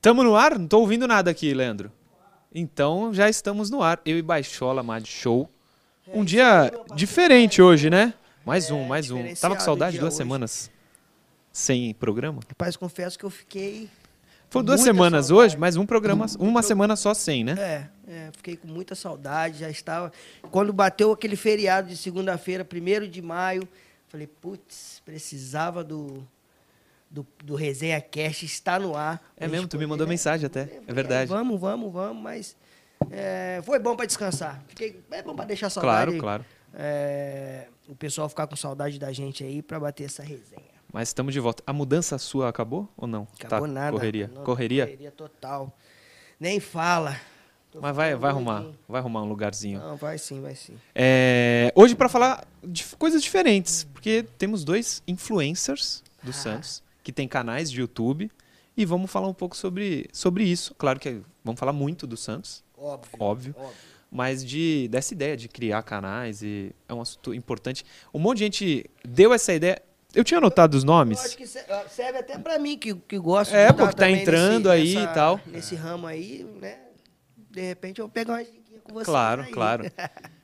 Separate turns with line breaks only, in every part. Tamo no ar? Não tô ouvindo nada aqui, Leandro. Então já estamos no ar. Eu e Baixola Mad Show. Um dia diferente hoje, né? Mais um, mais um. Tava com
diferenciado
saudade
dia
duas
hoje.
semanas sem programa.
Rapaz, confesso que eu fiquei.
Foram duas
Muita
semanas
saudade.
hoje, mas um programa, uma semana só sem, né?
É, é, fiquei com muita saudade, já estava. Quando bateu aquele feriado de segunda-feira, 1 de maio, falei, putz, precisava do, do, do Resenha Cast, está no ar. né?
É mesmo, tu me mandou mensagem até. É verdade.
Vamos, vamos, vamos, mas é, foi bom para descansar. Fiquei, é bom para deixar a saudade.
Claro, claro.
é, o pessoal ficar com saudade da gente aí para bater essa resenha.
Mas estamos de volta. A mudança sua acabou ou não?
Acabou
Tá,
nada.
Correria.
Não,
Correria?
Correria total. Nem fala. Tô
Mas vai,
ficando
vai
doidinho.
arrumar. Vai arrumar um lugarzinho.
Não, vai sim, vai sim.
É, hoje para falar de coisas diferentes, porque temos dois influencers do
Ah.
Santos que têm canais de YouTube e vamos falar um pouco sobre, sobre isso. Claro que vamos falar muito do Santos,
Óbvio.
óbvio,
óbvio.
mas de dessa ideia de criar canais e é um assunto importante. Um monte de gente deu essa ideia. Eu tinha anotado os
Eu acho
nomes.
que se- ah, serve até pra mim, que, que gosto
É,
de
pô,
estar
que tá
também
entrando aí e
nessa-
tal.
Nesse ramo aí, né? De repente eu vou pegar uma diquinha com você. tá
Claro, claro.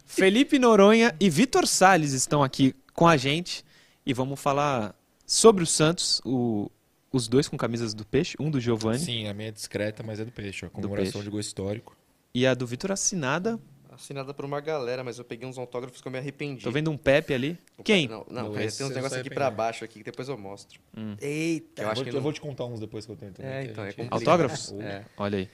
Felipe Noronha e Vitor Sales estão aqui com a gente e vamos falar sobre o Santos, o- os dois com camisas do Peixe, um do Giovani
Sim, a minha é discreta, mas é do peixe, ó.
Do peixe.
Comemoração de gol histórico.
e a do Vitor assinada.
Assinada por uma galera, mas eu peguei uns autógrafos que eu me arrependi.
Tô vendo um Pepe ali.
O
Quem?
Não, não,
Não,
cara,
esse
tem uns
você
negócios
vai
aqui
pegar.
pra baixo aqui que depois eu mostro.
Hum.
Eita.
Eu acho
vou,
que
eu
não-
vou te contar uns depois que eu tenho também.
É,
que
então,
a
é
gente-
complicado.
Autógrafos?
É.
Olha aí.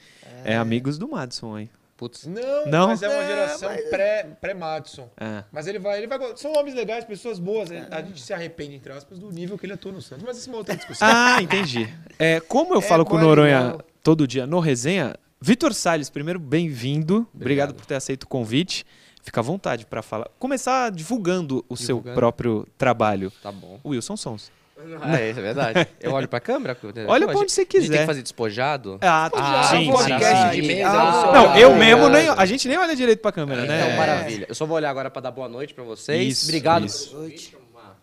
É, amigos do Madison aí.
Putz.
Não,
Não?
mas é uma geração pré- pré-Madison.
É.
mas ele vai, ele vai. São homens legais, pessoas boas. né? A gente se arrepende, entre aspas, do nível que ele atua no Santos. Mas isso é uma outra discussão.
Ah, entendi. É, como eu
É
falo com o
mole,
Noronha
não.
todo dia no resenha, Vitor Salles, primeiro, bem-vindo. Obrigado. por ter aceito o convite. Fica à vontade para falar. Começar divulgando o seu
Divulgando.
próprio trabalho.
Tá bom.
Wilson Sons.
Ah, é, é verdade. Eu olho pra câmera?
Olha pra onde você
A gente tem
quiser.
que fazer despojado?
Ah,
Ah,
um
sim,
vou
sim,
podcast
sim.
de mesa,
Ah,
no celular.
Não, eu
Obrigado.
mesmo, nem, a gente nem olha direito pra câmera,
É,
né?
Então, maravilha. Eu só vou olhar agora pra dar boa noite pra vocês.
Isso,
Obrigado
isso.
pelo convite. Uma,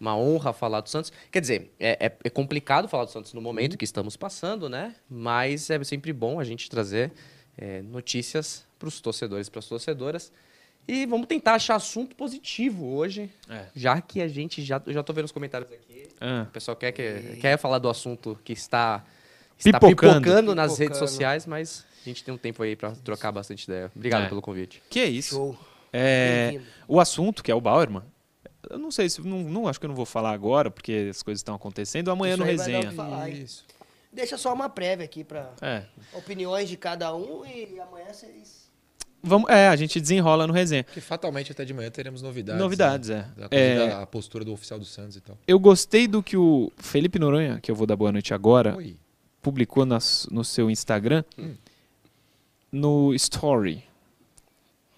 uma honra falar do Santos. Quer dizer, é, é- é complicado falar do Santos no
Uhum.
momento que estamos passando, né? Mas é sempre bom a gente trazer é, notícias pros torcedores, pras torcedoras. E vamos tentar achar assunto positivo hoje,
É.
já que a gente já eu já tô vendo os comentários aqui.
Ah,
O pessoal quer que quer falar do assunto que está está
Pipocando.
pipocando, nas redes
Pipocando.
sociais, mas a gente tem um tempo aí para trocar bastante ideia. Obrigado
É.
pelo convite.
que é isso?
Show.
É,
Bem-vindo.
o assunto, que é o Bauerman, eu não sei se. Não, não- acho que eu não vou falar agora, porque as coisas estão acontecendo. Amanhã
Isso
no
aí vai dar um
resenha.
o que falar, hein?
Isso.
Deixa só uma prévia aqui pra
É.
opiniões de cada um e amanhã vocês.
Vamos, é, a gente desenrola no resenha.
Porque fatalmente até de manhã teremos novidades.
Novidades,
né?
é.
Da,
É.
da- a postura do oficial do Santos e tal.
Eu gostei do que o Felipe Noronha, que eu vou dar boa noite agora,
Oi. Hum.
publicou nas- no seu Instagram, no Story.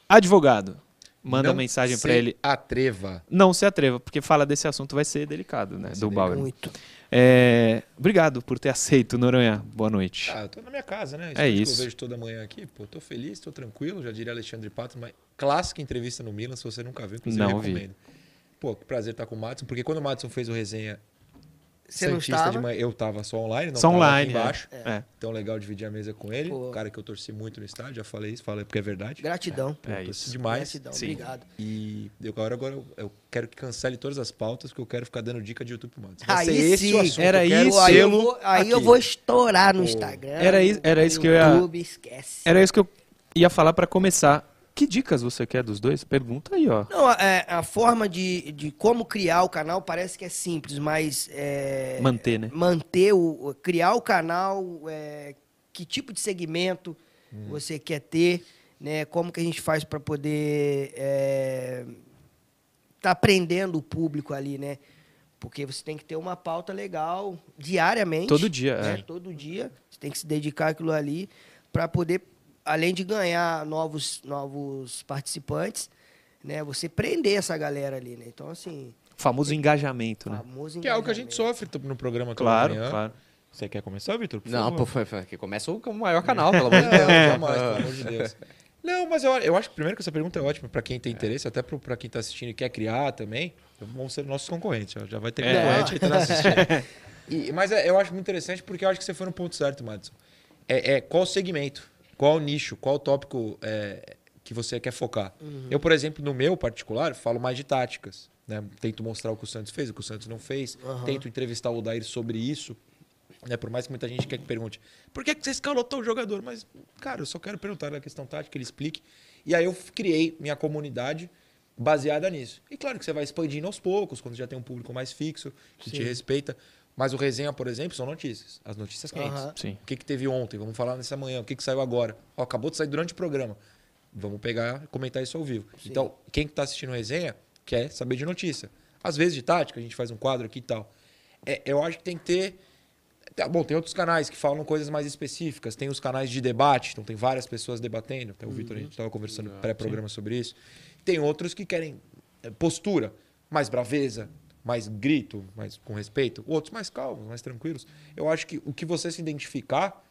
Advogado, manda
Não
mensagem pra
se
ele.
Atreva.
Não se atreva, porque fala desse assunto vai ser delicado, né? Do Bauerman.
Muito.
É, obrigado por ter aceito, Noronha. Boa noite.
Ah, eu tô na minha casa, né?
É
que
isso.
Eu vejo toda manhã aqui. Pô, tô feliz, tô tranquilo. Já diria Alexandre Pato, mas clássica entrevista no Milan. Se você nunca viu, inclusive
Não vi.
recomendo. Pô, que prazer estar com o Madison, porque quando o Madison fez o resenha
Você não
Santista de
estava?
manhã, eu tava só online, não
Só
tava aqui
online, é.
embaixo.
É.
Então legal dividir a mesa com ele.
Pô.
O cara que eu torci muito no estádio, já falei isso, falei porque é verdade.
Gratidão.
É
torci
isso.
demais.
Gratidão,
Sim.
obrigado.
E eu, agora, agora eu, eu quero que cancele todas as pautas, porque eu quero ficar dando dica de YouTube pro Madison. Vai
Aí
ser esse
sim.
o assunto.
Era
eu quero
isso.
aí eu
selo
vou, aí eu
aqui.
vou estourar no Instagram.
Era isso- era isso
no
que eu ia-
YouTube, esquece.
Era isso que eu ia falar pra começar. Que dicas você quer dos dois? Pergunta aí, ó.
Não, é, a forma de, de como criar o canal parece que é simples, mas é,
Manter, né?
manter o. o- criar o canal, é, que tipo de segmento
Hum.
você quer ter, né? Como que a gente faz para poder é, tá prendendo o público ali, né? Porque você tem que ter uma pauta legal diariamente.
Todo dia,
né?
é.
Todo dia. Você tem que se dedicar àquilo ali para poder, além de ganhar novos, novos participantes, né? Você prender essa galera ali, né? Então, assim,
Famoso engajamento, né?
famoso
Que é algo que a gente
engajamento.
sofre t- no programa toda
Claro,
manhã.
claro.
Você quer começar, Vitor? por
Não,
favor?
pô, foi- foi- que começa o maior canal, pelo
É,
amor de
Não, jamais,
Deus.
pelo amor de Deus. Não, mas eu, eu acho que primeiro que essa pergunta é ótima pra quem tem interesse, até pro- pra quem tá assistindo e quer criar também. Então, Vão ser nossos concorrentes, ó, já vai ter
É.
concorrente que tá assistindo. E- mas é, eu acho muito interessante porque eu acho que você foi no ponto certo, Madison. é, é qual segmento, qual nicho, qual tópico é, que você quer focar. Eu, por exemplo, no meu particular, falo mais de táticas. Né? Tento mostrar o que o Santos fez, o que o Santos não fez. Tento entrevistar o Dair sobre isso. Né? Por mais que muita gente quer que pergunte por que que você escalou tal jogador? Mas, cara, eu só quero perguntar na questão tática, ele explique. E aí eu f- criei minha comunidade baseada nisso. E claro que você vai expandindo aos poucos, quando já tem um público mais fixo, que te respeita. Mas o resenha, por exemplo, são notícias. As notícias quentes.
Aham.
Sim.
O que, que teve ontem? Vamos falar nessa manhã. O que, que saiu agora? Ó, acabou de sair durante o programa. Vamos pegar e comentar isso ao vivo. Então, quem está assistindo a resenha quer saber de notícia. Às vezes de tática, a gente faz um quadro aqui e tal. É, eu acho que tem que ter. tá Bom, tem outros canais que falam coisas mais específicas. Tem os canais de debate, então tem várias pessoas debatendo. Até o Vitor, a gente estava conversando no pré-programa sobre isso. Tem outros que querem é, postura, mais braveza, mais grito, mais com respeito. Outros mais calmos, mais tranquilos. Eu acho que o que você se identificar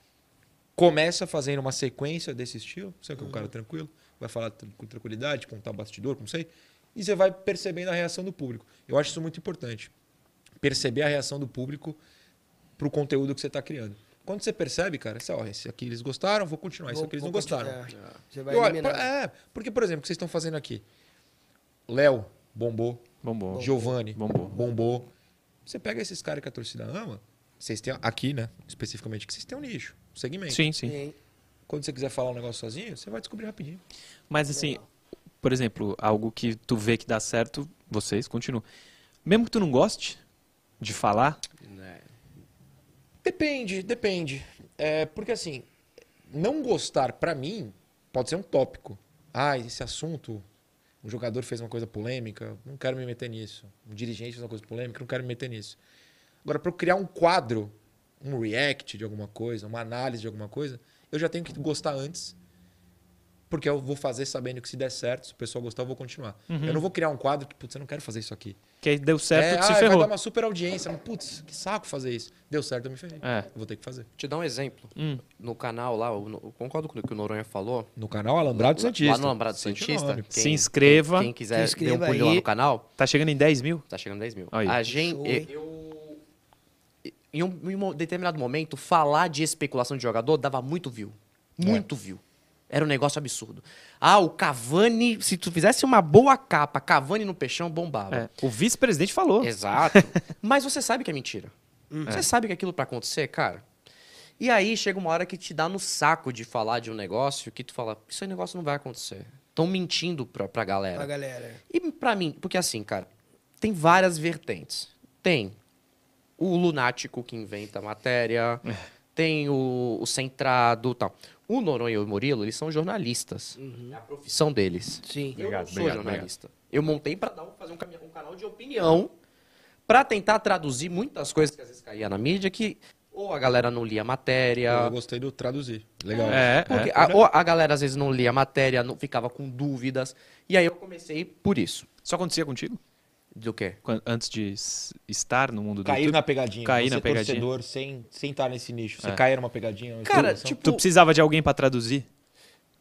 começa fazendo uma sequência desse estilo, você que é um
Uhum.
cara tranquilo, vai falar tran- com tranquilidade, contar bastidor, não sei, e você vai percebendo a reação do público. Eu acho isso muito importante. Perceber a reação do público pro conteúdo que você está criando. Quando você percebe, cara, você, ó, esse aqui eles gostaram, vou continuar, esse
Vou-
aqui é eles
vou
não gostaram.
continuar. é. Você vai
Eu-
eliminar.
é, porque, por exemplo, o que vocês estão fazendo aqui? Léo bombou,
Bombou.
Giovanni
Bombou.
bombou. Você pega esses caras que a torcida ama, vocês têm aqui, né, especificamente, que vocês têm um nicho, um segmento.
Sim, sim.
Sim.
Quando você quiser falar um negócio sozinho, você vai descobrir rapidinho.
Mas assim, por exemplo, algo que tu vê que dá certo, vocês continuam. Mesmo que tu não goste de falar,
Né?
Depende, depende. É, porque assim, não gostar pra mim pode ser um tópico. Ah, esse assunto, um jogador fez uma coisa polêmica, não quero me meter nisso. Um dirigente fez uma coisa polêmica, não quero me meter nisso. Agora, para eu criar um quadro, um react de alguma coisa, uma análise de alguma coisa, eu já tenho que gostar antes. Porque eu vou fazer sabendo que se der certo, se o pessoal gostar, eu vou continuar. Eu não vou criar um quadro que, putz, eu não quero fazer isso aqui.
que aí deu certo,
É,
tu se
ah, vai dar
ferrou.
uma super audiência. Mas, putz, que saco fazer isso. Deu certo, eu me ferrei.
É.
Eu vou ter que fazer.
Te dar um exemplo.
Hum.
No canal lá, eu no- eu concordo com o que o Noronha falou.
No canal Alambrado
Lá-
Santista.
Lá no Lambrado
Sente o
Santista.
nome.
quem-
Se inscreva.
Quem quiser
Se inscreva
dê um pulinho lá
aí.
no canal,
Tá chegando em 10 mil?
tá chegando a 10 mil.
Aí.
A gente.
Show,
e-
hein?
eu- e- em, um, em um determinado momento, falar de especulação de jogador dava muito view.
É.
Muito view. Era um negócio absurdo. Ah, o Cavani, se tu fizesse uma boa capa, Cavani no peixão bombava.
É. O vice-presidente falou.
É. Exato. Mas você sabe que é mentira. Você sabe que aquilo pra acontecer, cara. E aí chega uma hora que te dá no saco de falar de um negócio que tu fala, isso aí negócio não vai acontecer. Estão mentindo pra, pra galera.
Pra galera.
E pra mim, porque assim, cara, tem várias vertentes. Tem o lunático que inventa a matéria, tem o, o centrado e tal. O Noronha e o Murilo, eles são jornalistas. É a profissão deles.
Sim.
Eu não
Obrigado,
sou
obrigado,
jornalista. Eu montei para fazer um, cami- um canal de opinião para tentar traduzir muitas coisas que às vezes caía na mídia que ou a galera não lia É a matéria,
Eu gostei do traduzir. Legal.
É,
porque
é.
a, ou a galera às vezes não lia a matéria, não ficava com dúvidas. E aí eu comecei por isso.
Isso acontecia contigo?
Do quê?
Quan- Antes de s- estar no mundo do
Cair
YouTube?
na pegadinha.
Cair
Você é
na pegadinha.
torcedor sem, sem estar nesse nicho. Você
É.
cair numa pegadinha. uma
Cara,
informação.
tipo,
Tu precisava de alguém pra traduzir?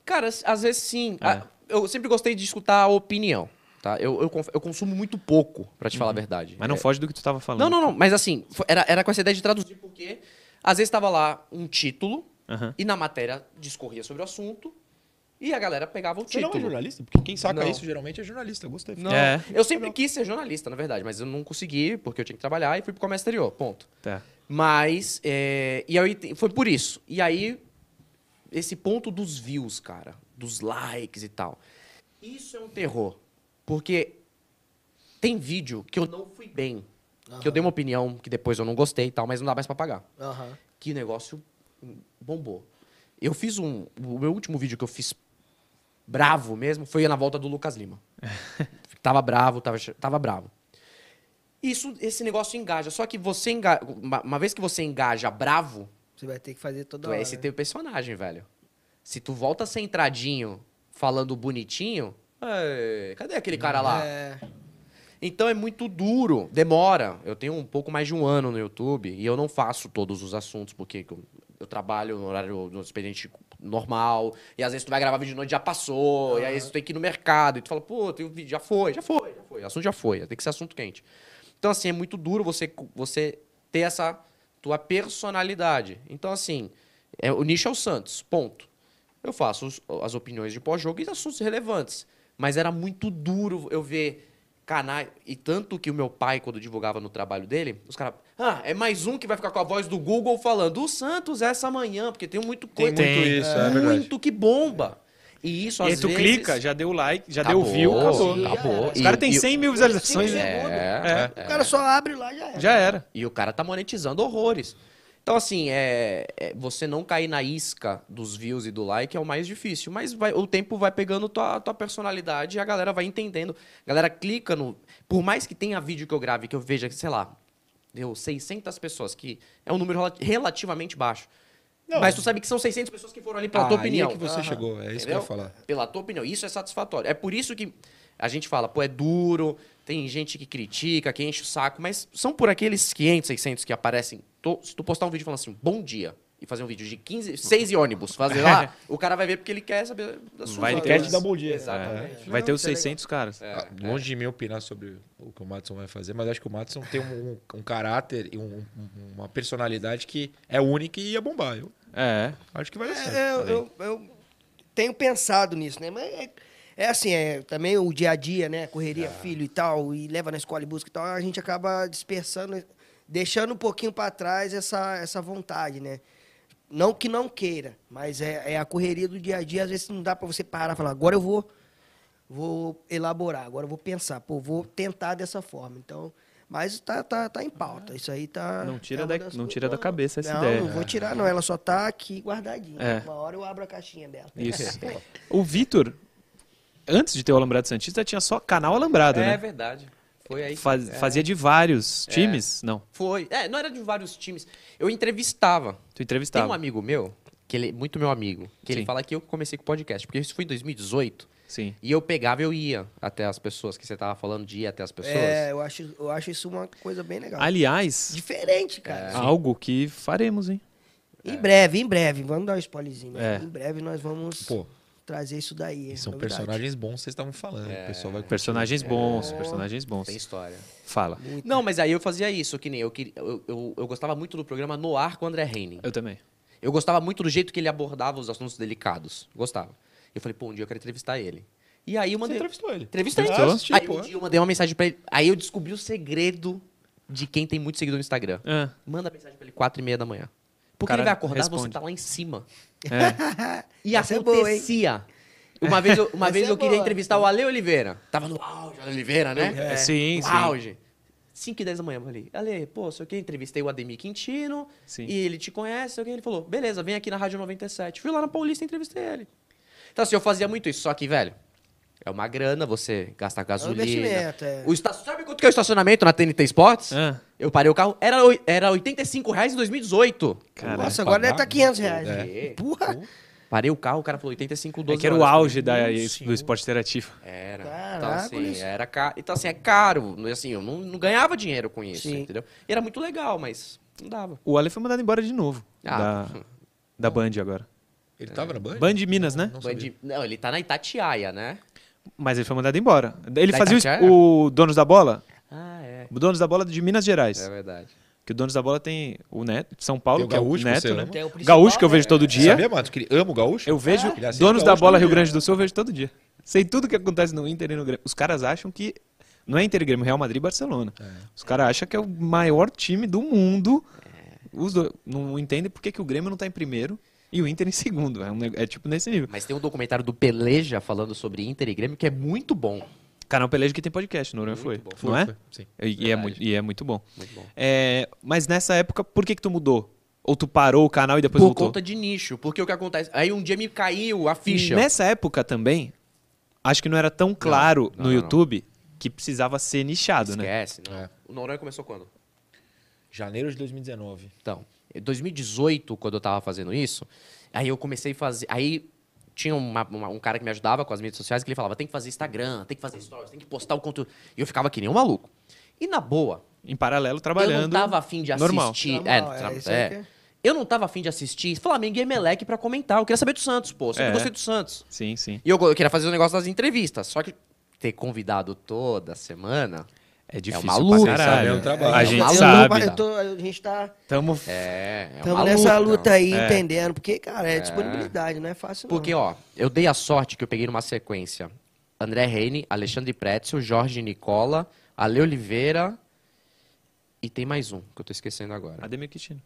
Cara, s- às vezes sim.
É.
Ah, eu sempre gostei de escutar a opinião, tá? Eu, eu, conf- eu consumo muito pouco, para te falar a verdade.
Uhum. Mas não
É,
foge do que tu tava falando.
Não, não, não. Mas assim, fo- era, era com essa ideia de traduzir, porque às vezes estava lá um título
Aham.
e na matéria discorria sobre o assunto e a galera pegava o
Você não é
título.
jornalista? Porque quem saca
Não.
isso geralmente é jornalista. Eu gostei.
Não,
É.
eu sempre quis ser jornalista, na verdade, mas eu não consegui porque eu tinha que trabalhar e fui pro comércio exterior, ponto.
Tá.
Mas, é, e aí te- foi por isso. E aí, esse ponto dos views, cara, dos likes e tal. Isso é um terror. Porque tem vídeo que eu não fui bem. Que eu dei uma opinião que depois eu não gostei e tal, mas não dá mais pra pagar
Aham.
que o negócio bombou. Eu fiz um. O meu último vídeo que eu fiz bravo mesmo foi na volta do Lucas Lima. tava bravo, tava, che- tava bravo. Isso, esse negócio engaja. Só que você engaja. Uma, uma vez que você engaja bravo,
Você vai ter que fazer toda
tu é
hora.
esse
né?
teu personagem, velho. Se tu volta centradinho, falando bonitinho. "Ei, cadê aquele cara lá?
É.
Então é muito duro, demora. Eu tenho um pouco mais de um ano no YouTube e eu não faço todos os assuntos, porque eu, eu trabalho no horário no expediente normal, e às vezes tu vai gravar vídeo de noite já passou, e aí tu tem que ir no mercado, e tu fala, pô, tem um vídeo, já foi, já foi, já foi, o assunto já foi, tem que ser assunto quente. Então, assim, é muito duro você, você ter essa tua personalidade. Então, assim, É, o nicho é o Santos, ponto. Eu faço os- as opiniões de pós-jogo e assuntos relevantes. Mas era muito duro eu ver canais. E tanto que o meu pai, quando divulgava no trabalho dele, os caras. Ah, é mais um que vai ficar com a voz do Google falando o Santos essa manhã, porque tem muito
Tem
coisa.
muito
Tem,
isso, é, verdade.
muito que bomba. E isso
E aí
às
tu
vezes.
clica, já deu like, já
Acabou,
deu view, acabou.
sim.
acabou.
Os caras têm
E- e-
100 mil visualizações.
Sim,
né?
É,
O cara só abre lá e já é.
Já era.
E o cara tá monetizando horrores. Então, assim, é, é- você não cair na isca dos views e do like é o mais difícil. Mas vai- o tempo vai pegando tua, tua personalidade e a galera vai entendendo. A galera clica no. Por mais que tenha vídeo que eu grave, que eu veja, que, sei lá, deu 600 pessoas, que é um número rela- relativamente baixo. Mas tu sabe que são 600 pessoas que foram ali pela tua
Aí é
opinião.
que você chegou, é isso que eu ia falar.
Pela tua opinião, isso é satisfatório. É por isso que a gente fala, pô, é duro, tem gente que critica, que enche o saco, mas são por aqueles 500, 600 que aparecem. to- se tu postar um vídeo falando assim, bom dia, e fazer um vídeo de 15, 6 e ônibus, fazer lá, o cara vai ver porque ele quer saber da sua
Vai
opinião.
quer te dar
um bom dia.
Exatamente.
Vai ter os
Não, isso é
600 caras.
Ah, Longe de mim opinar sobre o que o Matson vai fazer, mas acho que o Matson tem um, um- um caráter e um- um- uma personalidade que é única e ia bombar. Eu
É.
acho que vai dar certo.
É, eu, eu- eu tenho pensado nisso, né? Mas é, é assim, é, também o dia a dia, né? Correria,
Ah.
filho e tal, e leva na escola e busca e tal, a gente acaba dispersando, deixando um pouquinho para trás essa, essa vontade, né? Não que não queira, mas é, é a correria do dia a dia, às vezes não dá para você parar e falar, agora eu vou, vou elaborar, agora eu vou pensar, pô, vou tentar dessa forma. Então, mas tá, tá, tá em pauta, isso aí tá...
Ah. Não tira
é uma
da-
das
não
coisas.
tira da cabeça essa
não,
ideia.
Não, vou tirar não, ela só tá aqui guardadinha.
É.
Uma hora eu abro a caixinha dela.
Isso. É. O Vitor, antes de ter o Alambrado Santista, tinha só canal Alambrado,
É
né?
verdade. Foi aí. que-
Faz-
é.
Fazia de vários times? Não.
Foi. É, não era de vários times. Eu entrevistava.
Tu
Tem um
entrevistava.
amigo meu, que ele é muito meu amigo, que
Sim.
ele fala que eu comecei com podcast, porque isso foi em 2018.
Sim.
E eu pegava e eu ia até as pessoas que você tava falando de ir até as pessoas.
É, eu acho, eu acho isso uma coisa bem legal.
Aliás,
Diferente,
É.
cara.
algo que faremos, hein?
Em breve, em breve. Vamos dar um spoilerzinho. né?
É.
Em breve nós vamos
Pô, um
trazer isso daí. é
são
novidade.
personagens bons, vocês estavam falando. O pessoal vai curtir.
Personagens
É.
bons, personagens bons.
Tem história.
Fala.
Não, mas aí eu fazia isso, que nem eu, queria- eu, eu, eu gostava muito do programa No Ar com o André Reining.
Eu também.
Eu gostava muito do jeito que ele abordava os assuntos delicados. Gostava. Eu falei, pô, um dia eu quero entrevistar ele. E aí eu
Você
mandei.
entrevistou ele.
Entrevista aí.
Entrevistou?
aí um
Pô.
dia eu mandei uma mensagem pra ele. Aí eu descobri o segredo de quem tem muito seguidor no Instagram.
Ah,
Manda mensagem pra ele quatro e meia da manhã. Porque
Cara,
ele vai acordar, você
responde.
tá lá em cima.
é.
E
Essa é boa, hein?
acontecia. uma vez eu, uma
Essa
vez
é
eu queria
boa.
entrevistar o Ale Oliveira. Tava no auge, Ale Oliveira, né?
É, sim,
no
sim.
auge. 5 e 10 da manhã, eu falei, Ale, pô, sei o que, entrevistei o Ademir Quintino,
Sim.
e ele te conhece, sei o que, ele falou, beleza, vem aqui na Rádio 97. Fui lá na Paulista e entrevistei ele. Então, assim, eu fazia muito isso, só que, velho, é uma grana você gastar gasolina.
É um investimento, é.
o esta... Sabe quanto que é o estacionamento na TNT Sports?
Ah.
Eu parei o carro, era, oi- era R$ 85 reais em 2018.
Cara,
Nossa, agora deve
Pagar?
tá 500 reais.
É.
né? Porra!
Parei o carro, o cara falou 85
é
dólares.
que era o auge da,
Nossa,
do esporte interativo.
Era. então,
Caraca,
assim,
olha isso.
era caro. Então, assim, é caro. não- Assim, eu não, não ganhava dinheiro com isso,
Sim.
entendeu? E era muito legal, mas não dava.
O Ale foi mandado embora de novo.
Ah.
Da, da Band agora.
Ele tava na Band?
Band Minas, né?
Não
Band-
sabia.
Não, ele tá na Itatiaia, né?
Mas ele foi mandado embora. Ele
Da
fazia o es-
Itatiaia?
o Donos da Bola?
Ah, é.
O Donos da Bola de Minas Gerais.
É verdade.
Que o Donos da Bola tem o Neto, São Paulo,
Tem o
que é o
Gaúcho,
Neto,
você
né?
ama?
Tem o principal,
Gaúcho, que eu
né?
vejo todo dia.
Sabia, Matos, que ele ama o gaúcho?
Eu vejo
Ele assiste
Donos
o
da
Gaúcho
Bola
todo
Rio
dia.
Grande do Sul, eu vejo todo dia. Sei tudo que acontece no Inter e no Grêmio. Os caras acham que não é Inter, e Grêmio, Real Madrid e Barcelona. Os caras acham que é o maior time do mundo. Os dois não entendem por que, que o Grêmio não tá em primeiro e o Inter em segundo. É, um neg- é tipo nesse nível.
Mas tem um documentário do Peleja falando sobre Inter e Grêmio que é muito bom.
Canal Peleja que tem podcast, Noronha foi.
bom.
Não é?
Foi, Sim.
E, e é muito, e é muito bom.
Muito bom.
É, mas nessa época, por que, que tu mudou? Ou tu parou o canal e depois
Por
voltou?
conta de nicho. Porque o que acontece? Aí um dia me caiu a ficha.
Nessa época também, acho que não era tão claro
não,
no
não, não.
YouTube que precisava ser nichado, né?
Esquece, não.
É.
O Noronha começou quando?
Janeiro de 2019.
Então, em 2018, quando eu tava fazendo isso, aí eu comecei a fazer. Aí tinha uma- uma- um cara que me ajudava com as mídias sociais que ele falava: tem que fazer Instagram, tem que fazer stories, tem que postar o conteúdo. E eu ficava que nem um maluco. E na boa,
Em paralelo, trabalhando.
eu não tava afim de
normal.
assistir.
Normal,
é,
é,
tra-
isso aí
é.
que é.
Eu não tava afim de assistir Flamengo e Emelec pra comentar. Eu queria saber do Santos, pô. Eu sempre
É.
gostei do Santos.
Sim, sim.
E eu, go- eu queria fazer o negócio das entrevistas. Só que ter convidado toda semana.
É difícil
uma luta,
pra
sabe? É
caralho.
um trabalho.
A
É
gente
uma
eu
sabe.
Não, Tá eu tô, a gente tá
Tamo...
É, é
tamo
uma
nessa luta,
não.
aí, entendendo. Porque, cara, é, disponibilidade, não é fácil não.
Porque, ó, eu dei a sorte que eu peguei numa sequência. André Reine, Alexandre Pretzel, Jorge Nicola, Ale Oliveira e tem mais um que eu tô esquecendo agora.
Ademir Quintino.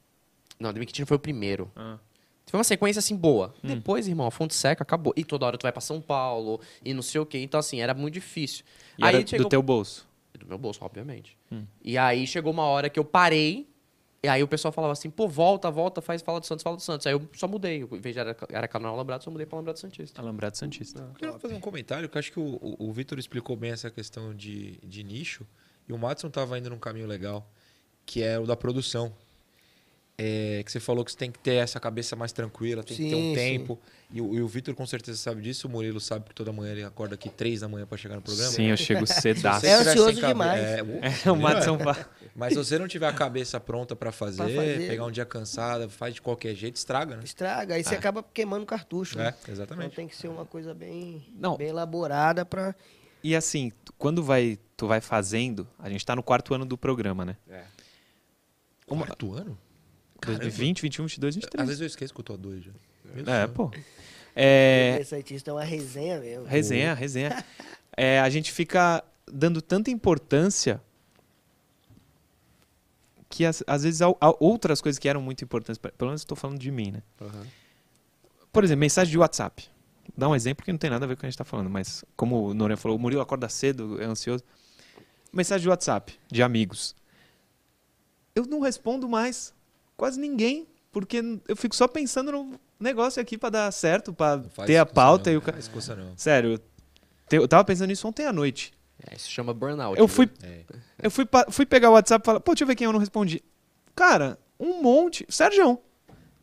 Não, Ademir Quintino foi o primeiro.
Ah.
Foi uma sequência, assim, boa. Depois, irmão, a fonte seca, acabou. E toda hora tu vai pra São Paulo e não sei o quê. Então, assim, era muito difícil.
E era do teu bolso.
Do meu bolso, obviamente. E aí chegou uma hora que eu parei, e aí o pessoal falava assim, pô, volta, volta, faz Fala do Santos, Fala do Santos. Aí eu só mudei, eu, em vez de era, era canal Lambrado, só mudei pra Lambrado Santista.
Alambrado Santista.
Ah,
Eu queria fazer um comentário, que eu acho que o, o, o Vitor explicou bem essa questão de, de nicho, e o Matson estava indo num caminho legal, que é o da produção. É, que você falou que você tem que ter essa cabeça mais tranquila, tem que ter
Sim,
um
sim.
tempo. E, o- e o Vitor com certeza sabe disso, o Murilo sabe que toda manhã ele acorda aqui três da manhã para chegar no programa.
Sim, eu chego cedaço.
É
tivesse
ansioso
sem cabe-
demais.
É, o-
É, o Madison fala.
Mas se você não tiver a cabeça pronta para fazer,
Pra fazer.
pegar um dia cansado, faz de qualquer jeito, estraga, né?
Estraga, aí você acaba queimando cartucho. né?
É,
Então
exatamente.
tem que ser uma coisa bem,
Não.
bem elaborada pra.
E assim, tu- quando vai, tu vai fazendo, a gente tá no quarto ano do programa, né? Uma-
Quarto ano?
2020, 21, 22,
Às
23.
vezes eu esqueço que eu tô a dois já. Meu
É,
Deus.
pô. É,
Esse artista é uma resenha mesmo.
resenha, resenha. É, a gente fica dando tanta importância que às, às vezes há- há outras coisas que eram muito importantes, pra- pelo menos estou falando de mim, né? Por exemplo, mensagem de WhatsApp. Dá um exemplo que não tem nada a ver com o que a gente está falando, mas como o Noronha falou, o Murilo acorda cedo, é ansioso. Mensagem de WhatsApp, de amigos. Eu não respondo mais quase ninguém, porque n- eu fico só pensando no negócio aqui para dar certo, para
Não faz né?
ter a
isso,
pauta
não.
e o
Não
ca-
faz isso, não.
Sério, eu te- eu tava pensando nisso ontem à noite.
É, isso chama burnout.
Eu
viu?
fui,
É.
eu fui, pa- fui pegar o WhatsApp e falar, pô, deixa eu ver quem é." eu não respondi. Cara, um monte. Sérgio. O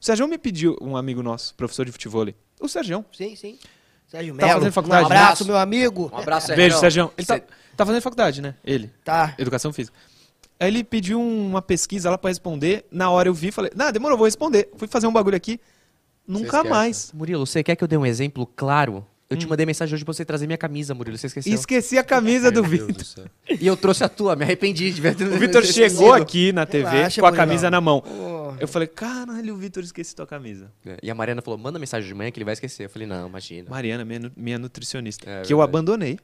Sérgio me pediu, um amigo nosso, professor de futebol. O Sérgio.
Sim, sim. Sérgio
Tá
Melo.
fazendo faculdade?
Um abraço,
Abraço.
meu amigo.
Um abraço,
Beijo, Sérgio. Ele tá,
Cê-
tá fazendo faculdade, né? Ele,
Tá.
educação física. Aí ele pediu uma pesquisa lá pra responder. Na hora eu vi, falei, não, demorou, vou responder. Fui fazer um bagulho aqui. Nunca
esquece,
mais.
Murilo, você quer que eu dê um exemplo claro? Eu
Hum.
te mandei mensagem hoje pra você trazer minha camisa, Murilo, você esqueceu.
Esqueci a camisa do
Meu Deus
Vitor.
céu.
E eu trouxe a tua, me arrependi de ver.
O Vitor chegou aqui na TV
Relaxa,
com a
Murilão.
camisa na mão.
Porra.
Eu falei, caralho, o Vitor esqueceu tua camisa.
E a Mariana falou, manda mensagem de manhã que ele vai esquecer. Eu falei, não, imagina.
Mariana, minha, nu- minha nutricionista,
É,
que eu
verdade.
abandonei,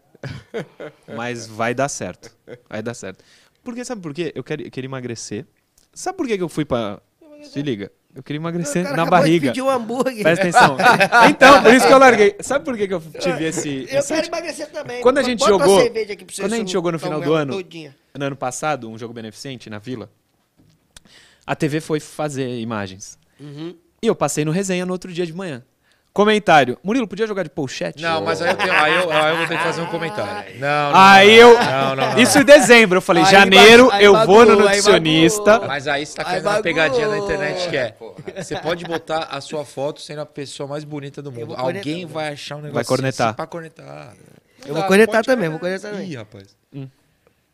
mas vai dar certo. Vai dar certo. Porque sabe por quê? Eu, quero, eu queria emagrecer. Sabe por que que eu fui pra. Se liga, eu queria emagrecer
O cara
na
acabou de
barriga.
pedir um hambúrguer.
Presta atenção. então, por isso que eu larguei. Sabe por que que eu tive esse.
Eu
essa-
quero emagrecer também.
Quando a gente
Bota uma
jogou-
cerveja aqui pra você
quando a gente
só
jogou no
tomar
final do
ela
ano-
todinha.
no ano passado, um jogo beneficente na vila, a TV foi fazer imagens.
Uhum.
E eu passei no resenha no outro dia de manhã. Comentário: Murilo, podia jogar de pochete?
Não, mas aí eu, tenho, aí, eu, aí eu vou ter que fazer um comentário. Não, não,
Aí
não.
eu.
Não, não, não.
Isso em dezembro. Eu falei,
Aí
janeiro
bagu- aí
eu vou no
bagu- aí
nutricionista.
bagu-
Mas aí você tá
Ai,
caindo na pegadinha da
bagulho.
internet que é. Você pode botar a sua foto sendo a pessoa mais bonita do mundo.
vou
Alguém
cornetar,
vai achar um negócio
cornetar.
Assim pra cornetar.
Eu vou cornetar também, vou cornetar também.
Ih, rapaz.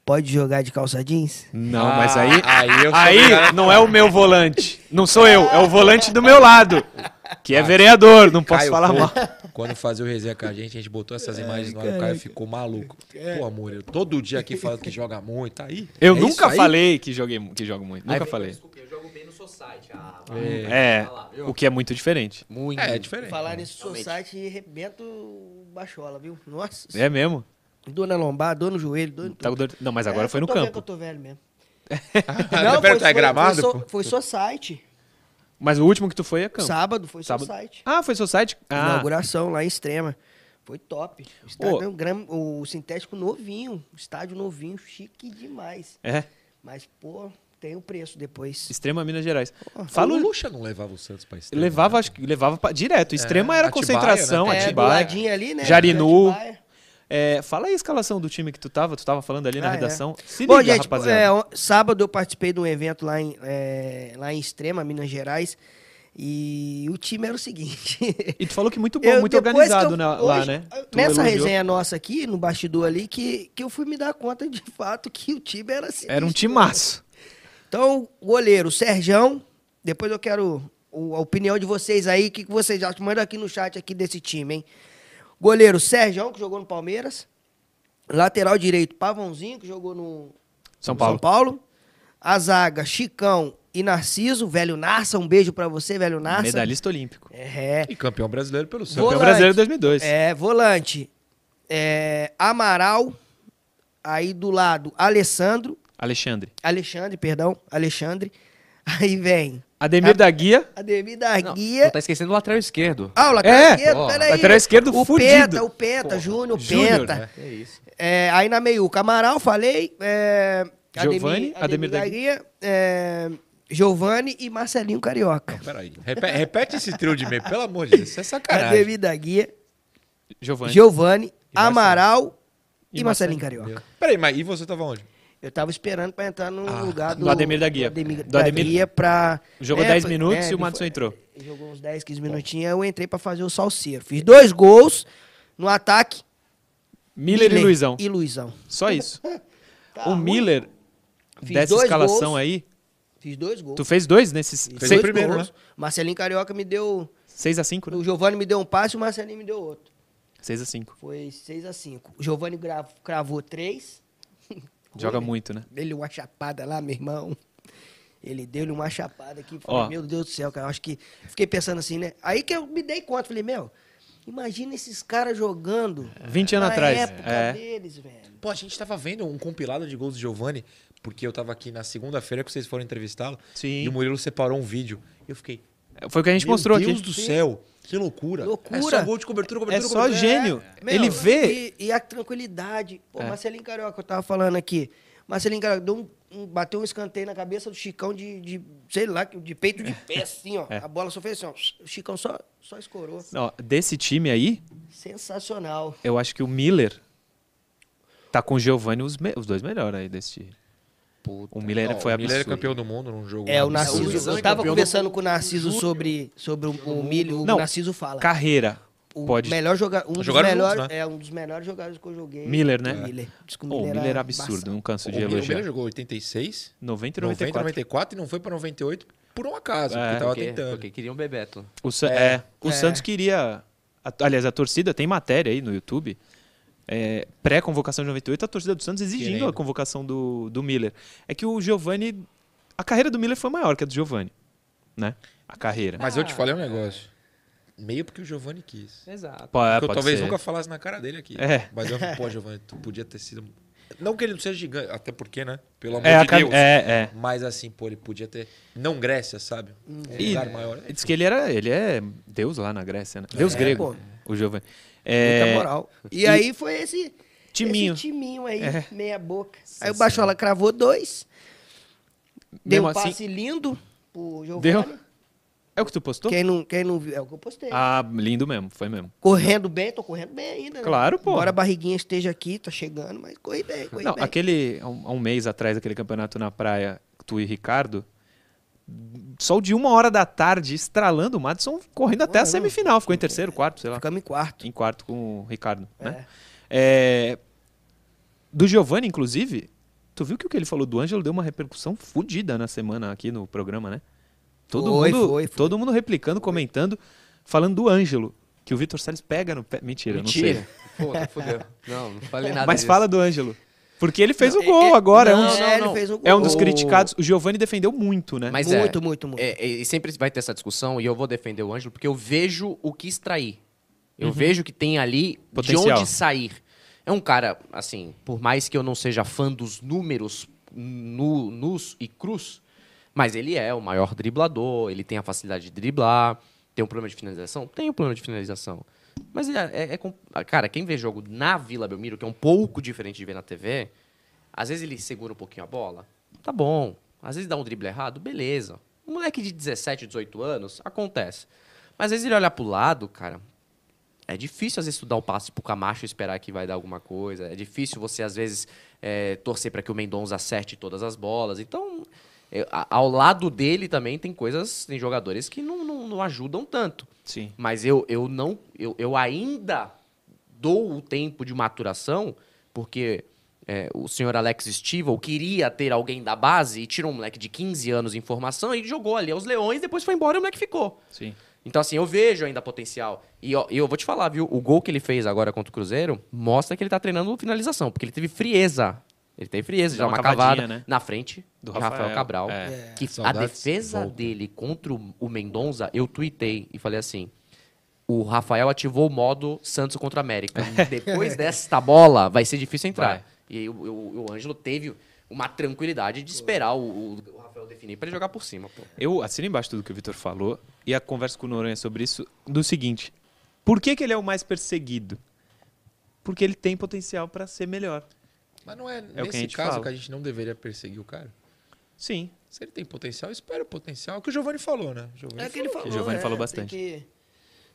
Pode jogar de calça jeans?
Não,
Ah,
mas aí.
aí eu sou
Aí
obrigado a
não é o meu volante. Não sou eu, é o volante do meu lado. Que é vereador, não posso
Ah, Caio
falar
Couto,
mal.
Quando fazia o resenha com a gente, a gente botou
É,
essas imagens lá, o Caio ficou maluco. Pô, amor, eu todo dia aqui falando que joga muito, tá aí.
Eu
É
nunca
isso aí?
falei que, joguei, mu- que jogo muito. Nunca
um,
falei.
Desculpa, eu jogo bem no Society. Ah,
É,
né?
tipo, o que é muito diferente.
Muito.
É, é diferente.
Falar nesse society e arrebenta o Bachola, viu? Nossa.
É mesmo?
Dor na lombar, dor no joelho, dor em
Tá com
tudo.
dor- Não, mas agora
É,
foi no
tô vendo que
campo.
eu tô velho mesmo.
Não, Pera, tá gramado?
Foi,
pô?
so, foi society.
Mas o último que tu foi é campo.
Sábado foi
Sábado.
society.
Ah, foi society? Ah,
Inauguração lá em Extrema. Foi top. O, estádio, gram- o sintético novinho, estádio novinho, chique demais.
é.
Mas, pô, tem o preço depois.
Extrema Minas Gerais.
Fala o
Falo,
Lucha não levava o Santos pra estrela.
levava, acho que levava pra- direto. Extrema era
É, Atibaia,
concentração,
né?
é, do
um Atibaia.
ladinho ali, né?
Jarinu.
Atibaia.
É, fala aí a escalação do time que tu tava, tu tava falando ali na
Ah, é.
redação. Se liga,
Bom, gente,
rapaziada.
é, o- sábado eu participei de um evento lá em, é, lá em Extrema, Minas Gerais, e o time era o seguinte.
E tu falou que muito bom,
Eu-
muito
depois que
organizado
eu-
na-
hoje, ah,
lá, né? Tu
Nessa
elogiou.
resenha nossa aqui, no bastidor ali, que, que eu fui me dar conta de fato que o time era assim.
Era um timaço.
Então, goleiro, Serjão. Depois eu quero o- a opinião de vocês aí. O que, que vocês acham? Manda aqui no chat aqui desse time, hein? Goleiro, Serjão, que jogou no Palmeiras. Lateral direito, Pavãozinho, que jogou no,
São Paulo.
São Paulo. A zaga, Chicão e Narciso. Velho Narça, um beijo pra você, velho Narça.
Medalhista olímpico.
É,
E campeão brasileiro pelo Santos.
Vou-
Campeão
Volante.
brasileiro de 2002.
é, volante. é, Amaral. Aí do lado, Alessandro.
Alexandre.
Alexandre, perdão. Alexandre. Aí vem
Ademir da Guia.
Ademir da
Não,
Guia.
não tá esquecendo o lateral esquerdo.
Ah, o lateral
É,
esquerdo,
porra.
peraí.
Lateral esquerdo
o
fudido.
Penta, o Penta, Júnior, o
Júnior,
Penta.
né?
É isso.
É, aí na meiuca, Amaral, falei. É,
Giovani, Ademir da
Guia. é, Giovani e Marcelinho Carioca.
Peraí. Repete, repete esse trio de meio, pelo amor de Deus. Isso é sacanagem.
Ademir da Guia,
Giovanni.
Giovani,
Marcelinho.
Amaral
E
e, Marcelinho
Marcelinho.
Carioca.
Peraí, mas e você tava onde?
Eu tava esperando pra entrar no
Ah,
lugar do,
do Ademir da Guia.
Do Ademir,
Do
da
Ademir-
Guia pra.
Jogou 10
pra-
minutos e o
ele
Madison
foi-
entrou.
ele Jogou uns 10, 15 minutinhos, eu entrei pra fazer o salseiro. Fiz dois gols no ataque.
Miller e Luizão.
E Luizão.
Só isso.
Tá
o
ruim.
Miller,
Fiz
dessa
dois
escalação
gols.
aí,
Fiz dois gols.
tu fez dois nesses.
Fez
seis-
o primeiro, né?
Marcelinho Carioca me deu.
6 a 5 né?
O Giovani me deu um passe e o Marcelinho me deu outro.
6 a 5
Foi 6 a 5 O Giovani gra- cravou três.
Joga muito, né?
Deu-lhe uma chapada lá, meu irmão. Ele deu-lhe uma chapada aqui.
Ó.
Falei, meu Deus do céu, cara. eu Acho que. Fiquei pensando assim, né? Aí que eu me dei conta. Falei, meu, imagina esses caras jogando.
20 anos
na
atrás.
época
É.
deles, velho.
Pô, a gente tava vendo um compilado de gols do Giovani, porque eu tava aqui na segunda-feira que vocês foram entrevistá-lo.
Sim.
E o Murilo separou um vídeo. Eu fiquei.
Foi o que a gente
Meu
mostrou
Deus
aqui.
do céu, que loucura.
Loucura.
É só gol de cobertura,
É
cobertura,
só
cobertura.
gênio.
Meu,
Ele vê. É.
E, e a tranquilidade. Pô, Marcelinho Carioca, eu tava falando aqui. Marcelinho Carioca deu um, um- bateu um escanteio na cabeça do Chicão de, de, sei lá, de peito de pé, assim, ó.
É.
A bola só fez assim, ó. O Chicão só, só escorou.
Ó, desse time aí,
Sensacional.
eu acho que o Miller tá com o Giovanni os, me- os dois melhores aí desse time. O Miller
Não,
foi
o Miller é
absurdo.
campeão do mundo num jogo.
É, o
absurdo.
Narciso. Eu tava conversando com o Narciso sobre, sobre o, o milho. O
Não,
Narciso fala.
Carreira.
O
Pode.
melhor joga um, dos
Jogaram
melhores,
juntos, né?
é, um dos melhores jogadores que eu joguei.
Miller, né?
Miller. Diz que
Pô, o Miller é absurdo,
embaçado.
não canso
O
de
Miller- O Miller
elogiar.
jogou 86,
90 e
90,
94.
94 e não foi pra 98 por um acaso,
É.
porque tava
Porque,
tentando.
porque queria um Bebeto.
O, Sa- é, o Santos queria. a- aliás, a torcida tem matéria aí no YouTube. é, Pré-convocação de 98, a torcida do Santos exigindo
Querendo.
a convocação do, do Miller. É que o Giovani. A carreira do Miller foi maior que a do Giovani. Né? A carreira.
Mas eu te falei um negócio. Meio porque o Giovani quis.
Exato.
Pô, é,
Porque eu
pode
talvez
ser.
nunca falasse na cara dele aqui.
É.
Mas eu, pô, Giovanni, tu podia ter sido. Não que ele não seja gigante, até porque, né? Pelo amor
É, a
de
ca-
Deus.
é, é.
Mas assim, pô, ele podia ter. Não Grécia, sabe? Um
E
lugar maior.
diz que ele era. Ele é Deus lá na Grécia, né? Deus
É,
grego.
pô.
O Giovani.
Muita
É,
moral. E, aí foi esse
Timinho. É.
esse timinho aí, meia boca. Aí o
Sensacional.
Bachola cravou dois. Deu
Mesmo
um passe
assim-
lindo pro Giovanni.
Deu? é o que tu postou?
Quem não, quem não viu, é o que eu postei.
Ah, lindo mesmo, foi mesmo.
Correndo bem, tô correndo bem ainda. né?
Claro, pô.
Embora a barriguinha esteja aqui, tá chegando, mas corri bem, corri
Não,
bem.
aquele. Há um, há um mês atrás, aquele campeonato na praia, tu e Ricardo. Sol de uma hora da tarde, estralando o Madison, correndo até a semifinal. Ficou em terceiro, quarto, sei lá.
Ficamos em quarto.
Em quarto com o Ricardo, né? É, do Giovanni, inclusive, tu viu que o que ele falou do Ângelo deu uma repercussão fodida na semana aqui no programa, né? Todo,
Foi,
mundo,
foi, foi.
todo mundo replicando, comentando, falando do Ângelo. Que o Vitor Salles pega no pé. Mentira, não sei.
Pô, tá fudeu. Não, não falei nada
Mas
disso.
fala do Ângelo. Porque ele fez
Não,
o gol
é-
agora. é, um
não,
dos,
não,
é,
não.
ele fez o gol.
é um dos
O-
criticados. O Giovani defendeu muito, né?
Mas
Muito,
é,
muito, muito.
é, é, e sempre vai ter essa discussão, e eu vou defender o Ângelo, porque eu vejo o que extrair. Eu vejo que tem ali de
Potencial.
onde sair. É um cara, assim, por mais que eu não seja fã dos números nu- nus e crus, mas ele é o maior driblador, ele tem a facilidade de driblar, tem um problema de finalização? Tem um problema de finalização. Mas é, é- é com- cara, quem vê jogo na Vila Belmiro, que é um pouco diferente de ver na TV, às vezes ele segura um pouquinho a bola, tá bom. Às vezes dá um drible errado, beleza. Um moleque de 17, 18 anos, acontece. Mas às vezes ele olha pro lado, cara. É difícil, às vezes, tu dar tipo, o passe pro Camacho e esperar que vai dar alguma coisa. É difícil você, às vezes, é, torcer para que o Mendonça acerte todas as bolas. Então, é, a- ao lado dele também tem coisas, tem jogadores que não- não, não ajudam tanto.
Sim.
Mas eu, eu não. Eu, eu ainda dou o tempo de maturação, porque é, o senhor Alex Stival queria ter alguém da base e tirou um moleque de 15 anos em formação e jogou ali aos leões, depois foi embora e o moleque ficou.
Sim.
Então, assim, eu vejo ainda potencial. E ó, e eu vou te falar, viu? O gol que ele fez agora contra o Cruzeiro mostra que ele tá treinando finalização, porque ele teve frieza Ele tem frieza,
Dá
já uma
uma
cavada
cavadinha, né?
na frente do Rafael, Cabral.
É.
Que a
Saudades,
defesa
volta.
dele contra o o Mendonça, eu tuitei e falei assim: o Rafael ativou o modo Santos contra a América.
É.
Depois desta bola, vai ser difícil entrar.
Vai.
E aí o, o, o Ângelo teve uma tranquilidade de esperar o, o- o Rafael definir pra ele jogar por cima. pô.
Eu assino embaixo tudo que o Vitor falou e a conversa com o Noronha sobre isso do seguinte: por que, que ele é o mais perseguido? Porque ele tem potencial para ser melhor.
Mas não é,
que a
nesse
gente
caso
fala.
que a gente não deveria perseguir o cara?
Sim.
Se ele tem potencial, espera o potencial. É o que o Giovani falou, né? O Giovani
É o que ele falou.
Giovani
é,
falou
tem
bastante.
que,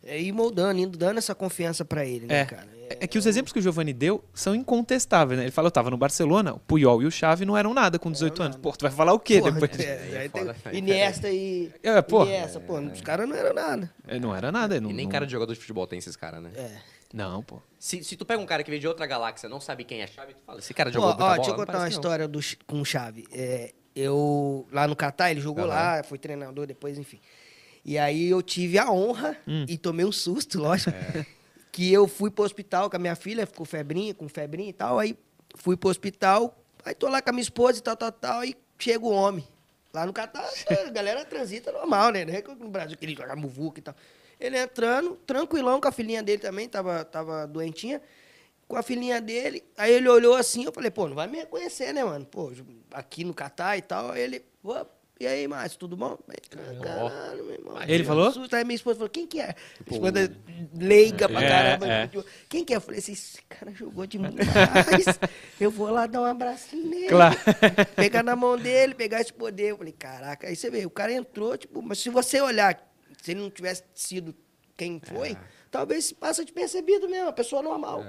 é, ir moldando, indo dando essa confiança pra ele, né,
É.
cara? É,
É que os exemplos que o Giovani deu são incontestáveis, né? Ele fala, eu tava no Barcelona, o Puyol e o Xavi não eram nada com 18 anos. Pô, tu vai falar o quê
porra,
depois?
é, aí tem
foda, aí
Iniesta e.
É, porra.
Iniesta, pô, os caras não eram nada.
É, Não era nada. Não,
E nem
não-
cara de jogador de futebol tem esses caras, né?
É.
Não, pô.
Se, se tu pega um cara que veio de outra galáxia, não sabe quem é chave, tu fala, esse cara
Pô,
jogou
ó,
muita bola.
deixa eu
Não
contar uma
parece que não.
história do, Ch- com o Chave. É, eu, lá no Catar, ele jogou lá, foi treinador depois, enfim. E aí eu tive a honra
Hum.
e tomei um susto, lógico.
É.
Que eu fui pro hospital com a minha filha, ficou febrinha, com febrinha e tal. Aí fui pro hospital, aí tô lá com a minha esposa e tal, tal, tal. E chega o homem. Lá no Catar, a galera transita normal, né? Não é que No Brasil, que ele joga muvuca e tal. Ele entrando, tranquilão, com a filhinha dele também, tava, tava doentinha com a filhinha dele. Aí ele olhou assim, eu falei, pô, não vai me reconhecer, né, mano? Pô, ju- aqui no Catar e tal. Aí ele, "Ô, e aí, Márcio, tudo bom? Aí, Caralho, meu irmão.
Ele falou?
Assusta. Aí minha esposa falou, quem que é? Minha esposa leiga pra
É,
caramba.
é.
Quem que é? Eu falei assim, esse cara jogou demais. eu vou lá dar um abracinho nele.
Claro.
Pegar na mão dele, pegar esse poder. Eu falei, caraca. Aí você vê, o cara entrou, tipo, mas se você olhar, se ele não tivesse sido quem
É.
foi, talvez passa de percebido mesmo, a pessoa normal.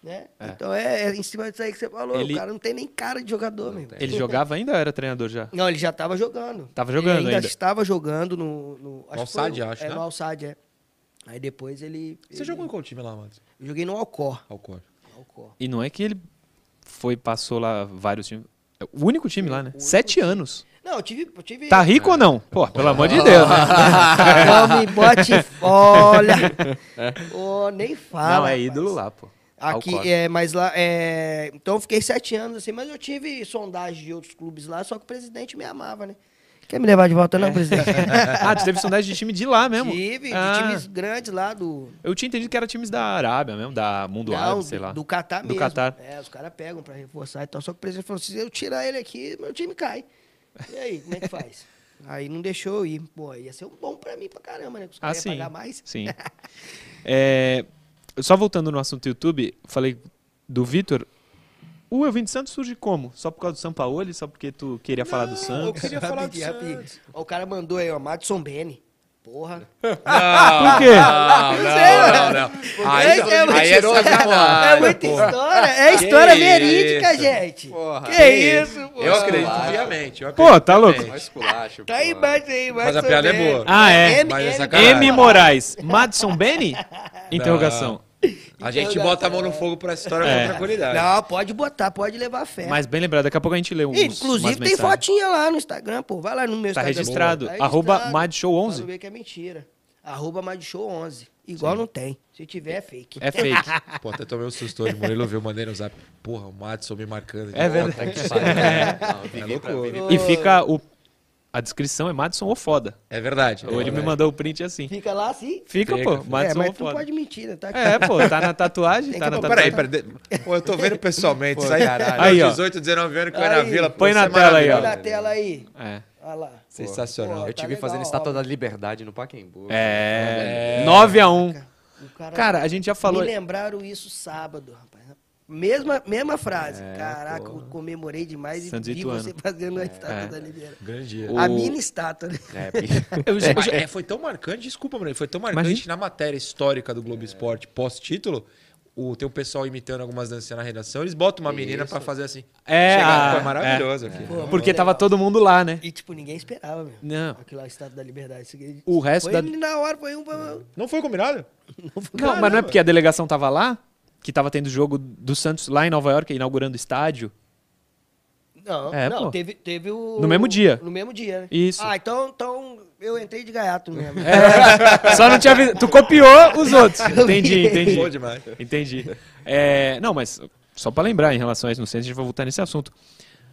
Né? Então é, é em cima disso aí que você falou,
Ele-
o cara não tem nem cara de jogador mesmo.
Ele jogava ainda ou era treinador já?
Não, ele já estava jogando.
Tava jogando
ele
ainda.
estava jogando no... No, que foi
Alçade,
no-
acho,
É,
né?
no Alçade, é. Aí depois ele...
Você
ele-
jogou em qual time lá, Matos?
Eu joguei no Alcor.
Alcor.
Alcor.
E não é que ele foi, passou lá vários times. É O único time lá, né? Sete anos.
Não, eu tive... Eu tive...
Tá rico ou não? Pô, pelo amor de Deus, né?
Não me bote... Olha! Ô, nem fala,
Não, é
Ah, rapaz.
ídolo lá, pô.
Aqui,
Alcor.
é, mas lá, é... Então eu fiquei sete anos, assim, mas eu tive sondagem de outros clubes lá, só que o presidente me amava, né? Quer me levar de volta, não, presidente?
Ah, tu teve sondagem de time de lá É. mesmo?
Tive,
Ah,
de times grandes lá do...
Eu tinha entendido que era times da Arábia mesmo, da Mundo
Não,
Árabe,
do-
sei lá.
Do Catar
Do
mesmo.
Catar.
É, os caras pegam pra reforçar e tal. Só que o presidente falou, assim, se eu tirar ele aqui, meu time cai. E aí, como é que faz? aí não deixou eu ir. Pô, ia ser um bom pra mim pra caramba, né? Que os
Ah,
caras iam
sim.
pagar mais.
Sim. É, só voltando no assunto YouTube, falei do Vitor. O Elvin de Santos surge como? Só por causa do Sampaoli? Só porque tu queria falar do
Eu
Santos?
queria falar do
Rapidinho, rapidinho.
Santos.
Ó, o cara mandou aí, ó, Madison Bene. Porra.
Por quê?
Não, Ah, não, não, não. Aí,
Esse é muito-
aí é sacanagem.
é muita
porra.
história. É história
Que
verídica,
isso.
gente.
Porra,
que,
que
isso, pô.
Eu acredito
Claro.
piamente. eu
Pô,
acredito
tá louco?
piamente.
Olha esse culacho,
Tá aí
pô.
embaixo aí,
Mas a
Madison
piada é
Bene.
boa.
Ah, é.
M-
Mas é
M-
sacanagem.
M. Moraes, Madison Bene? Interrogação.
A gente bota a mão no fogo pra história com
É.
tranquilidade.
Não, pode botar, pode levar fé.
Mas bem lembrado, daqui a pouco a gente lê uns, umas
É. Inclusive tem
mensagens.
fotinha lá no Instagram, pô. Vai lá no meu
Tá
Instagram.
registrado.
Tá
Arroba
registrado. Pra não
MadShow11.
ver que é mentira. Arroba Madshow11. Igual não tem. Se tiver, é fake.
É fake.
Pô, até tomei um susto hoje. Murilo viu, mandei no zap. Porra, o Madison me marcando.
É
Tá
verdade.
que pariu. Não, eu
É
vivi pra
loucura.
E fica o... A descrição é Madison ou foda.
É verdade.
Ou ele me mandou o print assim.
Fica lá assim.
Fica,
Fica,
pô,
fica.
é,
Madison
mas
ou
tu
foda.
pode mentir, né? Tá aqui.
É, pô, tá na tatuagem,
Tem
tá
que-
na
Pô,
tatuagem.
peraí, peraí. de- Pô, eu tô vendo pessoalmente. Sai caralho.
Aí, ó.
18, 19 anos que eu era na
Aí.
vila. pô,
Põe
isso
na
é
tela aí, ó.
Olha
maravilhoso.
na tela aí.
É.
Olha lá.
Sensacional.
Pô,
Eu
tá
tive fazendo
legal,
estátua
ó.
da liberdade no Pacaembu.
É. 9 a 1
O cara,
Cara, a gente já falou.
Me lembraram isso sábado, rapaz. Mesma, mesma frase.
É,
Caraca, eu comemorei demais e
Santos
vi
Ituano.
você fazendo a estátua
É.
da Libera.
Grande dia.
O-
A mini estátua, né?
É, porque-
Eu já- eu
Mas,
já-
é, foi tão marcante, desculpa, Bruno, foi tão marcante
Imagina.
na matéria histórica do Globo Esporte pós-título. O, tem um pessoal imitando algumas danças na redação, eles botam uma menina pra fazer assim.
É,
Chegaram,
a-
foi maravilhoso aqui.
Pô, muito
Porque
legal.
tava todo mundo lá, né?
E, tipo, ninguém esperava, meu.
Não.
Aquilo lá, Estátua da Liberdade. Isso aqui-
O resto
Foi
da. É.
ele na hora, foi um... pra-
Não foi combinado?
Não, mas não é porque a delegação tava lá? Que tava tendo jogo do Santos lá em Nova York, inaugurando o estádio.
Não,
É,
não,
pô.
teve, teve o...
No mesmo dia.
No mesmo dia, né?
Isso.
Ah, então, então eu entrei de gaiato mesmo.
Só não tinha
é
avisado. Tu copiou os outros. Entendi, entendi.
Foi demais.
Entendi. É, não, mas Só pra lembrar, em relação a isso, não sei se a gente vai voltar nesse assunto.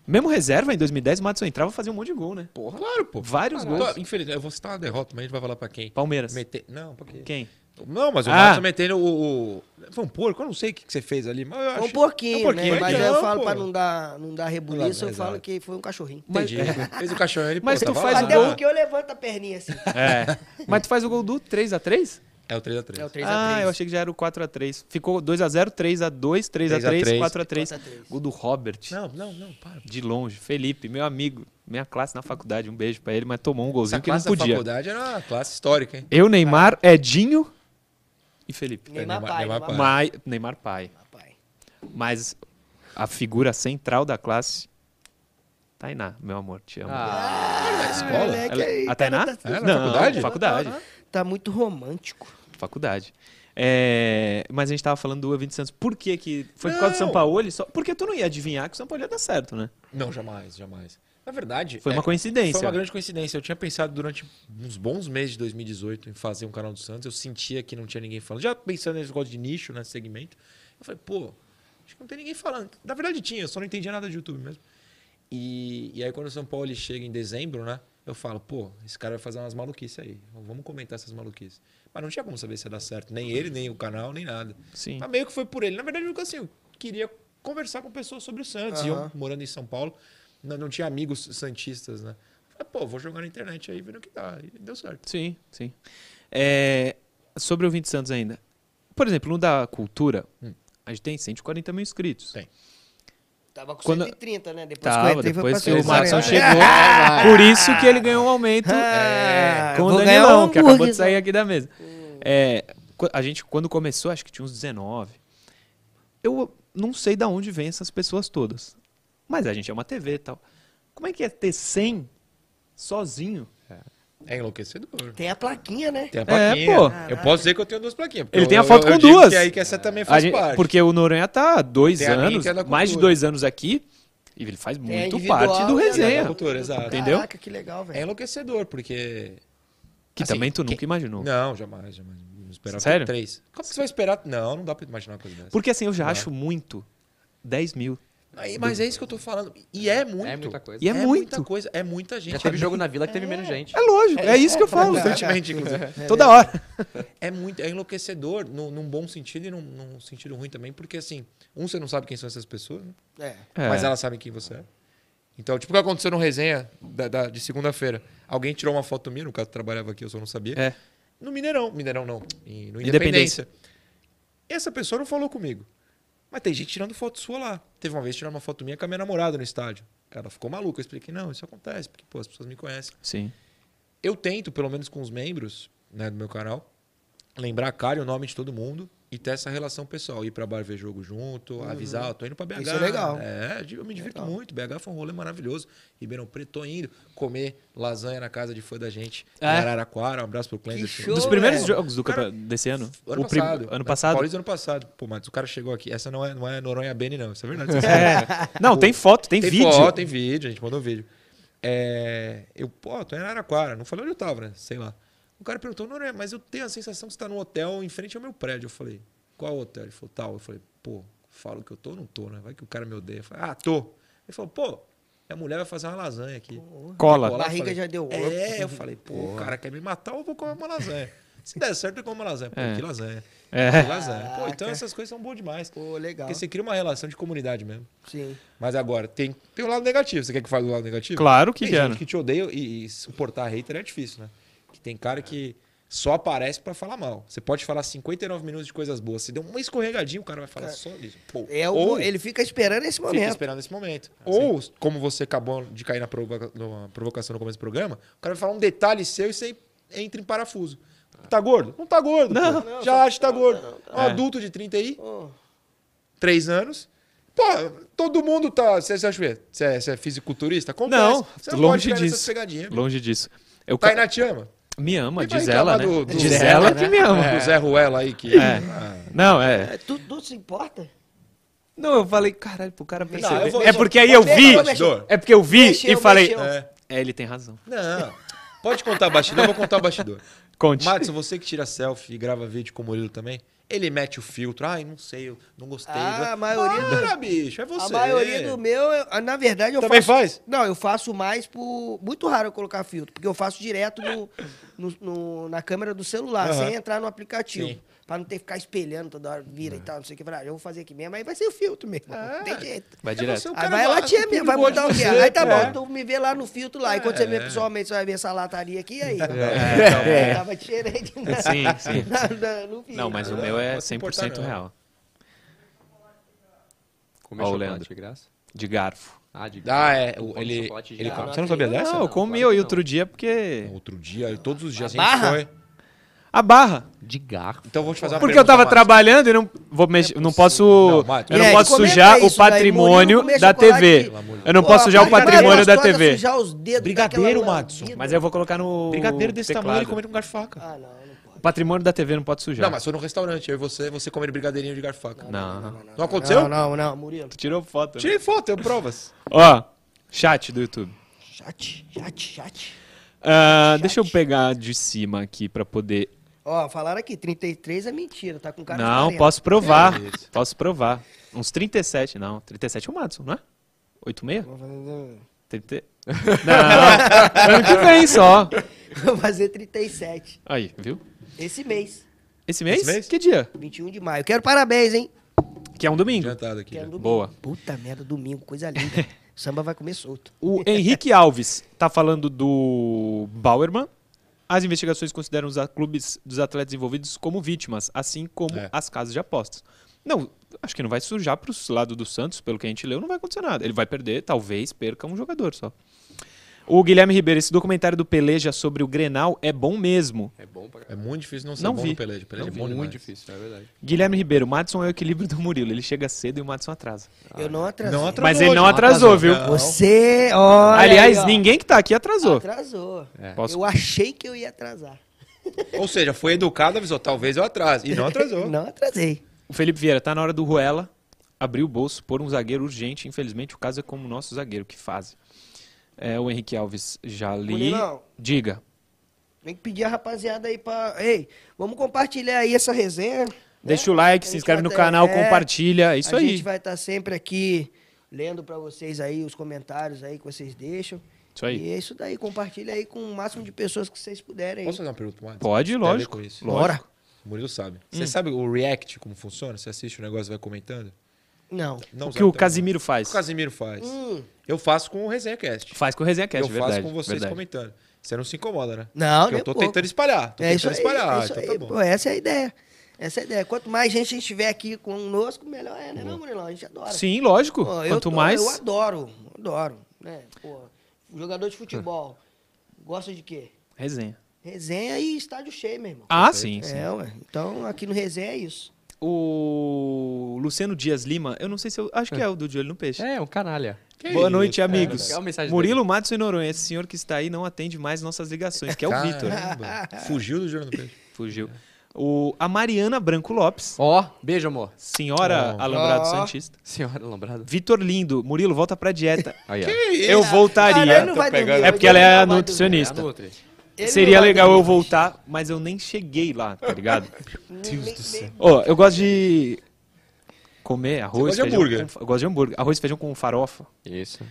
Mesmo reserva, em 2010, o Madison entrava e fazia um monte de gol, né?
Porra. Claro, pô.
Vários
Caralho.
gols.
Tô- Infelizmente, eu vou citar uma derrota, mas a gente vai falar pra quem.
Palmeiras.
Mete- Não, pra quê?
Quem?
Não, mas o
Ah.
Madison metendo o, o- Foi um porco, eu não sei o que, que você fez ali. Mas eu
Foi
achei...
um porquinho,
É um porquinho,
né? Mas
então,
eu falo
pô.
pra não dar, não dar rebuliço, eu
Exato.
falo que foi um cachorrinho.
Entendi. Fez o cachorro ali, pô,
Mas tu
tava
faz
lá.
o
Até
gol.
porque eu levanto a perninha assim.
É. Mas tu faz o gol do 3x3?
É o 3x3.
É o 3x3.
Ah, eu achei que já era o 4x3. Ficou 2x0, 3x2, 3x3, 4x3.
4x3.
Gol do Robert.
Não, não, não, para.
De longe. Felipe, meu amigo. Minha classe na faculdade. Um beijo pra ele, mas tomou um golzinho
Essa
que não
classe da
podia.
faculdade era uma classe histórica, hein?
Eu, Neymar, Edinho e Felipe.
Neymar
Neymar-
pai, Neymar
Neymar pai.
pai.
Mas, Neymar pai.
Neymar pai.
Mas a figura central da classe. Tainá, meu amor, te amo.
Ah,
Na escola?
moleque,
Ela-
aí,
a
cara,
Tainá?
tá-
É, na
Não,
faculdade?
faculdade.
Tá muito romântico.
Faculdade. É, mas a gente tava falando do Evandro Santos. Por que que foi por causa do
Não.
São Paulo? Só, porque tu não ia adivinhar que o São Paulo ia dar certo, né?
Não, jamais, jamais. Na verdade,
Foi
é,
uma coincidência.
Foi uma grande coincidência. Eu tinha pensado durante uns bons meses de 2018 em fazer um canal do Santos. Eu sentia que não tinha ninguém falando. Já pensando nesse negócio de nicho, nesse segmento. Eu falei, pô, acho que não tem ninguém falando. Na verdade tinha, eu só não entendia nada de YouTube mesmo. E, e aí quando o São Paulo ele chega em dezembro, né? Eu falo, pô, esse cara vai fazer umas maluquices aí. Vamos comentar essas maluquices. Mas não tinha como saber se ia dar certo. Nem ele, nem o canal, nem nada.
Sim.
Mas meio que foi por ele. Na verdade, eu, assim, eu queria conversar com pessoas sobre o Santos. E eu,
Aham.
morando em São Paulo, não, não tinha amigos santistas, né? Falei, pô, vou jogar na internet aí, vendo o que dá. E deu certo.
Sim, sim. É, sobre o 20 Santos ainda. Por exemplo, no da cultura, hum, a gente tem 140 mil inscritos.
Tem.
Tava com
Quando-
130, né? Depois
Tava, depois que o Marcão
140.
chegou. Por isso que ele ganhou um aumento é,
Ah,
com o
vou ganhar
Danilão,
um
que acabou de
hambúrguer,
sair aqui da mesa. É, qu- a gente, quando começou, acho que tinha uns 19. Eu não sei de onde vem essas pessoas todas. Mas a gente é uma TV e tal. Como é que é ter 100 sozinho?
É enlouquecedor.
Tem a plaquinha, né?
Tem a
É, pô.
Eu posso dizer que eu tenho duas plaquinhas. porque
Ele
eu-
tem a
eu-
foto
eu
com
digo
duas.
Que aí que essa também
A
faz
gente-
parte.
porque o Noronha tá há dois
Tem a minha e
anos,
tem a da
mais de
cultura.
dois anos aqui, e ele faz
Tem a
muito
É individual né?
parte do
e a da
resenha.
É, cultura. exato.
Entendeu?
Caraca, que legal,
É
velho.
enlouquecedor, porque...
Que
Assim,
também tu
quem-
nunca imaginou.
Não, jamais, jamais. Não esperava
Sério?
três. Como você vai esperar? Não, não dá pra imaginar uma coisa dessa.
Porque assim, eu já
Não.
acho muito 10 mil.
Aí, mas é isso que eu tô falando. E é muito.
é muita coisa.
E é
muita
muito.
coisa. É muita gente.
Já teve jogo na Vila que teve menos gente.
É lógico, é isso que eu falo.
Constantemente, inclusive.
Toda hora.
É muito, é enlouquecedor, no, num bom sentido e num, num sentido ruim também, porque assim, um, você não sabe quem são essas pessoas, né?
É.
mas elas sabem quem você é. Então, tipo o que aconteceu no resenha da- da- de segunda-feira. Alguém tirou uma foto minha, no caso eu trabalhava aqui, eu só não sabia.
É.
No Mineirão. Mineirão não. em- no
Independência.
Independência. Essa pessoa não falou comigo. Mas tem gente tirando foto sua lá. Teve uma vez tirar uma foto minha com a minha namorada no estádio. Cara, ficou maluca. Eu expliquei, não, isso acontece, porque pô, as pessoas me conhecem.
Sim.
Eu tento, pelo menos com os membros né, do meu canal, lembrar a cara e o nome de todo mundo e ter essa relação pessoal. Ir pra bar ver jogo junto, avisar, ó, tô indo pra BH.
Uhum. Isso é legal.
É, de- eu me divirto muito. BH foi um rolê maravilhoso. Ribeirão Preto, tô indo comer lasanha na casa de fã da gente.
É.
Em Araraquara, um abraço pro Cleanser.
Que
assim.
show!
Dos
Ô,
primeiros
velho.
jogos do campeonato desse ano?
Ano
o prim-
passado.
Ano
né?
passado?
Paulista ano passado. Pô, Matos, o cara chegou aqui. Essa não é, não é Noronha Bene, não. Isso é verdade.
É. Não, tem foto, tem, vídeo.
foto, tem vídeo, a gente mandou vídeo. É, eu, pô, tô em Araraquara, não falei onde eu tava, né? Sei lá. O cara perguntou, não, mas eu tenho a sensação que você tá num hotel em frente ao meu prédio. Eu falei, qual hotel? Ele falou, tal. Eu falei, pô, falo que eu tô ou não tô, né? Vai que o cara me odeia. Eu falei, ah, tô. Ele falou, pô, a mulher vai fazer uma lasanha aqui.
Cola.
Cola.
A barriga
falei,
já deu ovo.
É, eu falei, pô, o cara quer me matar ou eu vou comer uma lasanha? Se der certo, eu como uma lasanha. Pô,
É.
que lasanha. Que
É.
lasanha. Pô, então
Caraca.
essas coisas são boas demais.
Pô, legal.
Porque você cria uma relação de comunidade mesmo.
Sim.
Mas agora, tem, tem um lado negativo. Você quer que eu fale do lado negativo?
Claro que
tem
quero.
gente que te odeia e, e suportar hater é difícil, né? Que tem cara que só aparece pra falar mal. Você pode falar 59 minutos de coisas boas. Se der uma escorregadinha, o cara vai falar só disso. Pô,
É o,
ou
Ele fica esperando esse
fica
momento.
esperando esse momento. Ou, como você acabou de cair na, provoca- na provocação no começo do programa, o cara vai falar um detalhe seu e você entra em parafuso. Tá gordo? Não tá gordo. Não, Já acha que tá gordo. Um
É.
adulto de 30 aí,
Pô,
três anos. Pô, todo mundo tá. Você você acha o quê? Você é, você é fisiculturista? Acontece.
Não,
você
longe
cair nessas
disso.
pegadinhas. Tá
Longe disso. Eu ca-
Tainá te ama.
Me ama,
Quem vai
diz
reclamar
ela, né?
do- do
diz
Zé,
ela
né?
que me ama.
Do Zé Ruela aí que.
É.
Ah.
Não, é.
é, tu- tudo se importa?
Não, eu falei, caralho, pro cara
Não, eu
perceber.
vou-
É
eu vou-
porque aí eu
Vou
vi.
mexer, vou mexer.
É porque eu vi
Mexeu,
e falei.
mexeu.
É. É, ele tem razão.
Não. Pode contar bastidor, eu vou contar bastidor.
Conte.
Matos, você que tira selfie e grava vídeo com o Murilo também, Ele mete o filtro. Ai, não sei, eu não gostei.
Ah, a maioria do-
Para, bicho, é você.
A maioria do meu, eu- ah, na verdade, eu
Também
faço.
faz?
Não, eu faço mais por. Muito raro eu colocar filtro, porque eu faço direto no, no- no- na câmera do celular,
Aham.
sem entrar no aplicativo.
Sim.
Pra não ter que ficar espelhando toda hora,
É.
vira e tal, não sei o que. Eu falei, ah, eu vou fazer aqui mesmo, aí vai ser o filtro mesmo. Não tem jeito.
Vai
É
direto.
você, o
Aí
cara
Ah, vai
gosta,
latinha
o
mesmo,
público
vai
gosta
botar o
de
quê?
você,
Aí tá
é.
bom, tu me vê lá no filtro lá. E quando
É.
você me vê pessoalmente, você vai ver essa lataria aqui, aí.
É.
Tava diferente na,
Sim, sim.
na- na- no filtro.
Não, mas o
Não,
meu é
não se importar, né?
100%
não.
real.
Comer
Ó, o
chocolate
Leandro.
de graça?
De garfo.
Ah, de
Ah, é.
Não
o-
come
ele,
chocolate de
ele
graça.
come. Você não sabia dessa?
Não, eu comi eu
claro
e
que não.
outro dia porque...
Outro dia, eu- todos os dias a gente
barra?
foi.
A barra.
De garfo.
Então eu vou te fazer uma
Porque eu
pergunta,
tava
Marcos.
trabalhando e não vou mexer, não posso,
Não, Matos.
eu não
É,
posso
comenta
sujar
isso
o
daí,
patrimônio
Murilo, comer
da
chocolate.
TV.
Pelo
amor de
Eu não
Pô,
posso sujar
a
o
parte mais
patrimônio da
gostosa é
TV.
Sujar os dedos
Brigadeiro,
daquela
Madison.
lambida.
Mas é eu vou colocar no
Brigadeiro desse tamanho, ele
teclado.
comendo com garfo e faca.
Ah, não, não pode.
O patrimônio da TV não pode sujar.
Não, mas foi no restaurante, eu e você, você comendo brigadeirinho de garfo e faca.
Não.
Não aconteceu?
Não, não, não, Murilo.
Tu tirou foto. né?
Tirei foto, eu provas.
Ó, chat do YouTube.
Chat, chat, chat.
Ah, deixa eu pegar de cima aqui pra poder.
Ó, falaram aqui, 33 é mentira, tá com cara de
Não,
40.
posso provar.
É isso.
Posso provar. Uns 37, não. 37 é o Madison, não é? 86?
Vou fazer-
30... Não, ano que vem só.
Vou fazer 37
Aí, viu?
esse mês,
Esse mês?
Esse mês?
Que dia?
21 de maio. Quero parabéns, hein?
Que é um domingo.
Adiantado aqui. né?
Quero
já.
domingo.
Boa.
Puta merda, domingo, coisa linda. O samba vai comer solto.
O Henrique Alves tá falando do Bauerman. As investigações consideram os a- clubes dos atletas envolvidos como vítimas, assim como
É.
as casas de apostas. Não, acho que não vai sujar para o lado do Santos, pelo que a gente leu, não vai acontecer nada. Ele vai perder, talvez perca um jogador só. O Guilherme Ribeiro, esse documentário do Peleja sobre o Grenal é bom mesmo.
É bom pra
É muito difícil não ser
Não
bom
vi.
no Pelé. de Pelé é bom demais.
muito difícil, é verdade.
Guilherme Ribeiro, Madison é o equilíbrio do Murilo. Ele chega cedo e o Madison atrasa.
eu não atrasei.
Não atrasei.
Mas ele não
não
atrasou,
atrasou,
viu?
não.
Você, olha
Ah, é. Aliás,
aí, ó.
ninguém que tá aqui atrasou.
Atrasou.
Posso-
Eu achei que eu ia atrasar.
Ou seja, foi educado, avisou, talvez eu atrase. E não atrasou.
Não atrasei.
O Felipe Vieira, tá na hora do Ruela abrir o bolso, pôr um zagueiro urgente. Infelizmente, o caso é como o nosso zagueiro, que faz. É, o Henrique Alves já li.
Murilão.
Diga.
Né? Tem que pedir a rapaziada aí pra. Ei, vamos compartilhar aí essa resenha. né?
Deixa o like,
A
se
gente
inscreve
vai
no
ter-
canal,
é,
compartilha. É isso
a
aí.
A gente vai estar sempre aqui lendo pra vocês aí os comentários aí que vocês deixam.
Isso aí.
E é isso daí, compartilha aí com o máximo de pessoas que vocês puderem.
Posso fazer uma pergunta mais?
Pode, Hum.
Tem a ver
lógico.
com isso.
Lógico.
Bora.
O Murilo sabe. Você sabe o React, como funciona? Você assiste o negócio e vai comentando?
Não.
Não
O que
sabe
o
também.
Casimiro faz?
O Casimiro faz.
Hum.
Eu faço com o Resenha Cast.
Faz com o Resenha Cast,
eu
verdade.
faço com vocês
verdade.
comentando. Você não se incomoda, né?
Não,
Porque
nem
eu tô
um pouco.
tentando espalhar. Tô
é isso
tentando
aí.
espalhar.
é isso
então
aí.
tá bom.
Pô, essa é a ideia. Essa é a ideia. Quanto mais gente a gente tiver aqui conosco, melhor é, né, não, Murilão? A gente adora.
Sim, lógico.
Pô, eu
Quanto
tô-
mais.
Eu adoro, adoro. Né? Pô, jogador de futebol gosta de quê?
Resenha.
Resenha e estádio cheio, meu irmão.
Ah, sim, sim.
É, ué. Então, aqui no Resenha é isso.
O Luciano Dias Lima, eu não sei se eu. Acho que é o do De Olho no Peixe.
É, um canalha.
Boa
isso,
noite,
cara.
amigos.
É uma mensagem
Murilo, Matos e Noronha, esse senhor que está aí não atende mais nossas ligações, que é o Vitor.
Caramba. Fugiu do Júnior do Peixe.
Fugiu. O, a Mariana Branco Lopes,
Ó, beijo, amor.
senhora
Oh.
Alambrado
Ó.
Santista.
Senhora Alambrado.
Vitor Lindo, Murilo, volta pra dieta.
Aí, ó.
Eu voltaria.
Caralho, não vai dormir
É
hoje,
porque ela
ele
é
não vai
nutricionista.
É a Nutri.
Ele
Seria
não vai
legal eu
dormir hoje.
voltar, mas eu nem cheguei lá, tá ligado?
Nem- nem- nem-
Ô, eu gosto de comer arroz,
gosta de
feijão.
hambúrguer?
com- eu gosto de hambúrguer. Arroz, feijão com farofa.
Isso.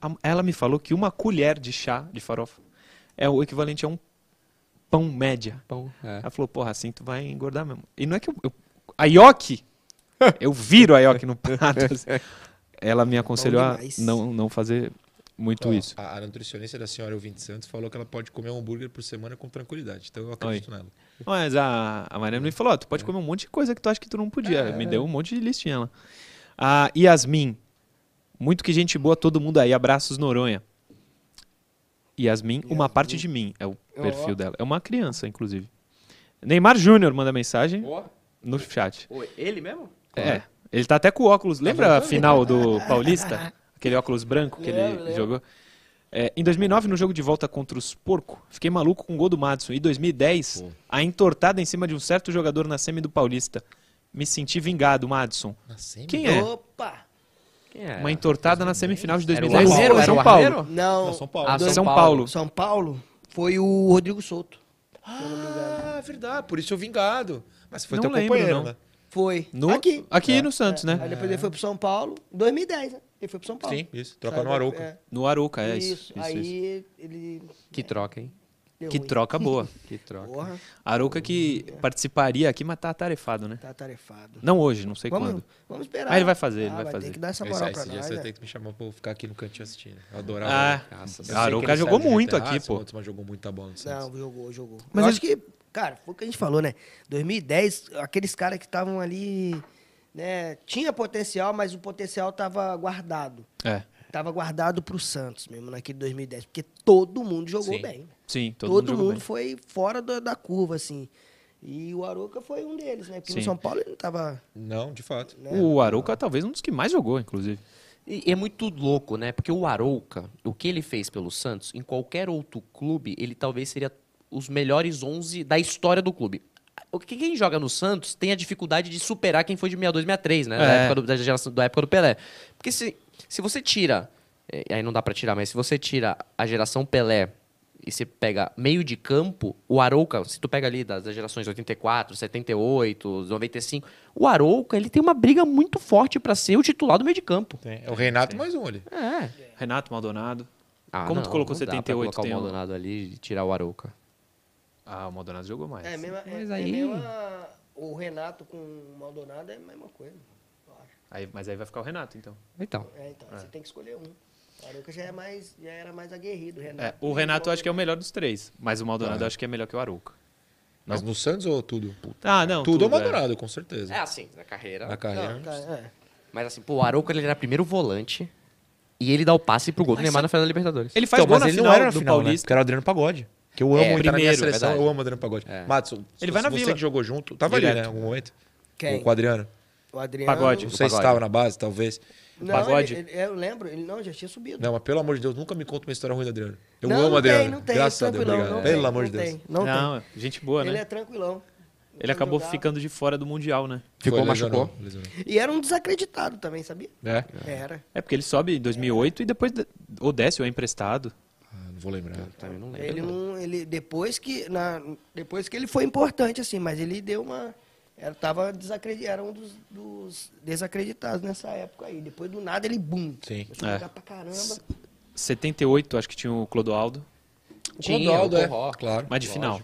A- Ela me falou que uma colher de chá de farofa é o equivalente a um pão média.
Pão. É.
Ela falou, porra, assim tu vai engordar mesmo. E não é que eu. eu a Yoki, eu viro a Yoki no prato. assim. Ela me aconselhou a
demais.
não, não fazer muito
Ó,
isso.
A, a nutricionista da senhora Ouvinte Santos falou que ela pode comer um hambúrguer por semana com tranquilidade. Então eu acredito nela.
Mas a, a Mariana me falou, ó, tu pode comer um monte de coisa que tu acha que tu não podia. me deu um monte de listinha lá. A Yasmin, muito que gente boa todo mundo aí. Abraços, Noronha. Yasmin, uma parte de mim. É o perfil dela. É uma criança, inclusive. Neymar Júnior manda mensagem
Ó,
no chat.
ô, ele mesmo?
É. Ele tá até com o
É
óculos. Lembra a final do Paulista? Aquele óculos branco que ele
Lembro, lembro.
jogou? É, em 2009, no jogo de volta contra os Porco, fiquei maluco com o gol do Madison. Em 2010, a entortada em cima de um certo jogador na semi do Paulista. Me senti vingado, Madison.
Assim,
Quem é?
Opa!
Quem é?
Uma entortada na semifinal de
Era o
2010
Arneiro?
contra
Era o
São Paulo.
Arneiro?
Não.
Não, São Paulo.
Ah,
São
São
Paulo.
São Paulo foi o Rodrigo Souto.
Ah, verdade. Por isso eu vingado. Mas foi
Não
teu
lembro,
companheiro,
não.
né?
Foi.
No-
aqui.
Aqui no Santos,
É. Aí
né?
depois ele foi pro São Paulo. 2010, né? Ele foi pro São Paulo.
Sim, isso. Troca
Saiu
no
da-
Arouca.
é,
No Arouca, é isso.
isso.
isso, isso.
Aí ele.
Que troca, hein?
Deu
Que
ruim.
troca boa.
Que troca.
Porra,
Arouca
É.
que participaria aqui, mas tá atarefado, né?
tá tarefado.
Não hoje, não sei
Vamos,
quando.
vamos esperar.
Ah, ele vai fazer, ele vai
Tem
fazer.
que dar essa
Esse-
moral
esse
pra
dia
nós.
você
né?
tem que me chamar pra eu ficar aqui no cantinho assistindo. Eu adorava.
Ah,
Eu sei que
a Arouca
ele
jogou
saiu de
muito
Terraça,
aqui, pô.
Mas mas jogou muita bola no Santos.
Não, jogou, jogou.
Mas
Mas eu
ele-
acho que, cara, foi o que a gente falou, né? 2010, aqueles caras que estavam ali, né? Tinha potencial, mas o potencial tava guardado.
É.
Tava guardado pro Santos mesmo, naquele 2010. Porque todo mundo jogou
Sim.
bem.
Sim, todo,
Todo,
mundo
mundo,
jogou bem.
foi fora da, da curva, assim. E o Aroca foi um deles, né? Porque no
Sim.
São Paulo ele não tava...
Não, de fato.
Né?
O Arouca é talvez um dos que mais jogou, inclusive.
E é muito louco, né? Porque o Arouca, o que ele fez pelo Santos, em qualquer outro clube, ele talvez seria os melhores 11 da história do clube. O que quem joga no Santos tem a dificuldade de superar quem foi de 62, 63, né? Da,
É.
época do, da geração, da época do Pelé. Porque se, se você tira, é, aí não dá pra tirar, mas se você tira a geração Pelé e você pega meio de campo, o Arouca, se tu pega ali das, das gerações 84, 78, 95, o Arouca, ele tem uma briga muito forte pra ser o titular do meio de campo.
Tem. É o Renato mais um ali.
É.
Renato Maldonado.
Ah,
Como tu colocou
dá pra
78,
colocar
tem
o
um-
Maldonado ali e tirar o Arouca.
Ah, o Maldonado jogou mais.
É, mesma,
Mas
é,
aí-
é mesma- o Renato com o Maldonado é a mesma coisa. eu acho.
Aí- mas aí vai ficar o Renato, então.
Então.
É, então, você tem que escolher um. O Aroca já, é mais, já era mais aguerrido. O Renato,
É, o Renato eu acho que é o melhor dos três, mas o Maldonado
Ah.
eu acho que é melhor que o Arouca.
Mas no Santos ou tudo?
Ah, não.
tudo ou
é.
Maldonado, com certeza.
É assim, na carreira.
Na carreira.
Não, cara, é.
Mas assim, pô, o Arouca ele era primeiro volante e ele dá o passe pro gol do Neymar na final da Libertadores.
Ele faz gol
Então, mas
na
ele
final
não era na
do
final, né?
Paulista.
Porque era o Adriano Pagode. Que eu amo, ele tá
É,
na minha
primeiro,
seleção,
verdade.
eu amo o Adriano Pagode.
É.
Matson,
Ele vai na
você
Vila.
que jogou junto, tava ali,
Direto.
né, em algum momento?
Quem?
O com o Adriano.
O Adriano.
Pagode.
Não sei se
Pagode.
estava na base, talvez.
Não,
Pagode?
ele- ele- eu lembro, ele não, já tinha subido.
Não, mas pelo amor de Deus, nunca me conta uma história ruim do Adriano. Eu
Não,
amo o
não tem,
Adriano.
não tem, é
Graças a Deus,
tranquilão,
obrigado.
não
Pelo
tem,
amor de
não
Deus.
tem, não tem.
Não, gente boa,
Ele
né?
é tranquilão.
Ele acabou
Jogava.
ficando de fora do Mundial, né?
Ficou,
Foi,
machucou.
lesionou, lesionou.
E era um desacreditado também, sabia?
É?
Era.
É porque ele sobe em 2008 e depois de- ou desce ou é emprestado.
Ah, não vou lembrar.
Também Tá, não lembro.
Ele não, ele depois que na, depois que ele foi importante assim, mas ele deu uma era tava desacredi, era um dos, dos desacreditados nessa época aí. Depois do nada ele bum.
Sim.
Começou a
É.
jogar pra caramba.
78, acho que tinha o Clodoaldo.
Tinha,
Ronaldo,
o
é,
Corró.
Claro.
Mas de final.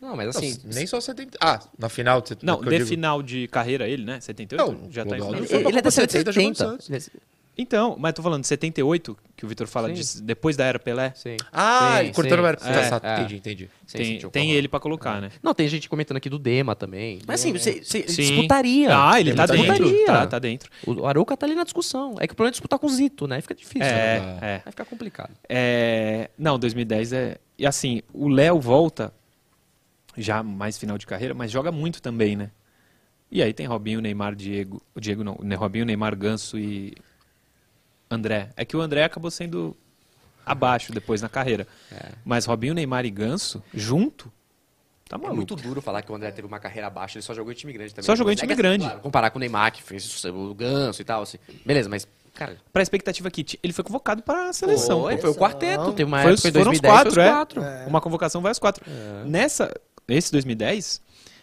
Não, mas
Não,
assim.
nem só 70. Ah, na final. você-
Não,
que eu
de
digo.
final de carreira ele, né? 78?
Não,
já tá em
Clodoaldo
final.
ele,
foi pra
ele é da
Copa
série de
70, jogou no
70.
Santos.
Ele-
Então, mas tô falando de 78, que o Vitor fala
Sim.
de- depois da era Pelé.
Sim.
Ah,
Sim,
cortando
sim.
o era.
É,
Tá, tá,
é.
Entendi, entendi.
Sim,
tem
sim, tinha o É.
tem
Corró.
ele pra colocar, né?
Não, tem gente comentando aqui do Dema também. Mas assim, você você
Sim.
disputaria.
Ah, ele
Ele
tá
disputaria.
dentro. Tá, tá dentro.
O Arouca tá ali na discussão. É que o problema é disputar com o Zito, né? Aí Fica difícil.
É,
né?
é.
Vai ficar complicado.
É, não, 2010 é. E assim, o Léo volta, já mais final de carreira, mas joga muito também, né? E aí tem Robinho, Neymar, Diego. O Diego não, né? Robinho, Neymar, Ganso e André. É que o André acabou sendo abaixo depois na carreira.
É.
Mas Robinho, Neymar e Ganso, junto, tá
É
maluco.
muito duro falar que o André teve uma carreira abaixo, ele só jogou em time grande também.
Só jogou em
É que,
time
assim,
grande.
claro, comparar com o Neymar, que fez o Ganso e tal, assim. Beleza, mas, cara,
Pra expectativa que ti- ele foi convocado para a seleção.
foi,
pô.
foi o quarteto. Teve uma
Foi os-
época em
foram os
2010,
quatro,
foi os
é.
quatro. É.
Uma convocação vai aos quatro. Nessa, esse 2010,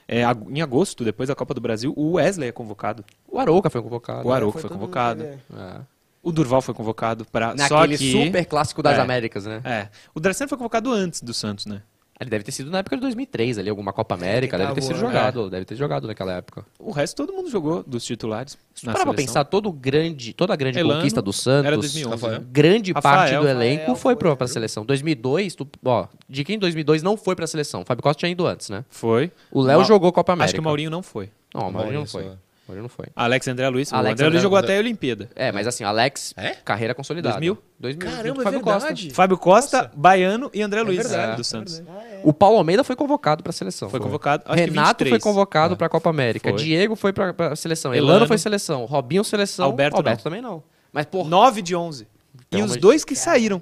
é, ag- em agosto, depois da Copa do Brasil, o Wesley é convocado.
O Arouca foi convocado. né?
O Arouca foi,
todo mundo
convocado.
que ele é.
É.
O Durval foi convocado para só
Naquele
que
super clássico das
É.
Américas, né?
É. O Dracena foi convocado antes do Santos, né?
Ele deve ter sido na época de 2003, ali, alguma Copa América,
que
deve ter
tá
sido
voando,
É.
jogado, deve ter jogado naquela época.
O resto todo mundo jogou dos titulares.
Se tu
na
parar pra
seleção.
pensar, todo grande, toda a grande
Elano,
conquista do Santos,
era 2011,
Rafael.
né?
grande
Rafael,
parte do
Rafael
elenco foi
foi,
pra,
né?
pra seleção. 2002, tu, ó, de quem em 2002 não foi pra seleção? Fábio Costa tinha ido antes, né?
Foi.
O Léo
Ma-
jogou Copa América.
Acho que o Maurinho não foi.
Não, o Maurinho não
Maurício,
foi.
é.
O Maurinho não foi.
Alex André Luiz. o
Alex
André Luiz
André-
jogou até a Olimpíada.
É, mas assim, Alex,
É?
carreira consolidada.
2000?
2000.
Caramba,
junto com
é
o Fábio Costa.
verdade.
Fábio Costa, Baiano e André Luiz
verdade,
do
é
Santos.
Ah,
O Paulo Almeida foi convocado pra seleção.
Foi convocado, acho que
Renato
23.
foi convocado pra Copa América.
Ah, Foi.
Diego foi pra, pra seleção.
Elano.
Elano, foi seleção. Robinho seleção.
Alberto
Alberto,
não.
também não. Mas por
9 de 11.
Pelo
e os
amor de-
dois que saíram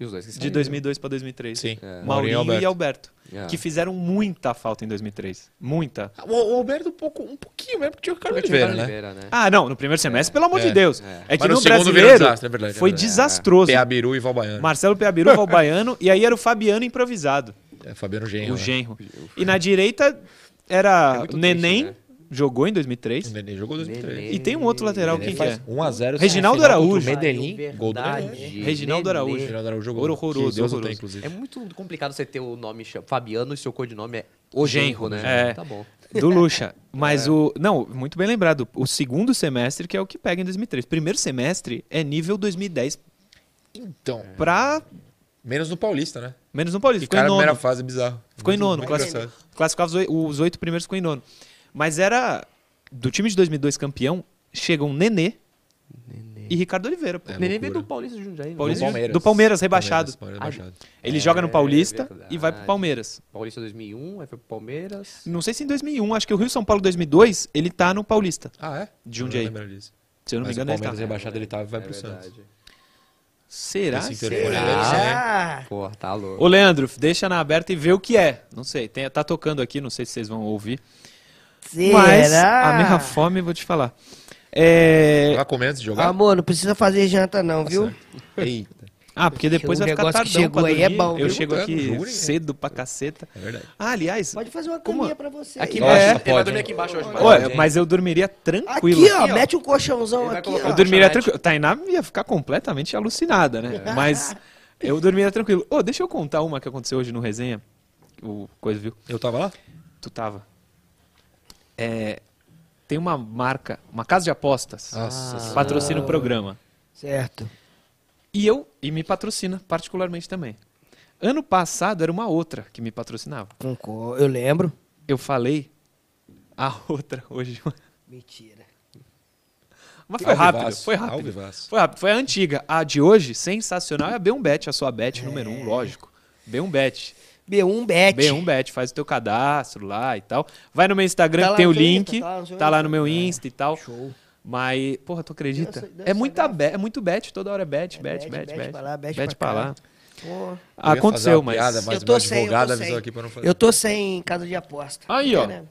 E os dois que
de
saíram.
2002 pra 2003.
Sim.
É.
Maurinho e
Maurinho e
Alberto.
Alberto.
É.
Que fizeram muita falta em 2003. Muita.
O, o Alberto um, pouco, um pouquinho mesmo, porque tinha o Ricardo Oliveira, né?
Oliveira, né?
Ah, não, no primeiro semestre, pelo amor de
É,
Deus. É, que
Mas no
no
segundo virou
brasileiro
desastre, é verdade, é
foi
verdade.
desastroso.
Peabiru e Valbaiano.
Marcelo Peabiru, o Baiano, e aí era o Fabiano improvisado,
É, Fabiano Genro.
o
né?
genro. E na direita,
É
era
muito triste,
Neném,
né?
jogou em 2003.
O Nenê jogou 2003.
Nenê.
E tem um outro lateral,
Nenê
quem que
faz
é?
1x0.
Reginaldo Araújo.
Medellín, gol do
Verdade.
Reginaldo
Nenê.
Araújo.
Reginaldo Araújo jogou.
Ouro horroroso,
Que Deus o
horroroso.
tem, inclusive.
É muito complicado você ter o nome cha- Fabiano e seu codinome é O Genro,
Genro,
né?
é.
Tá bom.
Do Lucha. Mas o. Não, muito bem lembrado. O segundo semestre que é o que pega em 2003. Primeiro semestre é nível 2010
Então,
pra.
menos no Paulista, né?
Menos um Paulista.
Que
Ficou em
cara,
nono.
primeira fase, é bizarro.
Ficou em
Muito-
nono.
muito
classi-
engraçado.
Classificava os oi- os oito primeiros, ficou em nono. Mas era. Do time de 2002 campeão, chegam Nenê
Neném.
e Ricardo Oliveira. pô.
É,
Neném
loucura.
veio do Paulista de Jundiaí. né?
Paulista
Do Palmeiras.
do Palmeiras rebaixado.
Palmeiras, Palmeiras rebaixado.
Ele joga no
É,
Paulista
verdade.
e vai pro Palmeiras.
Paulista 2001, aí foi pro Palmeiras.
Não sei se em 2001, acho que o Rio São Paulo 2002, ele tá no Paulista.
Ah, é?
De onde aí?
Eu não lembro disso.
Se eu não
Mas
me
o
engano, ele tá.
Palmeiras rebaixado, ele tava e vai
É
pro Santos.
verdade.
Será?
Esse
Será?
intervalo
Será?
deve ser, hein?
Ah,
Pô, tá louco.
Ô, Leandro, deixa na aberta e vê o que é. Não sei, tem- tá tocando aqui, não sei se vocês vão ouvir.
será?
Mas a minha fome, vou te falar. É...
Tá comendo antes de jogar?
Amor, não precisa fazer janta não, viu?
Eita.
Ah, porque depois
O
vai ficar
um negócio
tardão
que chegou
pra
aí é
dormir.
bom,
Eu
viu?
chego
Juro,
aqui
né?
cedo pra caceta.
É verdade.
Ah, aliás,
Pode fazer uma
Como-
caminha pra você. tá
Aqui
aí.
embaixo. É.
Nossa,
Ele vai
pode.
dormir
hein?
aqui embaixo hoje.
Olha,
Olha,
mas eu dormiria
Aqui,
tranquilo.
ó,
Aqui, ó.
mete um colchãozão
Ele vai
aqui,
colocar
Eu
ó.
dormi-
dormiria
Lanchonete.
tranquilo. Tainá ia ficar completamente alucinada, né? Mas eu dormiria tranquilo. Ô, deixa eu contar uma que aconteceu hoje no resenha. O coisa, viu?
Eu tava lá?
Tu tava. É, tem uma marca, uma casa de apostas,
Nossa
que patrocina o programa.
Certo.
E eu, e me patrocina particularmente também. Ano passado era uma outra que me patrocinava.
Concordo, eu lembro.
Eu falei a outra hoje.
Mentira.
Mas foi rápido,
Alvivaço,
foi rápido.
Alvivaço.
Foi rápido, foi a antiga. A de hoje, sensacional, é a B1Bet, a sua bet número
É.
um, lógico. B1Bet.
B1 Bet.
B1Bet, faz o teu cadastro lá e tal. Vai no meu Instagram,
Tá
que
lá
tem o
no seu
link,
Insta, tá lá no seu
tá lá no
Insta.
É.
meu Insta e tal.
Show.
Mas, porra, tu acredita?
Dança- dança
é, muita
graça.
bet, é muito bet, toda hora é bet, bet,
bet,
bet,
bet
bet.
pra lá, bet
bet
pra
pra
cá.
lá.
Pô.
Eu ia fazer
Aconteceu,
uma
mas.
Piada, mas
Eu tô
meu
sem, eu tô
advogado
sem.
avisou aqui pra não fazer.
Eu tô sem casa de aposta.
Aí,
Não
ó.
tem, né?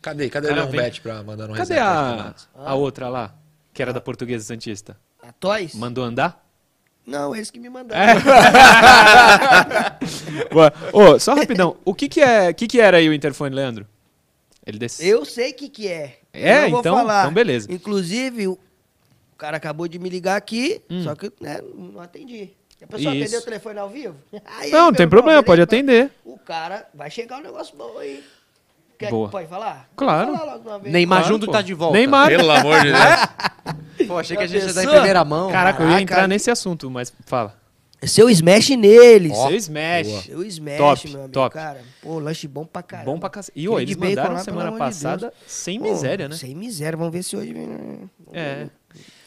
Cadê? Cadê
Cara,
um
vem.
bet pra mandar no
Cadê
resenha?
a, a outra lá? Que
Ah.
era da Portuguesa Santista?
A Toys?
Mandou andar?
Não, eles que me mandaram.
É.
Boa. Ô, só rapidão. O que que, é, que que era aí o interfone, Leandro? Ele desceu.
Eu sei o que, que é.
É,
Eu não vou
então-
falar.
então beleza.
Inclusive, o o cara acabou de me ligar aqui, só que né, não atendi. A pessoa
Hum. Isso.
atendeu o telefone ao vivo?
Não, não tem
Aí ele perguntou,
problema,
beleza?
pode atender.
O cara vai chegar um negócio bom aí. Quer,
Boa.
Pode falar?
Claro.
Pode falar logo de uma vez.
Neymar
Claro,
Junto
pô.
tá de volta.
Neymar.
Pelo amor de Deus.
Pô, achei que a
Já
gente ia dar em
pensou?
primeira mão.
Caraca, eu ia entrar
Caraca.
nesse assunto, mas fala.
Seu smash neles.
Ó.
Seu Smash.
Seu smash,
Top,
meu amigo.
top.
Cara, pô, lanche bom pra caramba.
Bom pra cacete. E,
Aquele
ô,
de
eles
bacon
mandaram
lá,
semana
pelo amor de
passada sem
Pô,
miséria, né?
Sem miséria. Vamos ver se hoje... né?
É.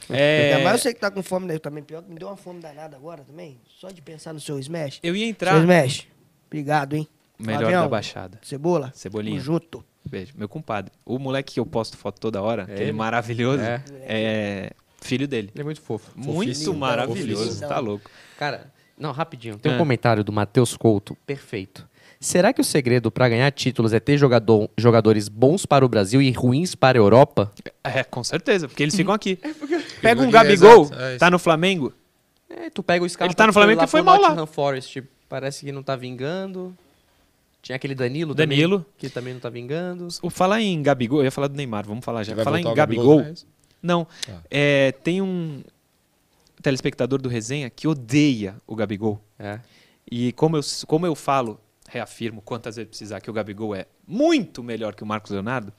Ainda mais
É,
você que tá com fome, né? Eu também, pior que me deu uma fome danada agora também. Só de pensar no seu smash.
eu ia entrar.
Seu smash, obrigado, hein?
Melhor
Flavião,
da Baixada.
Cebola?
Cebolinha.
Tamo junto.
Beijo. Meu compadre. O moleque que eu posto foto toda hora, aquele
ele?
maravilhoso,
É.
é. filho dele.
Ele é muito fofo.
Muito maravilhoso,
fofíssimo.
tá louco.
Cara, não, rapidinho. Tem um
É.
comentário do Matheus Couto. Perfeito. Será que o segredo pra ganhar títulos é ter jogador- jogadores bons para o Brasil e ruins para a Europa?
É, com certeza, porque eles ficam aqui. Pega
É Ficam
um
aqui,
Gabigol,
exato, é isso.
tá no Flamengo,
É, tu pega o Scarpa...
Ele tá no Flamengo
lá
que foi
pro
mal lá.
Nottingham Forest, parece que não tá vingando. Tinha aquele Danilo,
Danilo.
Também, que também não tá vingando.
O falar em Gabigol, eu ia falar do Neymar, vamos falar já.
Vai
Falar
voltar
em
o Gabigol,
Gabigol.
né?
Não.
Tá.
É, tem um telespectador do resenha que odeia o Gabigol.
É.
E como eu, como eu falo, reafirmo quantas vezes precisar que o Gabigol é muito melhor que o Marcos Leonardo,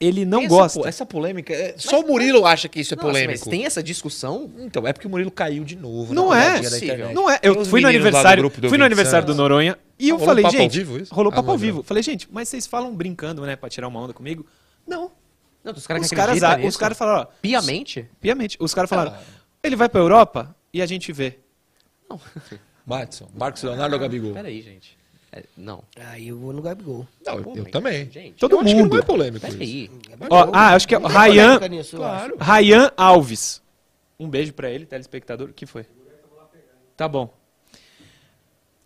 ele não
Essa
gosta.
po- Essa polêmica. é- Só o Murilo acha que isso é
Nossa, mas
polêmico.
tem essa discussão?
Então, é porque o Murilo caiu de novo.
Não
na
é,
pegadinha da internet.
não é.
Tem
Eu
uns
fui no
meninos lá do
aniversário,
grupo do
fui no
Vinte
aniversário do
Santos.
Noronha e eu
rolou um
falei,
papo ao
gente,
vivo isso?
rolou um
Ah,
papo
não
ao
lembro.
vivo. Falei, gente, mas vocês falam brincando, né, pra tirar uma onda comigo? Não.
Não, os caras
os
que
caras,
acreditam
a- os
nisso.
caras falaram, ó,
Piamente?
piamente, os caras falaram, ele vai pra Europa e a gente vê.
Não.
Matson, Marcos Leonardo ou Gabigol?
Peraí, gente. É, não.
Aí eu vou no Gabigol.
Não, eu,
Pô,
eu
mas,
também.
Gente,
Todo
eu acho que
mundo.
não é polêmico isso.
peraí.
Ó, ah, acho que é
Não tem
Ryan,
polêmica nisso, eu acho.
Ryan Alves. Um beijo pra ele, telespectador. O que foi? Tá bom.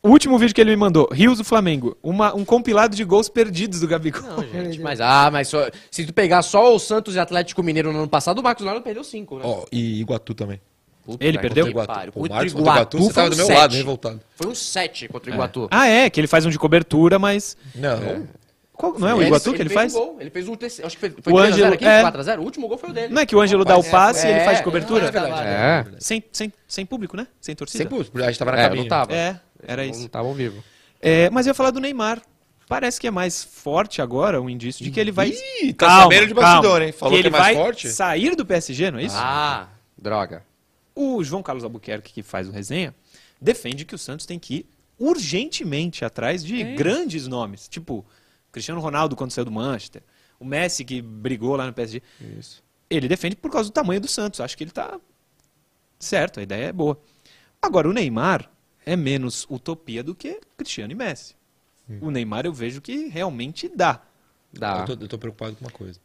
O último vídeo que ele me mandou, Rios do Flamengo. Uma- um compilado de gols perdidos do Gabigol.
Não, gente, mas, ah, mas só- se tu pegar só o Santos e Atlético Mineiro no ano passado, o Marcos Leonardo perdeu cinco, né?
Ó, e Iguatu também.
Puta
ele
que
perdeu?
Iguatu.
pariu.
O
Contra o
Marcos
Iguatu,
contra o Iguatu, você
foi
tava
um
do meu lado, É.
sete.
revoltado.
Foi um 7 contra o Iguatu.
Ah, é, que ele faz um de cobertura, mas.
Não.
Qual- não é o Iguatu que ele
fez um
faz?
gol, Ele fez o terceiro. Acho que foi, foi
O
3 a 0
Ângelo-
aqui,
é.
4 a 0 O último gol foi o dele.
Não é que o Ângelo dá o passe e ele
É,
faz
é,
cobertura?
é verdade.
Sem, sem, sem público, né? Sem torcida?
Sem público, a gente tava na
É,
caminho.
não tava.
É, era
Não
isso.
estavam vivos.
É, mas eu ia falar do Neymar. Parece que é mais forte agora um indício de que ele vai. Ih,
tá sabendo de bastidor, hein? Falou que
ele
é mais
vai
forte?
sair do PSG, não é isso?
Ah, droga.
O João Carlos Albuquerque, que faz o resenha, defende que o Santos tem que ir urgentemente atrás de grandes nomes. Tipo, Cristiano Ronaldo quando saiu do Manchester, o Messi que brigou lá no PSG.
Isso.
Ele defende por causa do tamanho do Santos. Acho que ele tá certo, a ideia é boa. Agora, o Neymar é menos utopia do que Cristiano e Messi. O Neymar eu vejo que realmente dá.
Dá.
Eu, tô, eu tô preocupado com uma coisa.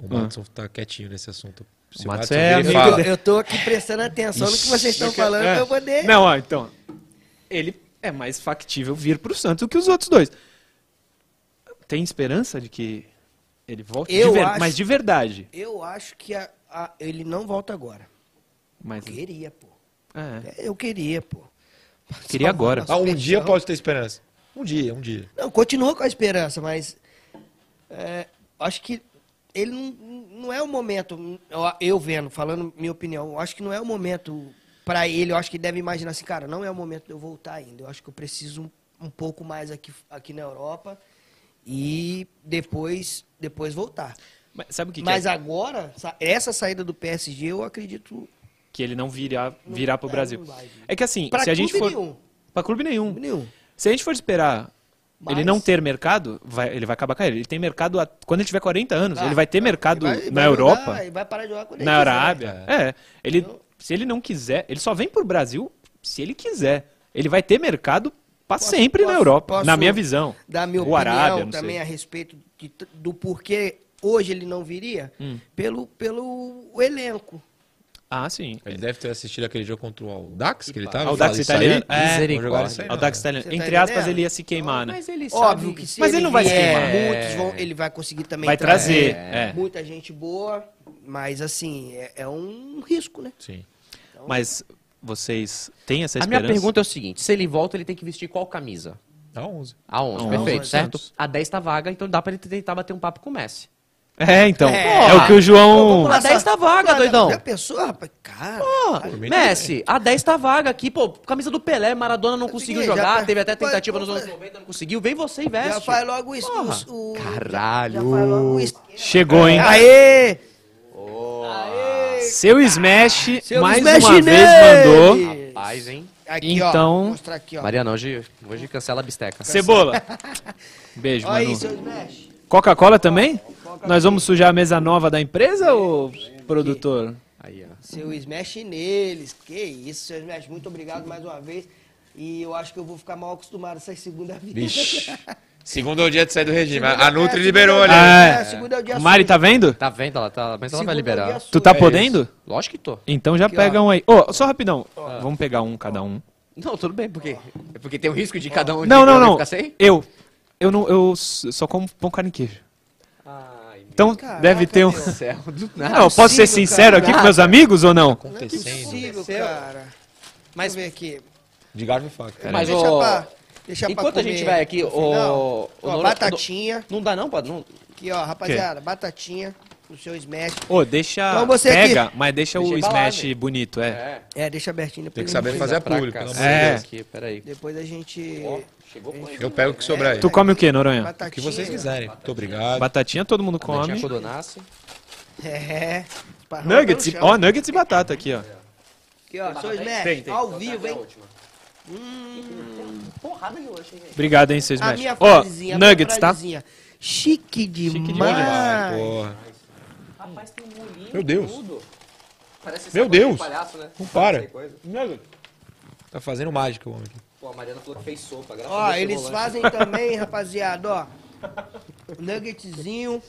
O Madison tá quietinho nesse assunto. Se
O Madison é
vir e
amigo
fala-
Eu, eu tô aqui prestando atenção no que vocês estão Tá falando
é.
pra eu poder.
Não, ó, então. Ele é mais factível vir pro Santos do que os outros dois. Tem esperança de que ele volte?
Eu
De ver-
acho-
Mas de verdade.
Eu acho que a- a- ele não volta agora.
Mas,
Queria, pô.
é.
Eu queria, pô.
Queria agora.
Nossa,
Ah, um dia
pensão.
pode ter esperança. Um dia, um dia.
Não, continua com a esperança, mas é, acho que ele não, não é o momento, eu- eu vendo, falando minha opinião, eu acho que não é o momento para ele, eu acho que ele deve imaginar assim, cara, não é o momento de eu voltar ainda, eu acho que eu preciso um, um pouco mais aqui, aqui na Europa e depois, depois voltar.
Mas sabe o que, que
mas
é?
agora, sa- essa saída do PSG, eu acredito...
Que ele não virá, virá pro
é,
Brasil.
não vai vir.
É que assim,
Pra
se a gente for.
clube nenhum.
Pra clube nenhum.
Nenhum.
Se a gente for esperar
Mas-
ele não ter mercado, vai- ele vai acabar caindo. Ele tem mercado. a- quando ele tiver 40 anos,
Vai,
ele vai ter mercado
Ah, Vai-
na
vai
Europa.
jogar, vai parar de jogar quando ele
Na
quiser.
Arábia. É. Ele, se ele não quiser, ele só vem pro Brasil se ele quiser. Ele vai ter mercado pra
Posso-
sempre na
posso-
Europa,
posso
na minha visão.
dar minha
Ou
opinião
Arábia, não
também a
sei.
respeito de t- do porquê hoje ele não viria
Hum.
pelo, pelo elenco.
Ah, sim.
Ele deve ter assistido aquele jogo contra Ah, o Aldax que ele tava.
Aldax
Fala, isso
italiano.
aí,
É.
vamos jogar isso aí, não.
Audax italiano.
Você tá
Entre aspas,
entendendo?
ele ia se queimar, né?
ele
Óbvio que se
Mas ele não vai se
vier,
queimar.
Muitos vão, ele vai conseguir também
Vai trazer, é.
muita gente boa, mas assim, é, é um risco, né?
Sim.
Mas vocês têm essa
A minha
esperança?
pergunta é o seguinte: se ele volta, ele tem que vestir qual camisa?
Dá 11.
A 11,
A 11,
perfeito,
é.
certo? A 10 tá vaga, então dá pra ele tentar bater um papo com o Messi.
É, então.
É.
É, o que o João.
Vamos lá. A 10 tá vaga,
Cara,
doidão.
A pessoa, rapaz, cara.
Por mim,
Messi, a 10 tá vaga aqui, pô, camisa do Pelé, Maradona não conseguiu
já
jogar,
tá-
teve até tentativa
Pode-
nos anos 90, não conseguiu, vem você e veste.
já faz logo isso.
Porra.
o- o-
Caralho.
Já faz logo isso.
Chegou, hein?
Aê!
Seu Smash,
Seu
mais
Smash
uma vez,
nele!
mandou.
Rapaz, hein?
Aqui, ó.
Então-
Vou mostrar aqui, ó.
Mariana, hoje, hoje cancela a bisteca.
Cebola. Beijo,
Olha aí,
Manu.
seu Smash.
Coca-Cola também? Nós vamos sujar a mesa nova da empresa, ô produtor?
Aí, ó.
Seu Smash neles. Que isso, seu Smash. Muito obrigado mais uma vez. E eu acho que eu vou ficar mal acostumado essa segunda-feira.
Vixe. Segundo é o dia de sair do regime. A Nutri
É,
liberou,
segunda
né?
é o
né?
dia- Segunda é o dia
Mari,
sul.
tá vendo?
Tá vendo? Ela tá, mas ela
Segunda
vai
é o dia
liberar.
sul.
Tu tá
É.
podendo?
Lógico que tô.
Então já pega um aí. Ô, só rapidão. Vamos pegar um cada um.
Não, tudo bem, porque, é porque tem o risco de cada um de
Não,
cada
não,
um
não.
ficar sem.
Eu. Eu não. Eu s- só como pão carne e queijo.
Ai, meu
Então
Caraca,
deve ter um.
meu.
Deus do céu, do nada. né?
Não, eu posso ser
possível,
sincero
cara.
aqui com meus amigos ou
Tá
não?
Acontecendo.
Possível, É cara. Mas
Mas-
ver aqui.
De garfo e faca.
Mas
deixa
o-
pra, deixa pra
Enquanto a gente
comer
vai aqui,
no
o-
final.
o
Ó,
Nora-
batatinha.
Não dá não, pode não.
Aqui, ó, rapaziada. Batatinha no seu Smash.
Ô, deixa.
Então você
pega, mas deixa o
Deixa embalagem.
smash bonito, é.
É, deixa abertinho. depois
Tem que
a gente-
saber fazer a
Pra
público.
cá,
pelo amor de
É.
Deus.
Aqui, peraí.
Depois a gente...
Chegou com
Eu pego o que
É.
sobrar aí.
Tu come o quê, Noronha?
Batatinha.
O que vocês quiserem. Muito obrigado.
Batatinha todo mundo come.
Tinha codonassa.
É. Esparrama
Nuggets,
pelo
e-
chão.
ó, nuggets e batata aqui, ó.
Aqui, ó, seu Smash, ao vivo, hein? Porrada de hoje, hein?
Obrigado, hein, seu
A
Smash.
minha
Ó,
frasezinha, a minha
nuggets, tá?
frasezinha. Chique demais. Ah.
Ai, porra.
Rapaz, tem um molinho.
Meu Deus.
Tudo. Parece esse
Meu
sabonete
Deus.
palhaço, né?
Não para.
Essa coisa.
Tá fazendo mágica o homem aqui.
Pô, a Mariana falou que fez sopa. graças a
Ó,
Deus chegou
eles
lá.
fazem também, rapaziada, ó. Nuggetzinho.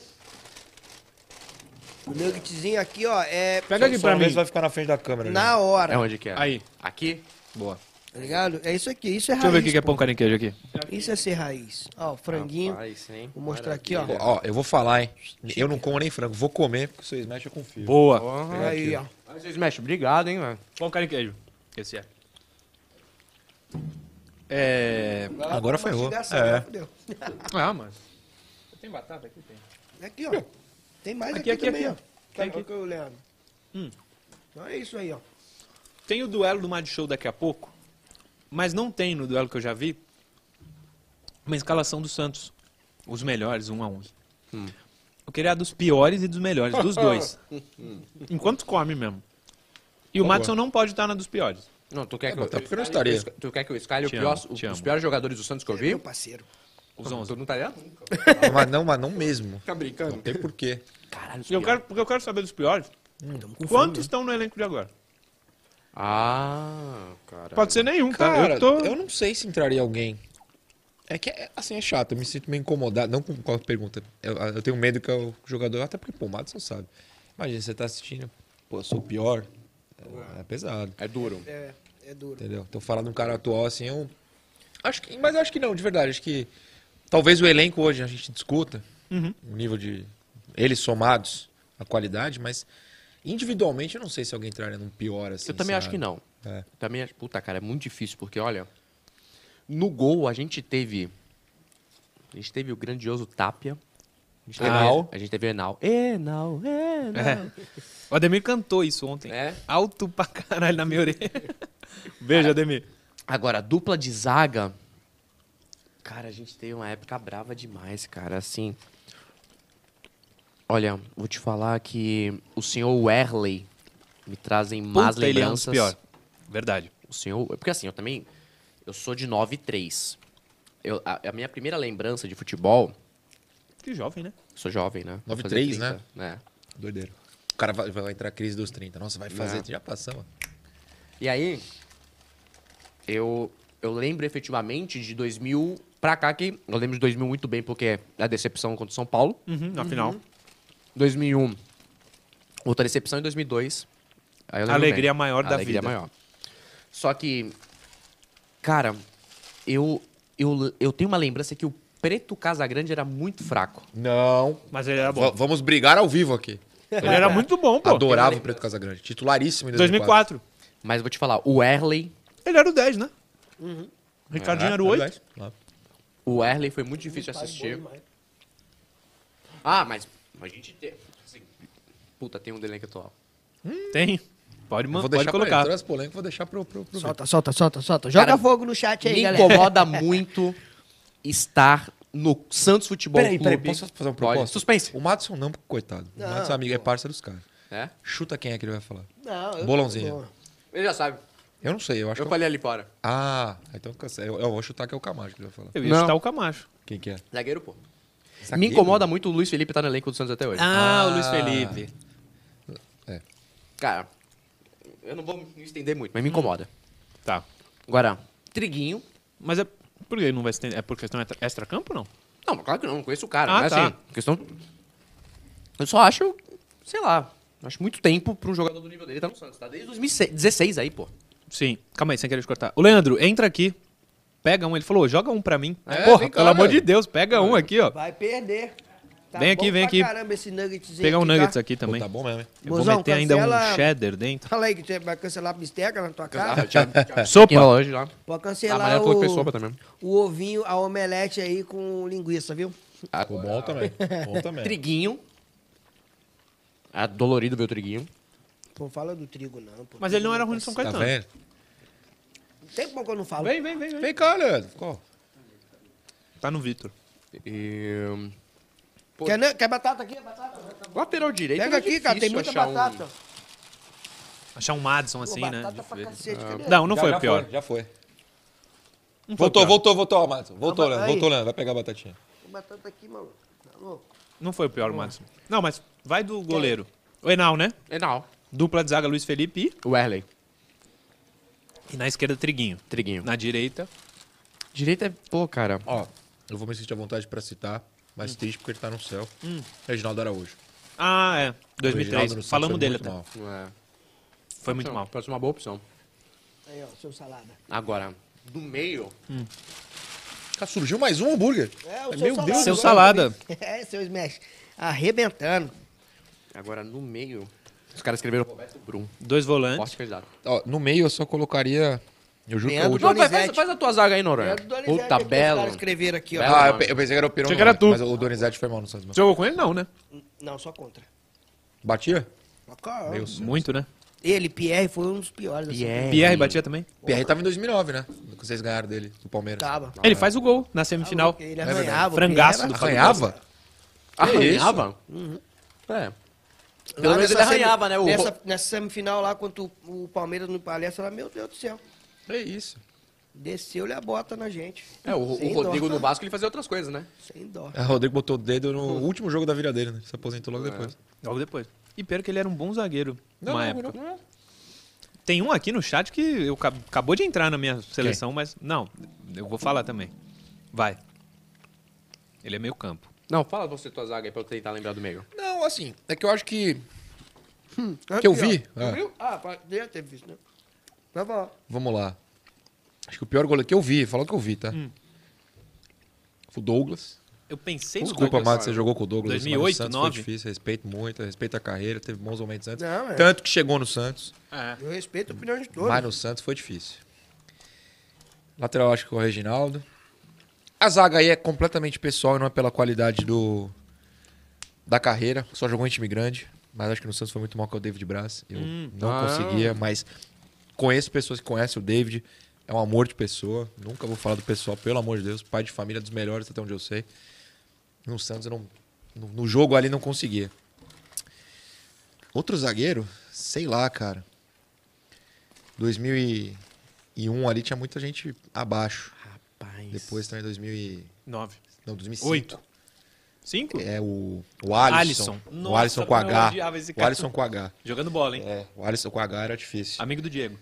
O Nuggetzinho aqui, ó, é
Pega
Só-
aqui
só
pra
uma vez
mim.
vai ficar na frente da câmera.
na
né?
É
um-
hora,
onde que é?
Aí.
Aqui?
Boa.
tá ligado? É isso aqui, isso é
Deixa eu ver o
raiz.
que que é pão carne e queijo aqui.
Isso é ser raiz. Ó, o franguinho.
Rapaz, hein?
Vou mostrar aqui, ó.
Pô, Ó, eu vou falar, hein. Eu não como nem frango. Vou comer, porque vocês mexem, eu confio.
Boa.
Aí, ó.
Mas vocês mexem, obrigado, hein, mano.
Pão carne e queijo. Esse é. É.
Agora ferrou.
Mastigação,
É.
né, fudeu.
Ah, mano. Tem batata aqui? Tem.
É Aqui, ó. Tem mais
Aqui,
aqui,
aqui,
também,
aqui,
ó.
ó.
Tá
Tem aqui. Hum.
aqui. o Leandro. Então é isso aí, ó.
Tem o duelo do Mad Show daqui a pouco, mas não tem no duelo que eu já vi uma escalação do Santos. Os melhores, um a um. Eu queria a dos piores e dos melhores, dos dois. Enquanto come mesmo. E o
Boa.
Madison não pode estar na dos piores.
Não, tu quer que
mas
eu...
tá porque eu não estaria.
Tu quer que eu escalhe o
Te
pior,
amo,
o-
te
os
amo.
piores jogadores do Santos que eu vi?
Meu parceiro.
Os
Tu
11.
não tá ligado?
mas não, mas não mesmo.
Tá brincando?
Não tem porquê.
Caralho, os
E eu
piores.
quero, porque eu quero saber dos piores,
Hum, Tamo com
quantos
fome, né?
estão no elenco de agora?
Ah, cara.
Pode ser nenhum, tá?
Cara,
eu tô...
não sei se entraria alguém. É que, é- assim, é chato. Eu me sinto meio incomodado. Não com qual pergunta. Eu, eu tenho medo que o jogador... Até porque, pô, o Madison sabe. Imagina, você tá assistindo. Pô, eu sou o pior. É, é pesado,
É duro.
né? É, é duro.
entendeu? Então, falar de um cara atual, assim, eu... Acho que, mas acho que não, de verdade. Acho que talvez o elenco hoje a gente discuta.
Uhum.
O nível de... Eles somados, a qualidade, mas... Individualmente, eu não sei se alguém entraria num pior, assim,
Eu também acho que
sabe?
não.
É.
Eu Também acho. Puta, cara, é muito difícil, porque olha. No gol a gente teve. A gente teve o grandioso Tapia. A gente teve,
Enal.
A gente teve o Enal. Enal,
É.
Enal.
O Ademir cantou isso ontem.
É.
Alto pra caralho na minha orelha. Beijo, Ademir.
Agora, a dupla de zaga. Cara, a gente teve uma época brava demais, cara. Assim. Olha, vou te falar que o senhor Werley me trazem más
Puta, ele é um dos
lembranças.
piores. Verdade.
O senhor. Porque assim, eu também. Eu sou de 9 e 3. Eu, a, a minha primeira lembrança de futebol.
Que jovem, né?
Sou jovem, né? Vou
9 e
fazer
3,
30, né?
Doideira. O cara vai, vai entrar a crise dos 30. Nossa, vai fazer.
É.
Já passamos.
E aí. Eu, eu lembro efetivamente de 2000 pra cá, que eu lembro de 2000 muito bem, porque é a decepção contra o São Paulo.
Uhum, na final.
2001, outra decepção em 2002. Aí eu lembro
Alegria
bem.
maior da
Alegria
vida.
maior. Só que, cara, eu, eu, eu tenho uma lembrança que o Preto Casagrande era muito fraco.
Não.
Mas ele era
Va-
bom.
Tá vamos brigar ao vivo aqui.
Ele era muito bom, pô.
Adorava o Preto Casagrande. Titularíssimo em 2004.
2004.
Mas vou te falar, o Erley,
Ele era o 10, né? Ricardinho
Ah,
era o 8.
o Erley foi muito difícil
é
de assistir. Ah, mas a gente tem... assim, puta, tem um do elenco atual.
Tem. Pode, man-
Vou
pode
deixar colocar.
colocar.
Pra ele. Todas as polêmicas, vou deixar pro. pro, pro
Solta, solta, solta, solta. Joga
Cara,
fogo no chat aí,
Me
galera.
incomoda muito estar no Santos Futebol
Peraí, peraí,
Clube.
posso fazer uma
Pode.
proposta?
Suspense.
O Madison não, porque coitado. O Madison é amigo, é parceiro dos caras.
É?
Chuta quem é que ele vai falar.
Não, eu-
Bolãozinho.
Ele já sabe.
Eu não sei, eu acho
Eu
que.
falei ali fora.
Ah, então cancela. eu, eu vou chutar que é o Camacho que ele vai falar.
Eu ia
Não.
chutar o Camacho.
Quem que é?
Zagueiro, pô. Me
Zagueiro?
incomoda muito o Luiz Felipe tá no elenco do Santos até hoje.
Ah,
Ah.
o Luiz Felipe.
É.
Cara, eu não vou me estender muito, mas me incomoda.
Tá.
Agora, Triguinho.
Mas é. Por que ele não vai se estender? É por questão extra- extra-campo ou não?
Não, mas claro que não, não conheço o cara.
Ah,
mas
tá.
assim, questão. Eu só acho, sei lá, acho muito tempo pra um jogador do nível dele tá no Santos. Tá desde 2016 aí, pô.
Sim. Calma aí, sem querer te cortar. O Leandro, entra aqui. Pega um. Ele falou, joga um pra mim.
É,
Porra,
vem cá,
pelo amor
velho.
de Deus, pega um aqui, ó.
Vai perder. Tá
Vem aqui,
bom
vem
pra
aqui.
Caramba, esse nuggetzinho
Pegar um
aqui, tá?
Nuggets aqui
Pô,
também.
tá bom mesmo, hein?
Eu vou
Mozão,
meter ainda um
cancela-
cheddar dentro.
Fala aí que você vai cancelar a bisteca na tua
Ah,
cara.
Thiago, Thiago.
Sopa.
hoje lá.
Pode
A
cancelar
Maria falou que fez sopa
o,
também.
o ovinho, a omelete aí com linguiça, viu?
Ficou bom também. Bom
é.
também.
Ah, Triguinho. Ah, dolorido ver o Triguinho.
Pô, fala do trigo, não. Pô.
Mas ele não era ruim no São
Tá
Caetano.
vendo?
Tem como que eu não falo?
Vem, vem, vem, vem.
Vem cá, Leandro. Qual?
Tá no Vitor.
E...
Quer, né? Quer batata aqui? Batata, batata.
Lateral direito.
Pega
é
aqui, cara, tem
difícil
muita
achar um-
batata.
Achar um Madison
Pô,
assim, né?
batata
de
pra
feira.
cacete, cadê?
Não, não
Já-
foi
já
o pior.
Já foi.
Não foi o
Voltou,
pior.
voltou, voltou, ó, Madison. Voltou,
Ah,
Leandro.
aí.
Voltou, Leandro. Vai pegar a batatinha.
Batata aqui, maluco. Tá louco?
Não foi o pior, Madison. Não, mas vai do goleiro. O Enal, né?
É, não.
Dupla de zaga, Luiz Felipe e-
O Erley.
e na esquerda, Triguinho.
Triguinho.
Na direita,
Direita é. Pô, cara.
Ó, eu vou me sentir à vontade pra citar, mas
Hum.
triste porque ele tá no céu. Reginaldo Araújo.
ah, é,
O Reginaldo no
2003.
Santos
Falamos
foi
dele
muito
até.
mal.
É.
Foi muito mal.
Pode ser uma boa opção.
Aí, ó, seu salada.
Agora, do meio.
Cara, surgiu mais um hambúrguer.
É, o seu
Meu
salada.
Deus,
Seu
né?
salada.
É, seu smash. Arrebentando.
Agora, no meio. Os caras escreveram Roberto Brum.
Dois volantes.
Forte candidato.
Ó, no meio eu só colocaria Eu juro
Leandro
que é o último.
Não, vai, faz,
Donizete.
faz a tua zaga aí, Noronha.
Leandro Donizete
É.
É
Puta,
aqui, os caras
belo.
escreveram aqui, ó.
Belo.
Ah, eu pe- eu pensei que era o Pirão.
Achei que era tu.
Mas o Donizete foi mal no Santos. mano.
Jogou com ele, não, né?
Não, só contra.
Batia?
Meu.
Deus.
Muito, né?
Ele, Pierre, foi um dos piores. assim.
Pierre batia também.
Pierre tava em 2009, né? Quando vocês ganharam dele, do Palmeiras.
Tava.
Ele faz o gol na semifinal.
Tá Ele
É
é-
verdade.
arranhava. o
Frangaço
Ah,
Pierre
do
Arranhava?
Ah, Arranhava? É.
era-
Pelo
lá
menos ele
nessa
arranhava, né? O...
Nessa, nessa semifinal lá, quando o Palmeiras no palestra, lá, meu Deus do céu.
É isso.
Desceu-lhe a bota na gente.
É, o, o
Sem
Rodrigo
dó.
no Vasco ele fazia outras coisas, né?
Sem dó.
O É, Rodrigo botou o dedo no último jogo da vida dele, né? Se aposentou logo depois.
Logo depois. E pior que ele era um bom zagueiro
Não,
é
numa
não,
época.
não, não.
Tem um aqui no chat que eu, ca- acabou de entrar na minha seleção, mas não, eu vou falar também. Vai. Ele é meio campo.
Não, fala você tua zaga aí pra eu tentar lembrar do meio.
Não, assim, é que eu acho que. Que eu vi?
Ah.
Ah.
Viu? Ah, pá, devia ter visto, né? Vai falar.
Vamos lá. Acho que o pior goleiro que eu vi, falou que eu vi, tá? Foi o Douglas.
Eu pensei
Desculpa,
Douglas.
Mato, você jogou com o Douglas.
2008,
mas no Santos
2009.
foi difícil, respeito muito, respeito a carreira, teve bons momentos antes.
Não, é.
Tanto que chegou no Santos,
É.
Eu respeito a opinião de todos.
mas no Santos foi difícil. Lateral, acho que o Reginaldo. A zaga aí é completamente pessoal e não é pela qualidade do da carreira. Só jogou em time grande, mas acho que no Santos foi muito mal que é o David Braz. Eu não
Ah.
conseguia, mas conheço pessoas que conhecem o David. É um amor de pessoa. Nunca vou falar do pessoal, pelo amor de Deus. Pai de família dos melhores, até onde eu sei. No Santos, eu não, no, no jogo ali, não conseguia. Outro zagueiro? Sei lá, cara. 2001 ali tinha muita gente abaixo.
Ah,
Rapaz.
Depois também 2000 e...
Nove.
Não, 2005.
Oito. Cinco?
É o, o Alisson.
Alisson.
o
Nossa,
Alisson com
como eu
H.
odiava esse
O
cara.
Alisson com H.
Jogando bola, hein?
É, o Alisson com H era difícil.
É. Amigo do Diego.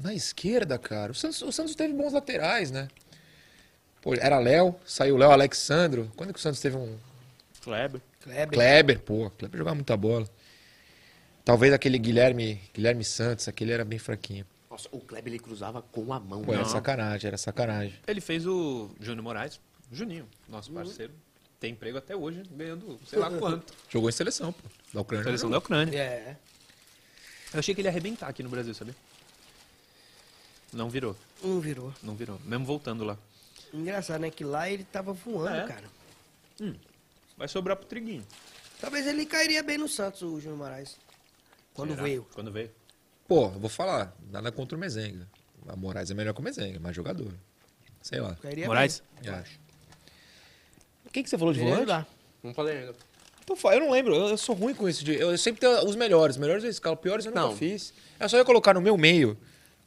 Na esquerda, cara, o Santos, o Santos teve bons laterais, né? Pô, era Léo, saiu Léo, Alexandro. Quando que o Santos teve um
Kleber.
Kleber.
Kleber? Pô, Kleber jogava muita bola. Talvez aquele Guilherme, Guilherme Santos, aquele era bem fraquinho.
Nossa, o Kleber ele cruzava com a mão.
Pô, era
né?
sacanagem, era sacanagem.
Ele fez o Júnior Moraes. Juninho, nosso parceiro. Tem emprego até hoje, ganhando sei lá quanto.
Jogou em seleção, pô, da Ucrânia.
Seleção da Ucrânia.
É.
Eu achei que ele ia arrebentar aqui no Brasil, sabia? Não virou,
Um virou.
não virou. Mesmo voltando lá.
Engraçado, né? Que lá ele tava voando,
É.
cara.
Vai sobrar pro Triguinho.
Talvez ele cairia bem no Santos, o Júnior Moraes. Quando
Será?
veio.
Quando veio.
Pô, eu vou falar, nada contra o Mezenga. A Moraes é melhor que o Mezenga, mais jogador. Sei lá.
Cairia
Moraes?
Eu acho. Quem que você falou
bem. Poderia ajudar.
Não falei ainda.
Tô fa- Eu não lembro, eu, eu sou ruim com isso. de- eu, eu sempre tenho os melhores, melhores eu escalo, piores eu nunca
Não.
fiz. Eu só ia colocar no meu meio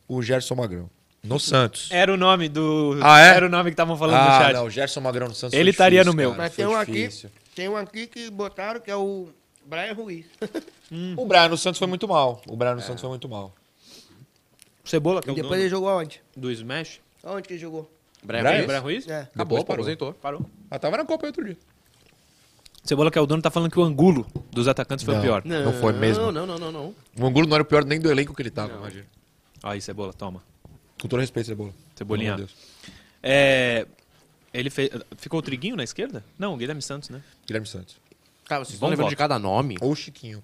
o Gerson Magrão, no Santos.
Era o nome do.
Ah, é?
Era o nome que estavam É, falando no
ah,
chat.
não, o Gerson Magrão no Santos
Ele
foi
estaria
difícil,
no meu.
cara,
Mas
foi
tem um aqui.
difícil.
Tem um aqui que botaram que é o Brian Ruiz.
Hum. O Brian no Santos foi muito mal. O Brian no Santos foi muito mal.
Cebola, que é
e
o
depois
dono
ele jogou aonde?
do
É
Smash.
Aonde que ele jogou?
Brian,
Brian-
Ruiz?
Brian Ruiz?
É.
Acabou,
Depois parou.
aposentou.
Parou.
Ah, tava na Copa aí outro dia.
Cebola, que é o dono, tá falando que o angulo dos atacantes foi o
Não.
pior.
Não foi mesmo?
Não, não, não, não.
O Angulo não era o pior nem do elenco que ele tava, imagina.
Aí, Cebola, toma.
Com todo respeito, Cebola.
Cebolinha.
Pelo amor de Deus.
É, Ele fez. Ficou o Triguinho na esquerda? Não, o Guilherme Santos, né?
Guilherme Santos.
Cara, vocês
Bom
estão lembrando
voto.
de cada nome?
Ou o Chiquinho.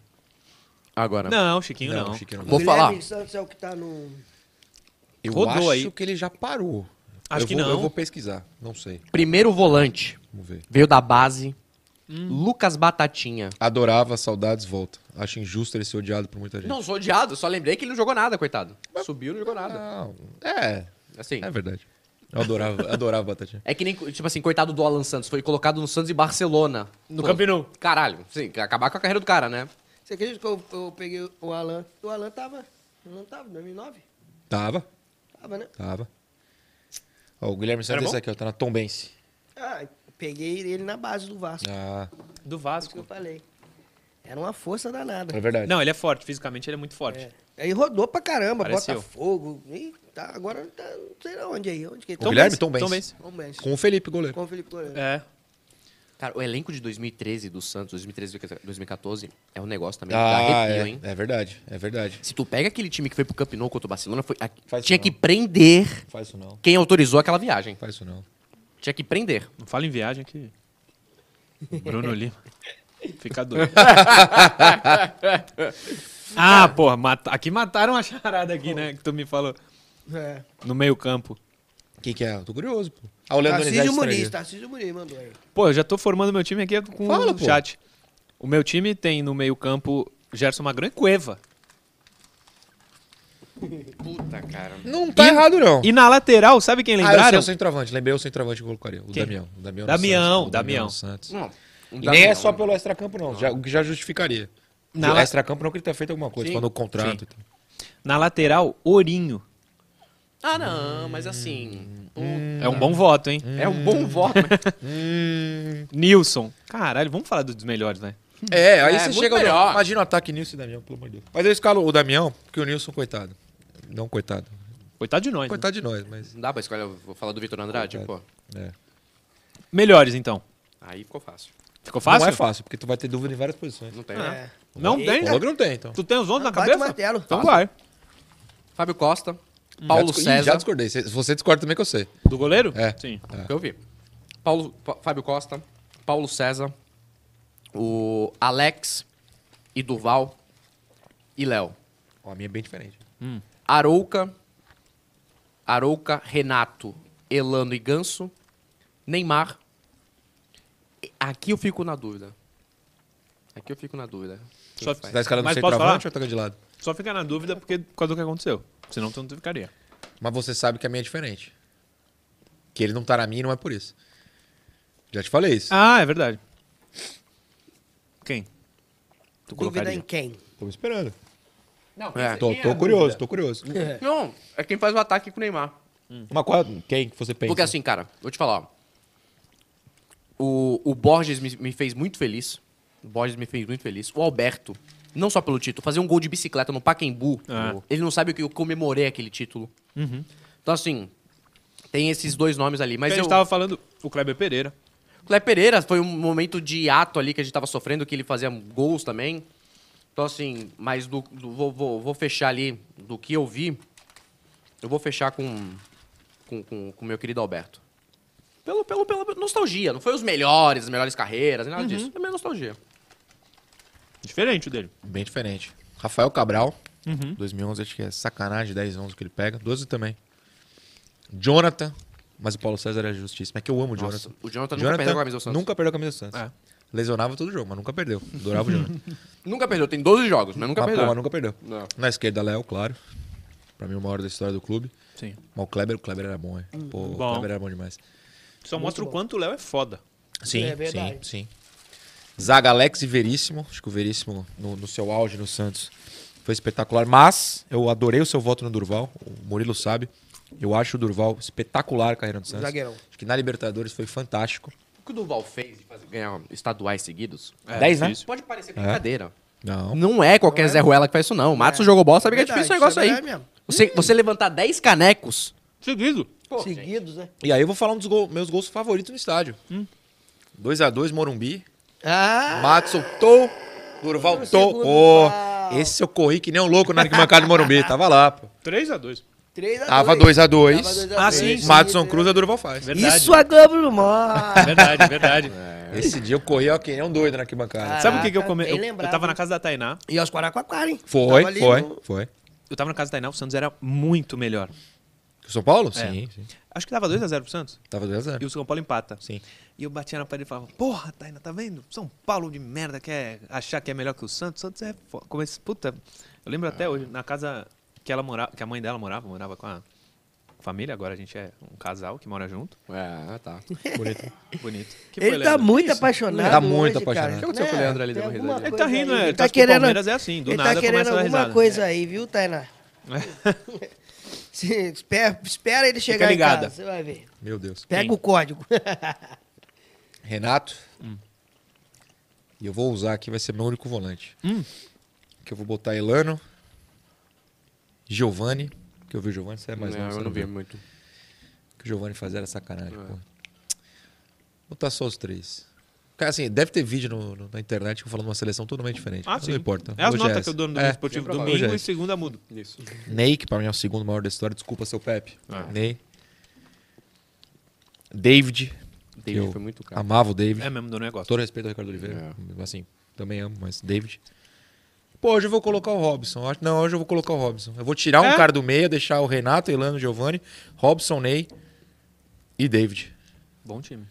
Agora.
Não, o Chiquinho não.
o Chiquinho não.
Vou
o
falar.
Guilherme Santos é o que tá no.
Eu
Rodou
acho
aí.
que ele já parou.
Acho
Eu
que
vou-
não.
Eu vou pesquisar, não sei.
Primeiro volante.
Vamos ver.
Veio da base. Lucas Batatinha.
Adorava, saudades, volta. Acho injusto ele ser odiado por muita gente.
Não, sou odiado. Só lembrei que ele não jogou nada, coitado. Subiu, não jogou nada.
Não, é,
Assim.
é verdade. Eu adorava, adorava Batatinha.
É que nem, tipo assim, coitado do Alan Santos. Foi colocado no Santos e Barcelona.
No
Pô,
Camp Nou.
Caralho. Sim, acabar com a carreira do cara, né?
Você acredita que eu, eu peguei o Alan? O Alan tava. O Alan tava, em 2009?
Tava,
Tava, né?
tava. Ó, o Guilherme Santos
Era
é
bom?
esse aqui, ó, tá na Tom Bense.
Ah, peguei ele na base do Vasco.
Ah,
Do
Isso que eu
Vasco.
falei. Era uma força danada.
é verdade.
Não, ele é forte, fisicamente ele é muito forte.
É. Aí rodou pra caramba,
Apareceu.
Botafogo. Ih, tá, agora tá, não sei lá onde aí. Onde que ele tá?
O Guilherme?
Tom
Tom
Benz.
Benz.
Tom Benz.
Com o Felipe, goleiro.
Com o Felipe Correia.
É.
Cara, o elenco de 2013 do Santos, 2013 e 2014, é um negócio
tá
também. que dá
Ah,
arrepio,
é,
hein?
é verdade, é verdade.
Se tu pega aquele time que foi pro Camp Nou contra o Barcelona, foi, a-
Faz
tinha
isso
que
não.
prender
Faz isso não,
quem autorizou aquela viagem.
faz isso não.
Tinha que prender.
Não fala em viagem que. Bruno Lima. Fica doido. ah, porra, mata- aqui mataram a charada aqui, né? Que tu me falou.
É.
no meio-campo.
Quem que é? Eu tô curioso, pô. Ah, o Leandro
Tarcísio
Donizete
Muniz,
Muniz,
Tarcísio Muniz mandou aí.
Pô, eu já tô formando meu time aqui com
Fala,
o
pô.
chat. O meu time tem no meio-campo Gerson Magrão e Cueva.
Puta, cara.
Não tá errado, não.
E na lateral, sabe quem
Ah, eu sei
lembraram?
o centroavante. Lembrei o centroavante que eu colocaria. O
Quem?
Damião. O Damião.
Damião,
Santos, o
Damião.
Santos.
Não.
E nem é só pelo extracampo, não. Já- o que já justificaria.
Na
Na
la-
extracampo não que ele tenha feito alguma coisa,
Sim.
falando o contrato.
Sim.
e tal.
Na lateral, Ourinho.
Ah, não, mas assim.
É um bom voto, hein?
É um bom voto. mas-
Hum.
Nilson. Caralho, vamos falar dos melhores, né?
É, aí
É,
você
muito
chega. ao-
melhor.
Imagina o ataque Nilson e Damião, pelo amor de Deus. Mas eu escalo o Damião, porque o Nilson, coitado. Não, coitado.
Coitado de nós. né?
Coitado de nós, mas.
Não dá pra escolher. eu Vou falar do Vitor Andrade? Pô.
É.
Melhores, então.
Aí ficou fácil.
Ficou fácil?
Não é fácil, porque tu vai ter dúvida em várias posições.
Não tem. né?
É.
Não tem?
O Logo não tem, então.
Tu tem os 11 na
Bate
cabeça?
o
é
martelo.
Então vai.
Fábio Costa,
Já
Paulo
discu- Ih,
César.
Já discordei. Cê- Você discorda também que eu sei.
Do goleiro?
É.
Sim.
que eu vi. Paulo, Pa- Fábio Costa, Paulo César, o Alex e Duval e Léo.
Ó, a minha é bem diferente.
Arouca, Arouca, Renato, Elano e Ganso, Neymar. E- Aqui eu fico na dúvida. Aqui eu fico na dúvida. Quem
Só-
Você
faz?
tá escalando o
Mas posso falar?
centroavante ou toca de lado?
Só fica na dúvida porque por causa do que aconteceu. Senão tu não ficaria.
Mas você sabe que a minha é diferente. Que ele não tá na minha e não é por isso. Já te falei isso.
Ah, é verdade. Quem? Tu
Dúvida
colocaria.
em quem?
Tô me esperando.
Não, É. é.
Tô, tô curioso, tô curioso.
não, é quem faz o ataque com o Neymar.
Mas qual, quem que você pensa?
Porque assim, cara, vou te falar. ó. O, o Borges me, me fez muito feliz. O Borges me fez muito feliz. O Alberto, não só pelo título, fazer um gol de bicicleta no Pacaembu.
Ah.
Ele não sabe o que eu comemorei aquele título. Então, assim, tem esses dois nomes ali. Mas
Porque a
eu,
gente tava falando o Kleber Pereira.
o Clé Pereira foi um momento de ato ali que a gente tava sofrendo, que ele fazia gols também. Então, assim, mas do, do- vou, vou- vou fechar ali do que eu vi. Eu vou fechar com com, com, com meu querido Alberto. Pelo, pelo, pela nostalgia. Não foi os melhores, as melhores carreiras,
Uhum.
nem nada disso. É minha nostalgia.
Diferente dele.
Bem diferente. Rafael Cabral, 2011, acho que é sacanagem, 10, 11 que ele pega. 12 também. Jonathan, mas o Paulo César é justiça. Mas que eu amo o
Nossa,
Jonathan.
o Jonathan nunca perdeu com a camisa do Santos.
Nunca perdeu a camisa do Santos.
É.
Lesionava todo jogo, mas nunca perdeu. Adorava o Jonathan.
Nunca perdeu, tem 12 jogos, mas
Tá
nunca
mas, pô,
perdeu.
mas nunca perdeu.
Não.
Na esquerda, Léo, claro. Pra mim, o maior da história do clube.
Sim.
Mas o Kleber, o Kleber era bom, é.
Hum.
Pô, o
Bom.
Kleber era bom demais.
Só mostra o quanto o Léo é foda.
Sim,
É verdade.
sim, sim. Zaga Alex e Veríssimo. Acho que o Veríssimo, no, no seu auge no Santos, foi espetacular. Mas eu adorei o seu voto no Durval. O Murilo sabe. Eu acho o Durval espetacular a carreira do Santos.
Zagueirão.
Acho que na Libertadores foi fantástico.
O que o Duval fez de fazer- ganhar estaduais seguidos?
É,
10, né?
difícil.
Pode parecer brincadeira.
Não.
Não é qualquer Zé Ruela que faz isso, não. O Matos jogou bola, sabe que é
Verdade,
difícil o
isso
negócio
é
aí.
verdade mesmo.
Você, você levantar 10 canecos.
Seguido.
Pô, gente.
Seguidos, né?
E aí eu vou falar um dos gol- meus gols favoritos no estádio.
Hum.
2x2, Morumbi.
Ah!
Matos soltou. Durval
segundo
tocou.
pau.
Esse eu corri que nem um louco na arquibancada do Morumbi. Tava lá, pô.
3x2.
3 a 2. Tava
Tava 2x2.
dois a
Ah,
dois.
sim, É.
Isso,
Matson Cruz a Durval faz.
Verdade.
Isso é a Globo não mostra.
Verdade, verdade.
Esse dia eu corri, ó, que nem um doido na arquibancada.
Sabe o que, que eu
Caraca,
comi?
bem
Eu, eu
lembrado,
tava na
hein?
casa da Tainá.
E aos Quaraquaquara, hein?
Foi,
Tava ali
foi,
no-
foi.
Eu tava na casa da Tainá, o Santos era muito melhor.
O São
É.
Paulo? Sim, sim.
Acho que tava 2x0 pro Santos.
Tava 2 a 0
E o São Paulo empata.
Sim.
E eu batia na parede e falava, porra, Taina, tá vendo? São Paulo de merda quer achar que é melhor que o Santos. Santos é foda. Puta, eu lembro até
Ah.
hoje, na casa que ela morava, que a mãe dela morava, morava com a família, agora a gente é um casal que mora junto.
É, tá.
Bonito.
Bonito. Que foi,
Ele tá
Leandro?
muito apaixonado.
Tá muito
hoje, cara.
apaixonado. O que
aconteceu com o
Né?
Leandro ali
Tem
dando
alguma
risada?
Ele tá
coisa
rindo,
aí.
né?
Ele
Ele
tá
torce pro
querendo,
Palmeiras, é assim, do
ele
nada
tá
começa
querendo
a dar
alguma
risada.
coisa aí, viu, Tainá? Se- espera, espera ele chegar em
ligada.
casa, você vai ver.
Meu Deus.
Pega o código.
Renato.
Hum.
E eu vou usar aqui, vai ser meu único volante.
Hum.
Que eu vou botar Elano. Giovanni. Que eu vi o Giovanni, você é mais
não,
novo,
eu
você
não vi
viu.
muito.
O que o Giovanni fazia era sacanagem,
É.
pô. Botar só os três. Cara, assim, deve ter vídeo no- no- na internet que eu falando uma seleção totalmente diferente.
Ah,
Mas
sim.
Não importa.
É as
Hoje
notas que
essa.
eu dou no
É.
Domingo Esportivo
Bem
provável.
domingo
Hoje é
e segunda mudo.
Isso.
Ney, que pra mim é o segundo maior da história. Desculpa, seu Pepe.
Ah.
Ney. David.
David
Eu
foi muito caro.
Amava o David.
É mesmo do negócio.
Todo respeito ao Ricardo Oliveira. Assim, também amo, mas David. Pô, hoje eu vou colocar o Robson. Acho- Não, hoje eu vou colocar o Robson. Eu vou tirar um
É?
cara do meio, deixar o Renato, Elano, Giovanni, Robson, Ney e David.
Bom time.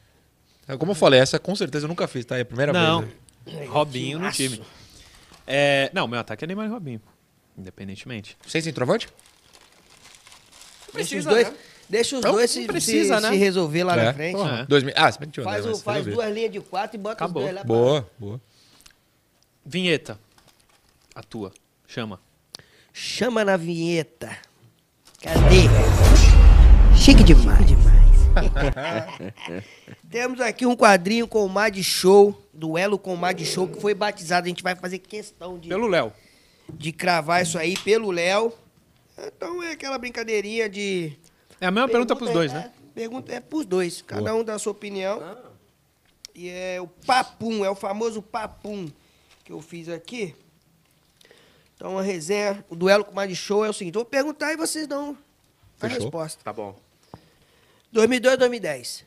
É, Como eu falei, essa com certeza eu nunca fiz, tá? É a primeira
Não.
vez. né?
Robinho no time. É, não, meu ataque é Neymar e Robinho. Independentemente.
Sem centroavante?
Deixa os
Precisa,
dois,
né?
deixa os
Não,
dois
não
se,
precisa,
se-
né?
se resolver lá na
É.
frente.
Porra. É.
Dois mil... Ah, se bem que tinha o
Faz,
André,
o-
mas
faz
resolveu.
duas linhas de quatro e bota
Acabou.
os dois lá pra-
Boa, boa.
Vinheta. Atua. Chama.
Chama na vinheta. Cadê? Chique demais. Temos aqui um quadrinho com o Mar de Show, duelo com o Mar de Show, que foi batizado. A gente vai fazer questão de,
Pelo Léo.
de cravar isso aí pelo Léo. Então é aquela brincadeirinha de.
É a mesma pergunta pros dois, né?
é, Pergunta é pros dois. Cada um dá a sua opinião. E é o papum, é o famoso papum que eu fiz aqui. Então a resenha, o duelo com o Mad Show é o seguinte: eu vou perguntar e vocês dão a
Fechou.
resposta.
Tá bom.
2002, 2010.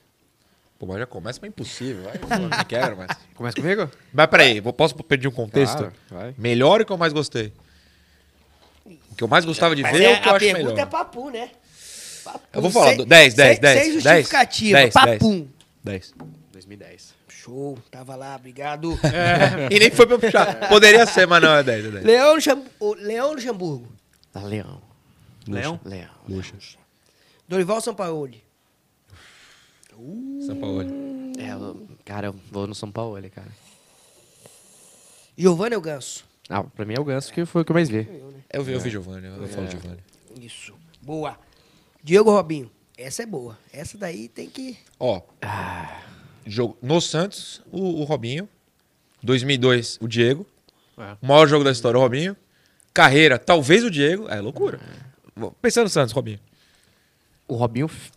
Pô, mas já começa, mas é impossível. Vai, pô, não quero, mas...
Começa comigo?
Mas peraí, vou- posso pedir um contexto?
Claro, vai.
Melhor e o que eu mais gostei? O que eu mais gostava de
Mas
ver
é-
é o que eu
a
acho
pergunta
melhor.
é papum, né? Papum.
Eu vou falar,
Sem-
do- dez, dez,
sem-
dez,
Sem
dez,
é justificativa,
dez, dez.
papum.
10.
2010.
Show, tava lá, obrigado.
E nem foi pra eu puxar. Poderia ser, mas não, é 10, é 10.
Leão, Luxem- o Leão Luxemburgo,
Da Ah, Leão.
Leão?
Leão.
Dorival Sampaoli.
São Paulo.
É, eu- cara, eu vou no São Paulo, ele, cara.
Giovanni Elganso.
Ah, pra mim é o Ganso que foi o que eu mais vi.
Eu vi, eu vi
É.
Giovanni, eu, eu falo Giovanni.
Isso. Boa. Diego Robinho. Essa é boa. Essa daí tem que.
Ó,
Ah.
jogo, no Santos, o, o Robinho. 2002, o Diego.
É.
O maior jogo da história, o Robinho. Carreira, talvez o Diego. É loucura. Pensando no Santos, Robinho.
O Robinho f-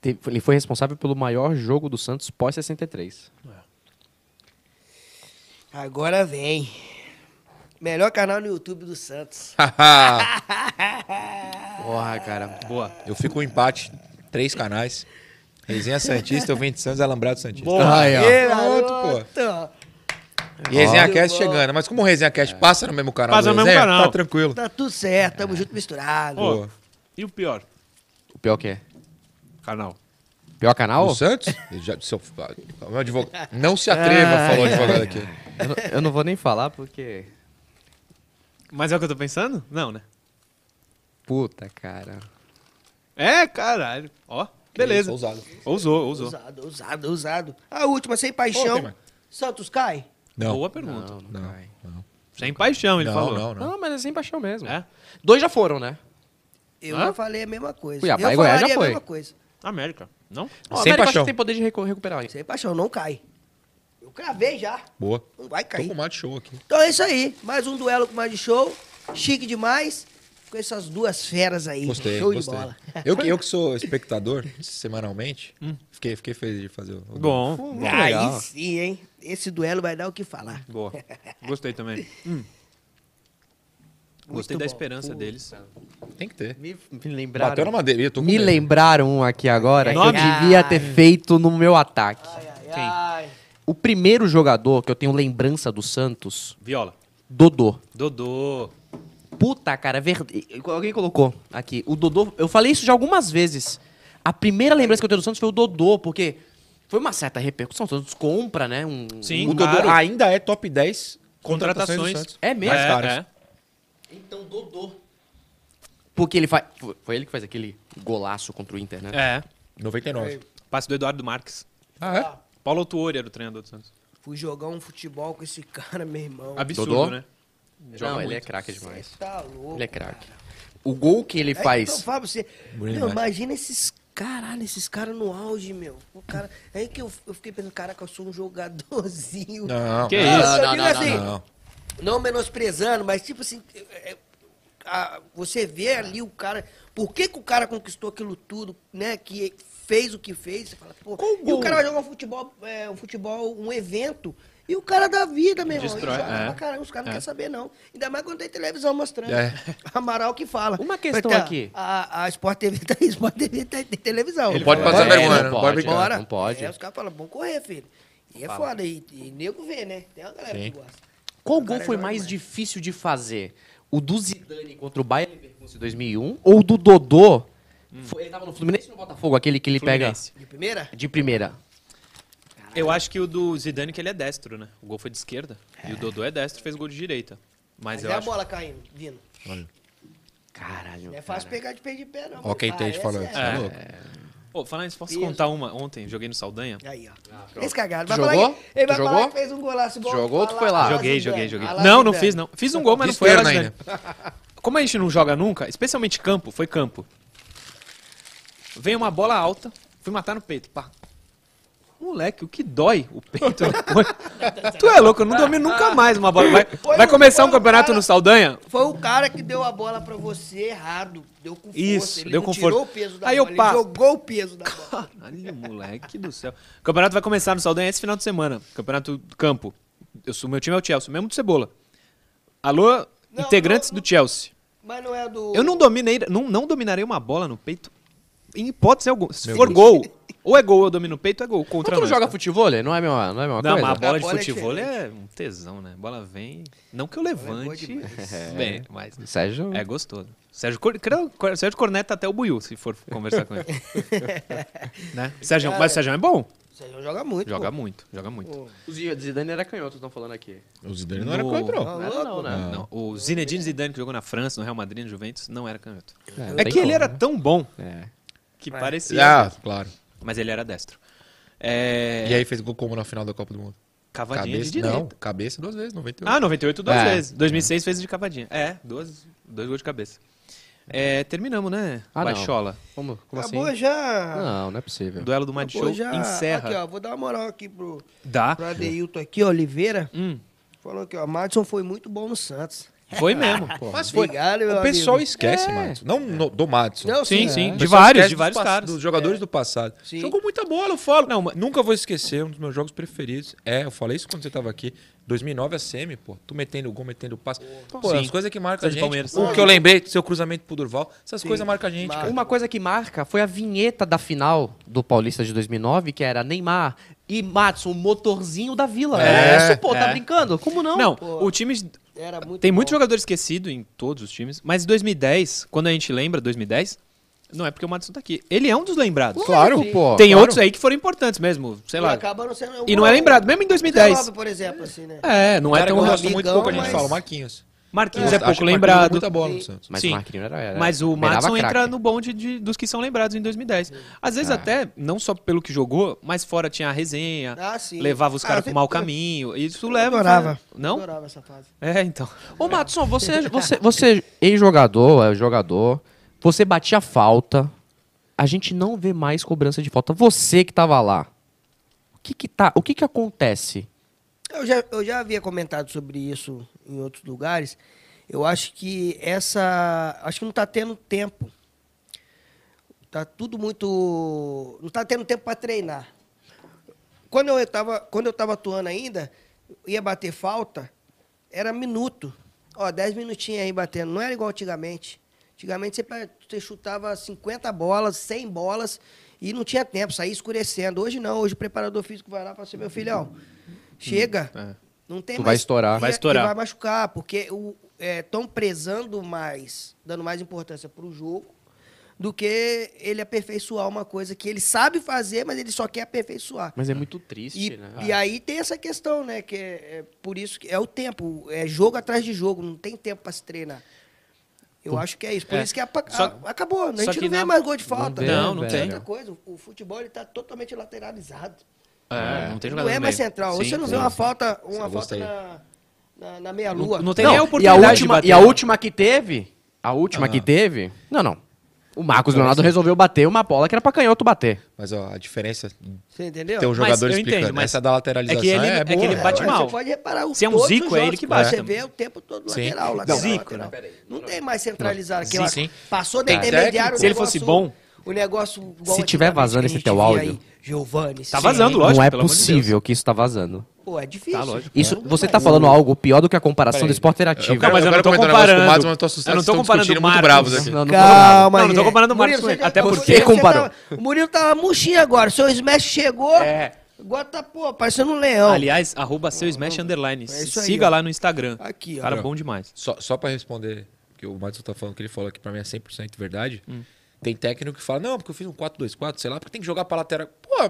teve- ele foi responsável pelo maior jogo do Santos pós 63.
Agora vem. Melhor canal no YouTube do Santos.
Porra, cara.
Boa.
eu fico com um empate, três canais. Resenha Santista, eu venho de Santos, Alambrado Santista.
Aí, ó.
Ê,
É, Pronto,
garoto.
E Resenha Cast
Muito bom.
chegando. Mas como o Resenha Cast passa no mesmo canal,
Passa
do
no mesmo
Resenha,
canal.
tá tranquilo.
Tá tudo certo,
É.
tamo junto misturado.
Ô,
Boa.
E o pior?
O pior que é?
Canal.
Pior canal?
O Santos? Ele Já, seu, meu advogado, não se atreva,
Ah,
falou o
é.
advogado aqui.
Eu, não- eu não vou nem falar porque.
Mas é o que eu tô pensando? Não, né?
Puta, cara.
É, caralho. Ó, beleza.
Ousado.
Ousou, ousou.
Ousado, ousado, ousado. A última, sem
Ô, tem
paixão.
mais.
Santos cai?
Não.
Boa pergunta.
não, cai.
Sem paixão, ele
não,
falou.
não, não.
Não, mas é sem paixão mesmo.
É?
Dois já foram, né?
Eu
Hã?
já falei a mesma coisa.
Cuiabá
eu
e Goiás
falaria
já foi.
a mesma coisa.
América. Não?
Ó,
Sem
América, acho
paixão.
que tem poder de recu- recuperar ainda.
Sem paixão, não cai. Eu cravei já.
Boa.
Não vai
Tô
cair.
com mate show aqui.
Então é isso aí. Mais um duelo com mais de show. Chique demais. Com essas duas feras aí.
Gostei,
show
gostei.
de bola.
Eu, que- eu que sou espectador semanalmente, fiquei, fiquei feliz de fazer o. o-
Hum. Bom.
Muito
Aí
legal.
sim, hein? Esse duelo vai dar o que falar.
Boa. Gostei também. Hum. Gostei
Muito
da
bom.
esperança deles.
Tem que ter.
Me, me lembraram.
Bateu na madeira. Eu tô com
Me
medo.
lembraram um aqui agora que eu
Nome?
devia ter feito no meu ataque.
Ai, ai,
Quem?
ai.
O primeiro jogador que eu tenho lembrança do Santos,
Viola.
Dodô.
Dodô.
Puta, cara, é verde... alguém colocou aqui. O Dodô, eu falei isso já algumas vezes. A primeira lembrança que eu tenho do Santos foi o Dodô, porque foi uma certa repercussão. O Santos compra, né? Um,
Sim.
O Dodô
Claro.
ainda é top 10 contratações. do
Contratações.
Santos.
É mesmo?
Mais caras.
Então, Dodô. Porque ele faz. Foi ele que faz aquele golaço contra o Inter, né?
É, é.
99.
Passe do Eduardo Marques.
Ah, é?
Paulo Autuori era o treinador do Santos.
Fui jogar um futebol com esse cara, meu irmão.
Absurdo,
Dodô?
né?
Não, ele
muito.
é craque
Você
demais.
tá louco.
Ele é craque. O gol que ele
É, Então,
faz.
fala pra você.
Bonito
Meu,
demais.
imagina esses. Caralho, esses caras no auge, meu. O cara... é Aí que eu, eu fiquei pensando, caraca, eu sou um jogadorzinho.
Não. Ah,
Que
não,
isso?
Nossa, eu
Não, não,
digo
não,
assim,
Não.
não menosprezando, mas tipo assim, é, é, a- você vê ali o cara, por que, que o cara conquistou aquilo tudo, né? Que fez o que fez, você fala, pô,
Qual
e o
gol?
cara vai jogar um futebol, é, um futebol, um evento, e o cara dá vida, meu irmão.
Destrói,
e joga
é.
pra caramba, os
É.
caras não querem saber, não. Ainda mais quando tem televisão mostrando.
É.
Amaral que fala.
Uma questão
Mas, tá,
aqui.
A, a Sport TV tá aí, Sport TV tá, tem televisão.
Ele pode passar
É,
vergonha,
não
não pode
pode,
brincar.
Bora.
Não pode.
É, os caras falam, vamos correr, filho. E é foda, e, e nego vê, né? Tem uma galera que
Sim.
gosta.
Qual gol foi mais difícil de fazer? O do Zidane contra o Bayern Leverkusen em 2001 ou o do Dodô? Foi- ele tava no Fluminense ou no Botafogo? Aquele que ele
Fluminense.
De primeira?
pega de primeira.
Eu acho que o do Zidane, que ele é destro, né? O gol foi de esquerda. E o Dodô é destro, fez gol de direita. Mas
Mas
eu
é a
acho...
bola caindo, vindo.
Caralho.
Não é
cara.
fácil pegar de pé de pé, não.
Ó, quem
Parece,
entende falando. Você
é.
é louco.
Pô, falar isso, posso
Isso.
contar uma? Ontem, joguei no Saldanha.
é- Aí, ó.
Ah,
Esse cagado.
Tu
Vai falar
jogou?
que- Ele vai
Tu
falar
jogou?
que fez um golaço bom.
Jogou, tu
Vai
foi lá?
vai
Joguei,
Zidane,
joguei, joguei.
vai lá,
Não, não
Zidane.
fiz, não. Fiz um gol, mas não
De
foi ela,
perna
Zidane. Como a gente não joga nunca, especialmente campo, foi campo. Veio uma bola alta, fui matar no peito, pá. Moleque, o que dói o peito depois. tu é louco, eu não domino nunca mais uma bola. Vai,
Foi
vai
o-
começar
foi
um
o
campeonato
cara-
no Saldanha?
Foi o cara que deu a bola pra você errado. Deu com força.
Isso,
ele
deu
não
com
tirou
força.
o peso da
Aí eu
bola.
pá-
Ele jogou o peso da bola.
Caralho, moleque do céu. O campeonato vai começar no Saldanha esse final de semana. Campeonato do campo. Eu sou, meu time é o Chelsea, mesmo do Cebola. Alô,
Não,
integrantes
não, não.
do Chelsea.
Mas não é do...
Eu não dominei, não, não dominarei uma bola no peito em hipótese alguma. Se
Meu
for
Deus.
gol, ou é gol, eu domino o peito, ou é gol.
Mas
Contra
tu não
nós,
joga
tá?
futebol? Não é a mesma, não é é a mesma
Não, mas
coisa?
a bola
A
de
bola é
futebol é, um tesão, né? Bola vem, não que eu levante,
É.
bem, mas
Sérgio.
é gostoso. Sérgio, Cor... creio- Cor- Sérgio Corneta até o Buiu, se for conversar com ele. né? Sérgio,
Cara,
mas o Sérgio é bom?
Você não joga muito,
Joga
pô.
muito, joga muito.
O Zidane era canhoto, estão falando aqui.
né?
O Zidane
No-
não.
Tá
Não era, não,
louco?
né?
Não, o Zinedine Zidane, que jogou na França, no Real Madrid, no Juventus, não era canhoto.
não
É
tem
que ele
como,
era
né?
tão bom
É.
que parecia...
Ah, claro.
Mas ele era destro. É...
E aí fez gol como na final da Copa do Mundo?
Cavadinha de
Cabeça,
direita.
não, cabeça duas vezes, 98.
Ah, 98 duas
É.
vezes. 2006 fez de cavadinha. É, duas, dois gols de cabeça. É, terminamos, né,
Ah, não.
Baixola?
Como, como assim?
Acabou já...
Não, não é possível.
Duelo do Mad
Acabou
Show
já.
encerra.
Aqui, ó. Vou dar uma moral aqui pro,
Dá.
pro Adeilton aqui, ó, Oliveira.
Hum,
Falou aqui, ó. Madison foi muito bom no Santos.
foi mesmo.
Ah,
Mas foi.
Obrigado, meu
o pessoal
amigo.
esquece, Madison. Não no- do Madison.
É. Não,
Sim,
sim.
sim.
O
De
pessoal
vários,
esquece
de vários
dos, pas-
caras.
Dos jogadores do passado.
Sim.
Jogou muita bola, eu falo. Não, mas nunca vou esquecer, um dos meus jogos preferidos. É, eu falei isso quando você tava aqui. 2009 a semi, pô. Tu metendo o gol, metendo o passe. Pô,
Sim.
as coisas que marcam
Coisa
a
de
gente.
Palmeiras.
O que eu lembrei, do seu cruzamento pro Durval. Essas coisas marcam a gente,
Marca.
cara.
Uma coisa que marca foi a vinheta da final do Paulista de 2009, que era Neymar e Matson, o motorzinho da Vila.
É,
Era isso, pô, tá
é.
brincando? Como não?
Não,
pô.
o time...
Era muito
Tem
bom.
muito jogador esquecido em todos os times, mas 2010, quando a gente lembra 2010, não é porque o Madison tá aqui. Ele é um dos lembrados.
Claro, pô.
Tem
claro.
outros aí que foram importantes mesmo, sei
E
lá.
acaba não sendo-
E não é lembrado, mesmo em 2010.
19, por exemplo, assim, né?
É, não é
Cara,
tão...
que eu gosto muito
amigão,
pouco, a gente
mas-
fala, Marquinhos.
Marquinhos é
Acho
pouco
que Marquinhos jogou
lembrado.
Muita bola no Santos.
Mas
Sim.
o Marquinhos era, era.
Mas o
beirava
Madison entra
craque.
no bonde de- dos que são lembrados em 2010. Às vezes até, não só pelo que jogou, mas fora tinha a resenha,
Ah, sim.
levava os
Ah,
caras
eu
pro
sempre-
mau caminho. Isso leva... né?
adorava.
Não?
Adorava essa fase.
É, então.
Ô, Matson, você, você, você ex-jogador, é jogador, você batia falta, a gente não vê mais cobrança de falta. Você que tava lá, o que que, tá, o que, que acontece?
Eu já, eu já havia comentado sobre isso em outros lugares. Eu acho que essa. Acho que não está tendo tempo. Tá tudo muito. Não está tendo tempo para treinar. Quando eu estava quando eu tava atuando ainda, ia bater falta, era minuto. Ó, 10 minutinhos aí batendo. Não era igual antigamente. Antigamente você, pe- você chutava 50 bolas, 100 bolas e não tinha tempo, saía escurecendo. Hoje não, hoje o preparador físico vai lá e fala assim, meu filhão, chega. Não tem
Hum, é. Tu vai estourar.
e-
Vai estourar.
e vai machucar, porque estão prezando mais, dando mais importância para o jogo, do que ele aperfeiçoar uma coisa que ele sabe fazer, mas ele só quer aperfeiçoar.
Mas é muito triste,
E,
né?
é.
e aí tem essa questão, né? Que é, é por isso que é o tempo. É jogo atrás de jogo, não tem tempo para se treinar. Eu acho que é isso. Por
É.
isso que apa-
Só-
a- acabou. né?
só
A gente
que
não vê
na-
mais gol de falta.
vê,
né?
Não, não
velho.
tem.
Outra coisa, o futebol está totalmente lateralizado.
É, não tem
Não
jogador
é
no
mais
meio.
central.
Sim.
Hoje você não vê uma falta, uma
Eu
falta
gostei.
na, na, na meia-lua.
Não- não tem
Não,
nem a
e a
oportunidade de
última,
bater. Ah.
e a última que teve, a última que teve, não, não. O Marcos Leonardo resolveu bater uma bola que era pra canhoto bater.
Mas, ó, a diferença
Você entendeu?
ter um jogador
eu
explicando.
entendo, mas
essa da lateralização
é que ele-
é,
é que
boa,
ele
né?
bate
Você
mal.
pode reparar o
Se é um
todos os
zico, é
jogos
ele que
que
bate
Você
também.
vê o tempo todo
Sim.
lateral, lateral,
zico,
lateral.
né?
Não tem mais centralizado. aquela-
Sim, sim.
Passou da
Tem
intermediária.
técnico.
o
Se ele fosse
negócio-
bom-
O negócio... igual
Se
antigamente
tiver vazando
que a
esse
gente
teu
via
áudio.
aí, Giovani.
Tá
sim.
vazando, lógico,
não é
pelo amor de
possível que isso tá vazando.
Pô, é difícil.
Tá, lógico.
Isso,
Não
você
vai.
tá falando algo pior do que a comparação
Peraí.
do esporte interativo.
Eu quero-
Não, mas eu,
eu
não
quero
tô
comentar um negócio com o
comparando.
Matos, mas eu tô assustado,
Eu não tô
vocês estão
comparando
discutindo
o
muito
Marcos.
bravos aqui.
Não, não tô falando.
Calma,
Não, não tô
Ian.
comparando o Marcos
Murilo,
com ele,
você
até
tá-
porque-
você
Comparou.
tá- o Murilo tava murchinho agora. Seu Smash chegou.
É.
Guatapô, parecendo um leão.
Aliás, arroba seu Smash Underline.
É isso aí,
Siga
ó.
lá no Instagram.
Aqui, ó.
Cara,
Não.
bom demais.
Só, só para responder, porque o Madison tá falando que ele falou que pra mim é 100% verdade.
Hum.
Tem técnico que fala, não, porque eu fiz um 4-2-4, sei lá, porque tem que jogar pra lateral. Pô,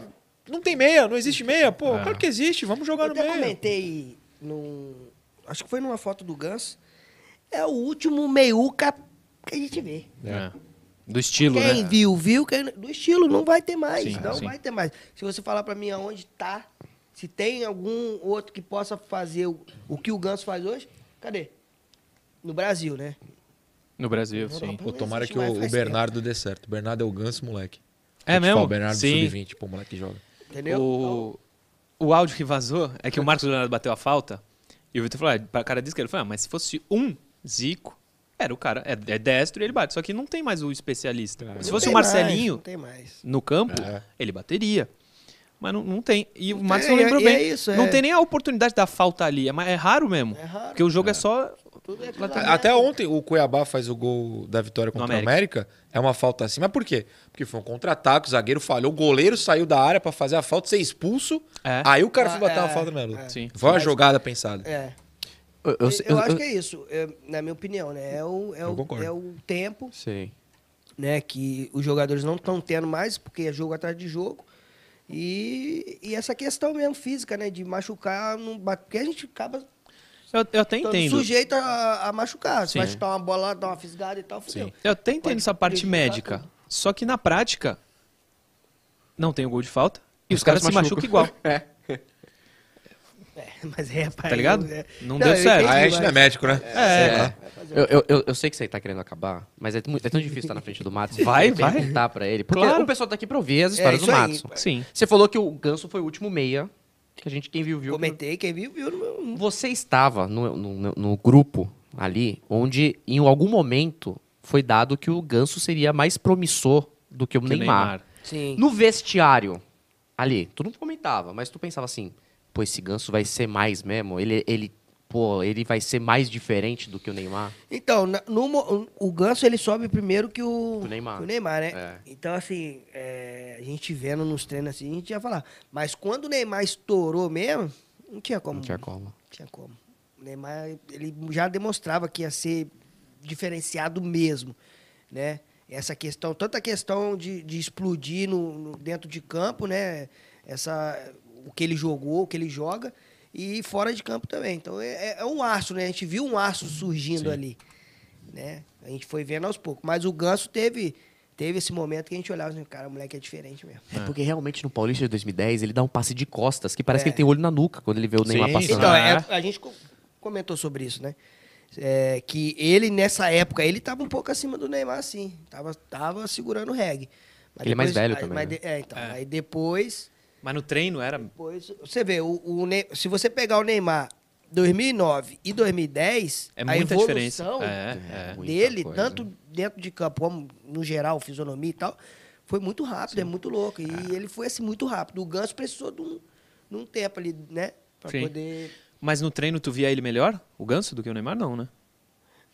não tem meia, não existe meia. Pô,
Ah.
claro que existe, vamos
Eu
jogar no
até
meio.
comentei num. Acho que foi numa foto do Ganso. É o último meiuca que a gente vê.
É. Do estilo,
Quem
né?
viu, viu. Quem... Do estilo, não vai ter mais.
Sim,
não
sim.
vai ter mais. Se você falar pra mim aonde tá, se tem algum outro que possa fazer o, o que o Ganso faz hoje, cadê? No Brasil, né?
No Brasil, sim.
Pô, tomara
existe
que
mais
o, o
faz
Bernardo dê certo. O Bernardo é o ganso, moleque.
É
Eu te
mesmo?
falo, O Bernardo do
Sim.
sub-20, pô, o moleque joga.
Entendeu?
O, o áudio que vazou é que o Marcos Leonardo bateu a falta e o Vitor falou, ah, o cara disse que ele falou, ah, mas se fosse um Zico, era o cara, é, é destro e ele bate. Só que não tem mais o especialista. Se
É. Não
fosse
tem
o Marcelinho
mais, não tem mais.
no campo,
É.
ele bateria. Mas não, não tem. E o
Não
Max
tem,
não lembrou
e
bem.
é isso,
Não
é.
tem nem a oportunidade da falta ali. É, ma- é raro mesmo.
É raro.
Porque o jogo é, só.
Tudo é
Lateral.
tudo
Tá, Até ontem o Cuiabá faz o gol da vitória contra
No
o América. É uma falta assim. Mas por quê? Porque foi um contra-ataque, o zagueiro falhou, o goleiro saiu da área pra fazer a falta, ser expulso.
É.
Aí o cara
Ah,
foi bater
é,
uma falta nela.
é. Sim.
Foi uma jogada pensada.
É.
Eu,
Eu, acho que é isso, é, na minha opinião, né? É o, é
Eu
o,
concordo.
é o tempo
Sim.
né, que os jogadores não estão tendo mais, porque é jogo atrás de jogo. E, e essa questão mesmo física, né? De machucar, não, ba- porque a gente acaba
Eu, eu até
estando
entendo.
sujeito a, a machucar. Se
Sim.
vai chutar uma bola, dar uma fisgada e tal, fudeu.
Eu até entendo
Pode
essa parte
prejudicar
médica.
tudo.
Só que na prática, não tem o gol de falta. E os, caras, se machucam igual.
É.
É, mas é, pai,
Tá ligado?
é-
Não deu
eu
certo.
entendi,
Aí a gente não é
mas-
médico, né?
É.
Sei lá.
Eu, eu, eu, eu sei que você tá querendo acabar, mas é, mu- é tão difícil estar na frente do Matos. e
Vai, vai.
perguntar pra ele. Porque
Claro.
o pessoal tá aqui pra ouvir as histórias
É,
do
isso aí.
Matos.
Sim.
Você falou que o Ganso foi o último meia. Que a gente, quem viu, viu.
Comentei, quem viu, viu. não-
Você estava no, no, no grupo ali, onde em algum momento foi dado que o Ganso seria mais promissor do que o
Que
Neymar.
Sim.
No vestiário, ali, tu não comentava, mas tu pensava assim, pô, esse Ganso vai ser mais mesmo, ele, ele, pô, ele vai ser mais diferente do que o Neymar.
Então, na- no mo- o Ganso ele sobe primeiro que o,
O Neymar.
que o Neymar, né?
É.
Então, assim, é, a gente vendo nos treinos assim, a gente ia falar. Mas quando o Neymar estourou mesmo, não tinha como.
Não tinha como.
Não tinha como. O Neymar, ele já demonstrava que ia ser diferenciado mesmo, né? Essa questão, tanta questão de, de explodir no, no- dentro de campo, né? Essa, o que ele jogou, o que ele joga, e fora de campo também. Então, é, é um arço, né? A gente viu um arço surgindo ali, né? A gente foi vendo aos poucos. Mas o Ganso teve, teve esse momento que a gente olhava assim, cara, o moleque é diferente mesmo.
É porque realmente no Paulista de 2010 ele dá um passe de costas que parece
É.
que ele tem olho na nuca quando ele vê o Neymar
Sim,
passando.
Então,
Ah.
é, a gente co- comentou sobre isso, né? É, que ele, nessa época, ele tava um pouco acima do Neymar, sim. Tava, tava segurando o reggae. Mas
Ele é mais
depois-
velho
aí-
também,
mas
né?
de- é, então. Aí depois,
Mas no treino era.
depois... Você vê, o, o Ney- se você pegar o Neymar 2009 e 2010...
É
a
muita
evolução
diferença. É, é.
Muita
dele,
coisa.
tanto dentro de campo como no geral, fisionomia e tal, foi muito rápido, é muito louco. E ele foi assim muito rápido. O Ganso precisou de um, de um tempo ali, né? Pra
Sim.
poder
Mas no treino tu via ele melhor? O Ganso do que o Neymar, não, né?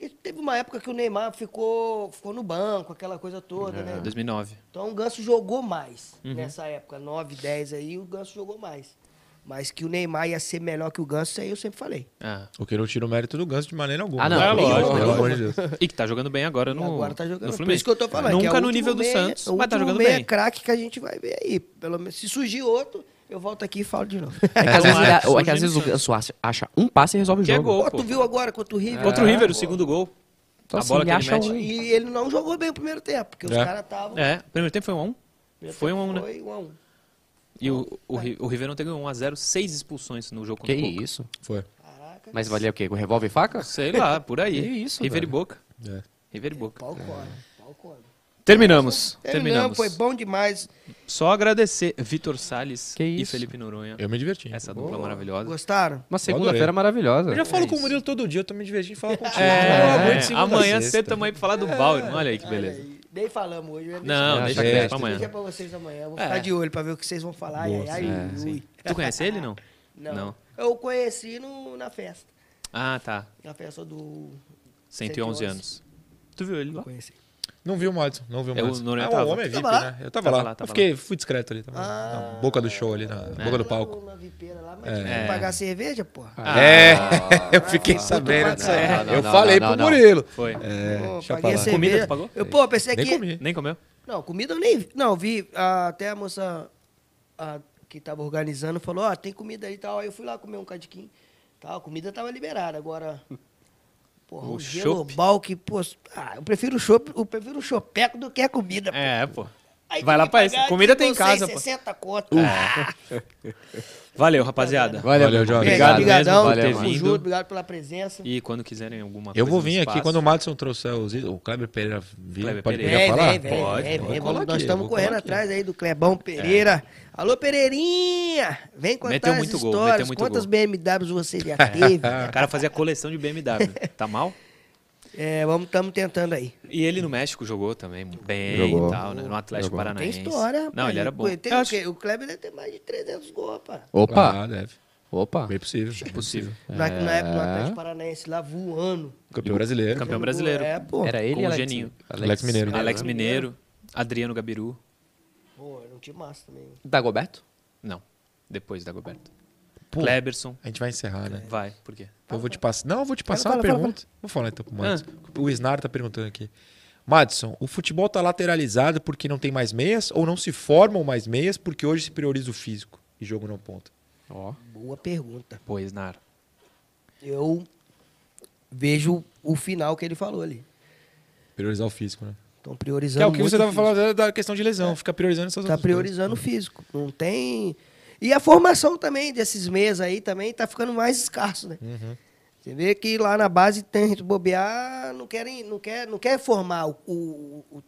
E teve uma época que o Neymar ficou, ficou no banco, aquela coisa toda,
É.
né?
2009.
Então o Ganso jogou mais
Uhum.
nessa época, 9, 10 aí, o Ganso jogou mais. Mas que o Neymar ia ser melhor que o Ganso, isso aí eu sempre falei.
Ah.
O que não tira o mérito do ganso de maneira alguma.
Ah, não, É,
lógico,
Pelo
lógico.
amor de Deus.
E que tá jogando bem agora no,
Agora tá jogando.
no
Por
Fluminense.
isso que eu tô falando. que é
Nunca
o
no
último
nível do
meia-
Santos,
o
mas tá
último
jogando
meia
bem.
craque que a gente vai ver aí. Pelo menos, se surgir outro, eu volto aqui e falo de novo.
É que às vezes, ele-
Surge
é que às vezes o Ganso acha- acha um passe e resolve o
Que é
jogo.
gol.
Pô, tu viu agora contra o River?
Contra o River, o
Pô,
segundo gol.
Então,
a
assim,
bola
ele
que
acha
ele
um-
mete.
E ele não jogou bem o primeiro tempo, porque os
É.
caras estavam...
É, o primeiro tempo foi um a um. Foi um a um, né?
Foi um a um.
E o,
né?
o, Ri- o River não teve um a zero, seis expulsões no jogo
Que é
contra o Boca.
isso?
Foi.
Caraca.
Mas valia o quê? Com revólver e faca?
Sei lá, por aí.
Que isso,
River e
velho.
Boca.
É.
River e Boca.
Pau come,
É.
pau come.
Terminamos.
Terminamos,
Terminamos.
É, foi bom demais.
Só agradecer Vitor Salles
Que
e
isso.
Felipe Noronha.
Eu me diverti.
Essa dupla maravilhosa.
Gostaram?
Uma
adorei.
segunda-feira maravilhosa. É
Eu já falo com o Murilo todo dia, eu tô me divertindo em falar contigo. Eu não aguento
É,
segunda a
amanhã
sexta.
cedo tamo aí pra falar do
É.
Bauer. Olha aí que beleza.
Olha aí, Nem falamos hoje. né?
Não,
Ah,
deixa
gente.
quieto pra
Deixa
amanhã.
pra vocês amanhã. Eu vou
É.
ficar de olho pra ver o que vocês vão falar. Ai, ai, ai, ui.
Tu conhece ele, não?
Não.
Não.
Eu conheci no, na festa.
Ah, tá.
Na festa do.
111 anos. Tu viu ele lá?
Conheci.
Não vi o Madison, não vi o
Eu
Madison.
não
ah,
tava.
o homem é VIP,
Tava lá?
né? Eu tava,
Tava
lá.
lá, É. tava
eu fiquei, fui discreto ali, tava
Ah.
na boca do show ali, na boca do palco.
Uma vipeira lá,
É.
mas tem que pagar a cerveja, porra.
Ah,
é, eu fiquei sabendo.
não,
disso aí.
não, não,
eu
não,
falei
não,
pro
não.
Murilo.
Foi.
É,
Pô,
deixa eu
paguei a
falar.
cerveja.
Comida tu pagou?
Eu, pô, pensei
Nem
que...
comi.
Nem comeu?
Não, comida eu nem vi. Não, vi ah, até a moça ah, que tava organizando falou, ó, tem comida aí e tal. Aí eu fui lá comer um cadiquim. Tal, a comida tava liberada. Agora, porra,
O
o
chopp.
gelobal que, pô... Ah, eu prefiro o chopp, eu prefiro o chopeco do que a comida. pô.
É, pô.
Aí
Vai
tem
lá
que
pra isso.
pagar,
Comida
tipo,
tem em casa, pô.
160 conto. Ah,
Valeu, rapaziada.
né?
Valeu,
Valeu,
João.
jovem.
um. Obrigado
obrigadão,
mesmo por
Valeu,
ter
mano.
tamo
vindo.
junto, obrigado pela presença.
E quando quiserem alguma coisa
Eu vou
no
vir aqui
espaço-
quando o Madison trouxer os ídolos. O Kleber Pereira vir,
Kleber
pode
Pereira.
pegar
Vem,
falar?
vem, vem,
Pode,
vem,
pode.
vem.
Vou colar
Vamos- Nós
aqui,
estamos
vou colar
correndo
aqui.
atrás aí do Clebão Pereira. Alô, Pereirinha! Vem contar
É. Meteu
as
muito gol, meteu
histórias.
muito
Quantas
gol.
BMWs você já teve?
O cara fazia coleção de BMW. Tá mal?
é, vamos, estamos tentando aí.
E ele no México jogou também bem
Jogou.
e tal, né? No Atlético
Jogou.
Tem
Paranaense.
história, rapaz.
Não, ele era bom.
Pô, tem
Eu
o,
acho
quê? o Kleber deve ter mais de 300 gols, rapaz.
Opa,
Ah, deve.
opa.
É Bem possível. Bem possível.
É.
Na, na época do Atlético Paranaense, lá voando.
Campeão brasileiro.
Campeão um brasileiro.
É, pô.
Era ele
Com
e
o
Alex,
Geninho.
Alex Mineiro.
Alex Mineiro, Adriano Gabiru.
Pô, era um time massa também.
Dagoberto?
Não, depois da Goberto.
Pô.
Kleberson.
A gente vai encerrar, né?
Vai, por quê?
Eu vou te passar. Não, eu vou te passar
Fala,
uma
fala,
pergunta. Vou falar então pro Madison. O Snar tá perguntando aqui. Madison, o futebol tá lateralizado porque não tem mais meias ou não se formam mais meias porque hoje se prioriza o físico e jogo não ponta?
Ó.
Boa pergunta.
Pois, Nara.
Eu vejo o final que ele falou ali.
Priorizar o físico, né?
Estão
Que
priorizando
é o que
muito
você tava
físico.
falando da- da questão de lesão. Fica priorizando essas
Tá
outras coisas.
priorizando o
né?
físico. Não tem. E a formação também desses meses aí também tá ficando mais escasso, né?
Uhum.
Você vê que lá na base tem gente bobear, não querem, não quer, não quer formar o, o- o-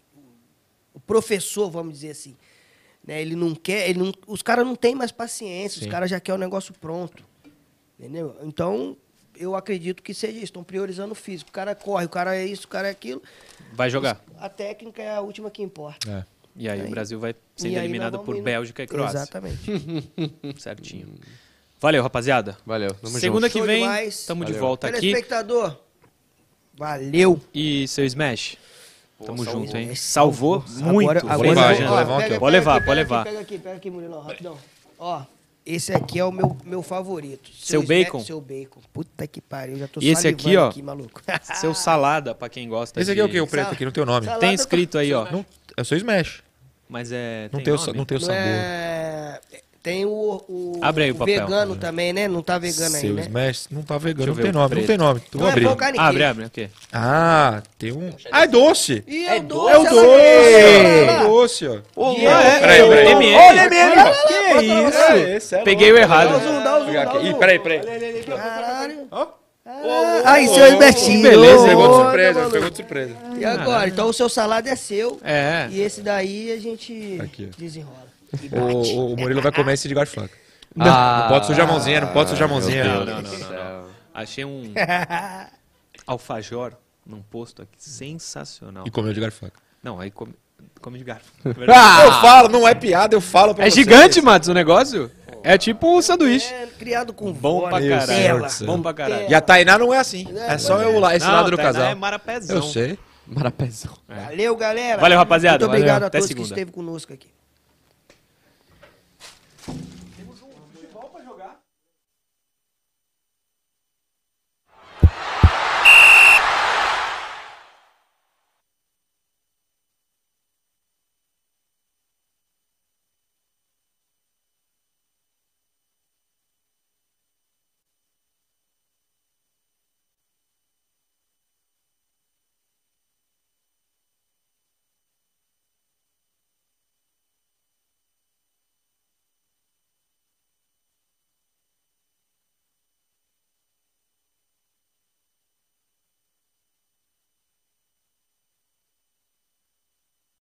o professor, vamos dizer assim. Né? Ele não quer, ele não- os caras não têm mais paciência,
Sim.
os caras já querem o negócio pronto. Entendeu? Então, eu acredito que seja isso. Estão priorizando o físico. O cara corre, o cara é isso, o cara é aquilo.
Vai jogar.
A técnica é a última que importa.
É.
E aí, o
Aí-
Brasil vai
E aí
sendo
nós
eliminado
vamos
por
indo.
Bélgica e Croácia.
Exatamente.
Certinho. Valeu, rapaziada.
Valeu, tamo
Segunda
junto.
que
Show
vem,
demais.
tamo de
Valeu.
volta aqui.
Telespectador, valeu. é
E seu Smash?
Pô,
Tamo
salvou.
junto, hein? Salvou
Agora-
muito.
agora
Valeu,
levar,
eu
gente.
Jean.
ó,
Vou levar um
pega-
aqui, ó.
Vou levar, vou
pega aqui,
levar.
Pega aqui, pega aqui, Murilão, rapidão. Ó, esse aqui é o meu, meu favorito.
Seu
Smack-
bacon?
Seu bacon. Puta que pariu, já tô
E esse aqui,
salivando
ó?
aqui, maluco.
Seu salada, pra quem gosta
Esse aqui é o
de-
que? O preto aqui, não tem o nome.
Salada
Tem escrito aí, ó.
Não, é só Smash.
Mas é.
Não
tem
tem, o, sa-
nome?
não tem o
Não
sabor.
é- Tem o, o,
Abre aí o
o
papel.
vegano também, né? Não tá vegano
Seu
ainda. Né?
Smash não tá
Deixa eu
vegano. Não
ver
tem
o
nome,
preto.
não tem nome. Tu
Não é
abrir.
volcanic.
Abre, abre, ok.
Ah, tem um. Ah, é doce!
E
É
é o doce.
doce,
É o
olha
doce! É o
lá, olha lá.
doce, ó.
Ah, é?
Peraí, peraí.
MM.
Olha, MM, olha lá.
Que isso?
Peguei o
Dá o
errado.
zoom, dá o zoom,
Pegar
dá
aqui.
o
Ih,
zoom.
peraí, peraí.
Caralho.
Ó.
Aí, seu Esmertinho.
beleza,
Pegou de
Ô,
surpresa,
maluco.
pegou de surpresa.
E agora? Então o seu salário é seu.
É.
E esse daí a gente
Aqui.
desenrola. E bate.
O, o Murilo vai comer esse de garfaca.
Não,
Ah,
não pode sujar a mãozinha, não pode sujar a mãozinha.
Não, não, não, não, não. Achei um alfajor num posto aqui sensacional.
E comeu de garfaca.
Não, aí come, come de garfo.
Eu falo, não é piada, eu falo pra
Ah, é
vocês.
gigante, Matos, o negócio? É tipo um sanduíche.
É, criado com
Bom pra
Meu
caralho.
Deus do céu.
Bom pra caralho.
E a Tainá não é assim. É só eu lá, esse
Não,
lado do
Tainá
casal.
é marapézão.
Eu sei.
Marapézão.
Valeu, galera.
Valeu, rapaziada.
Muito obrigado
Valeu.
a
Até
todos que
segunda.
esteve conosco aqui.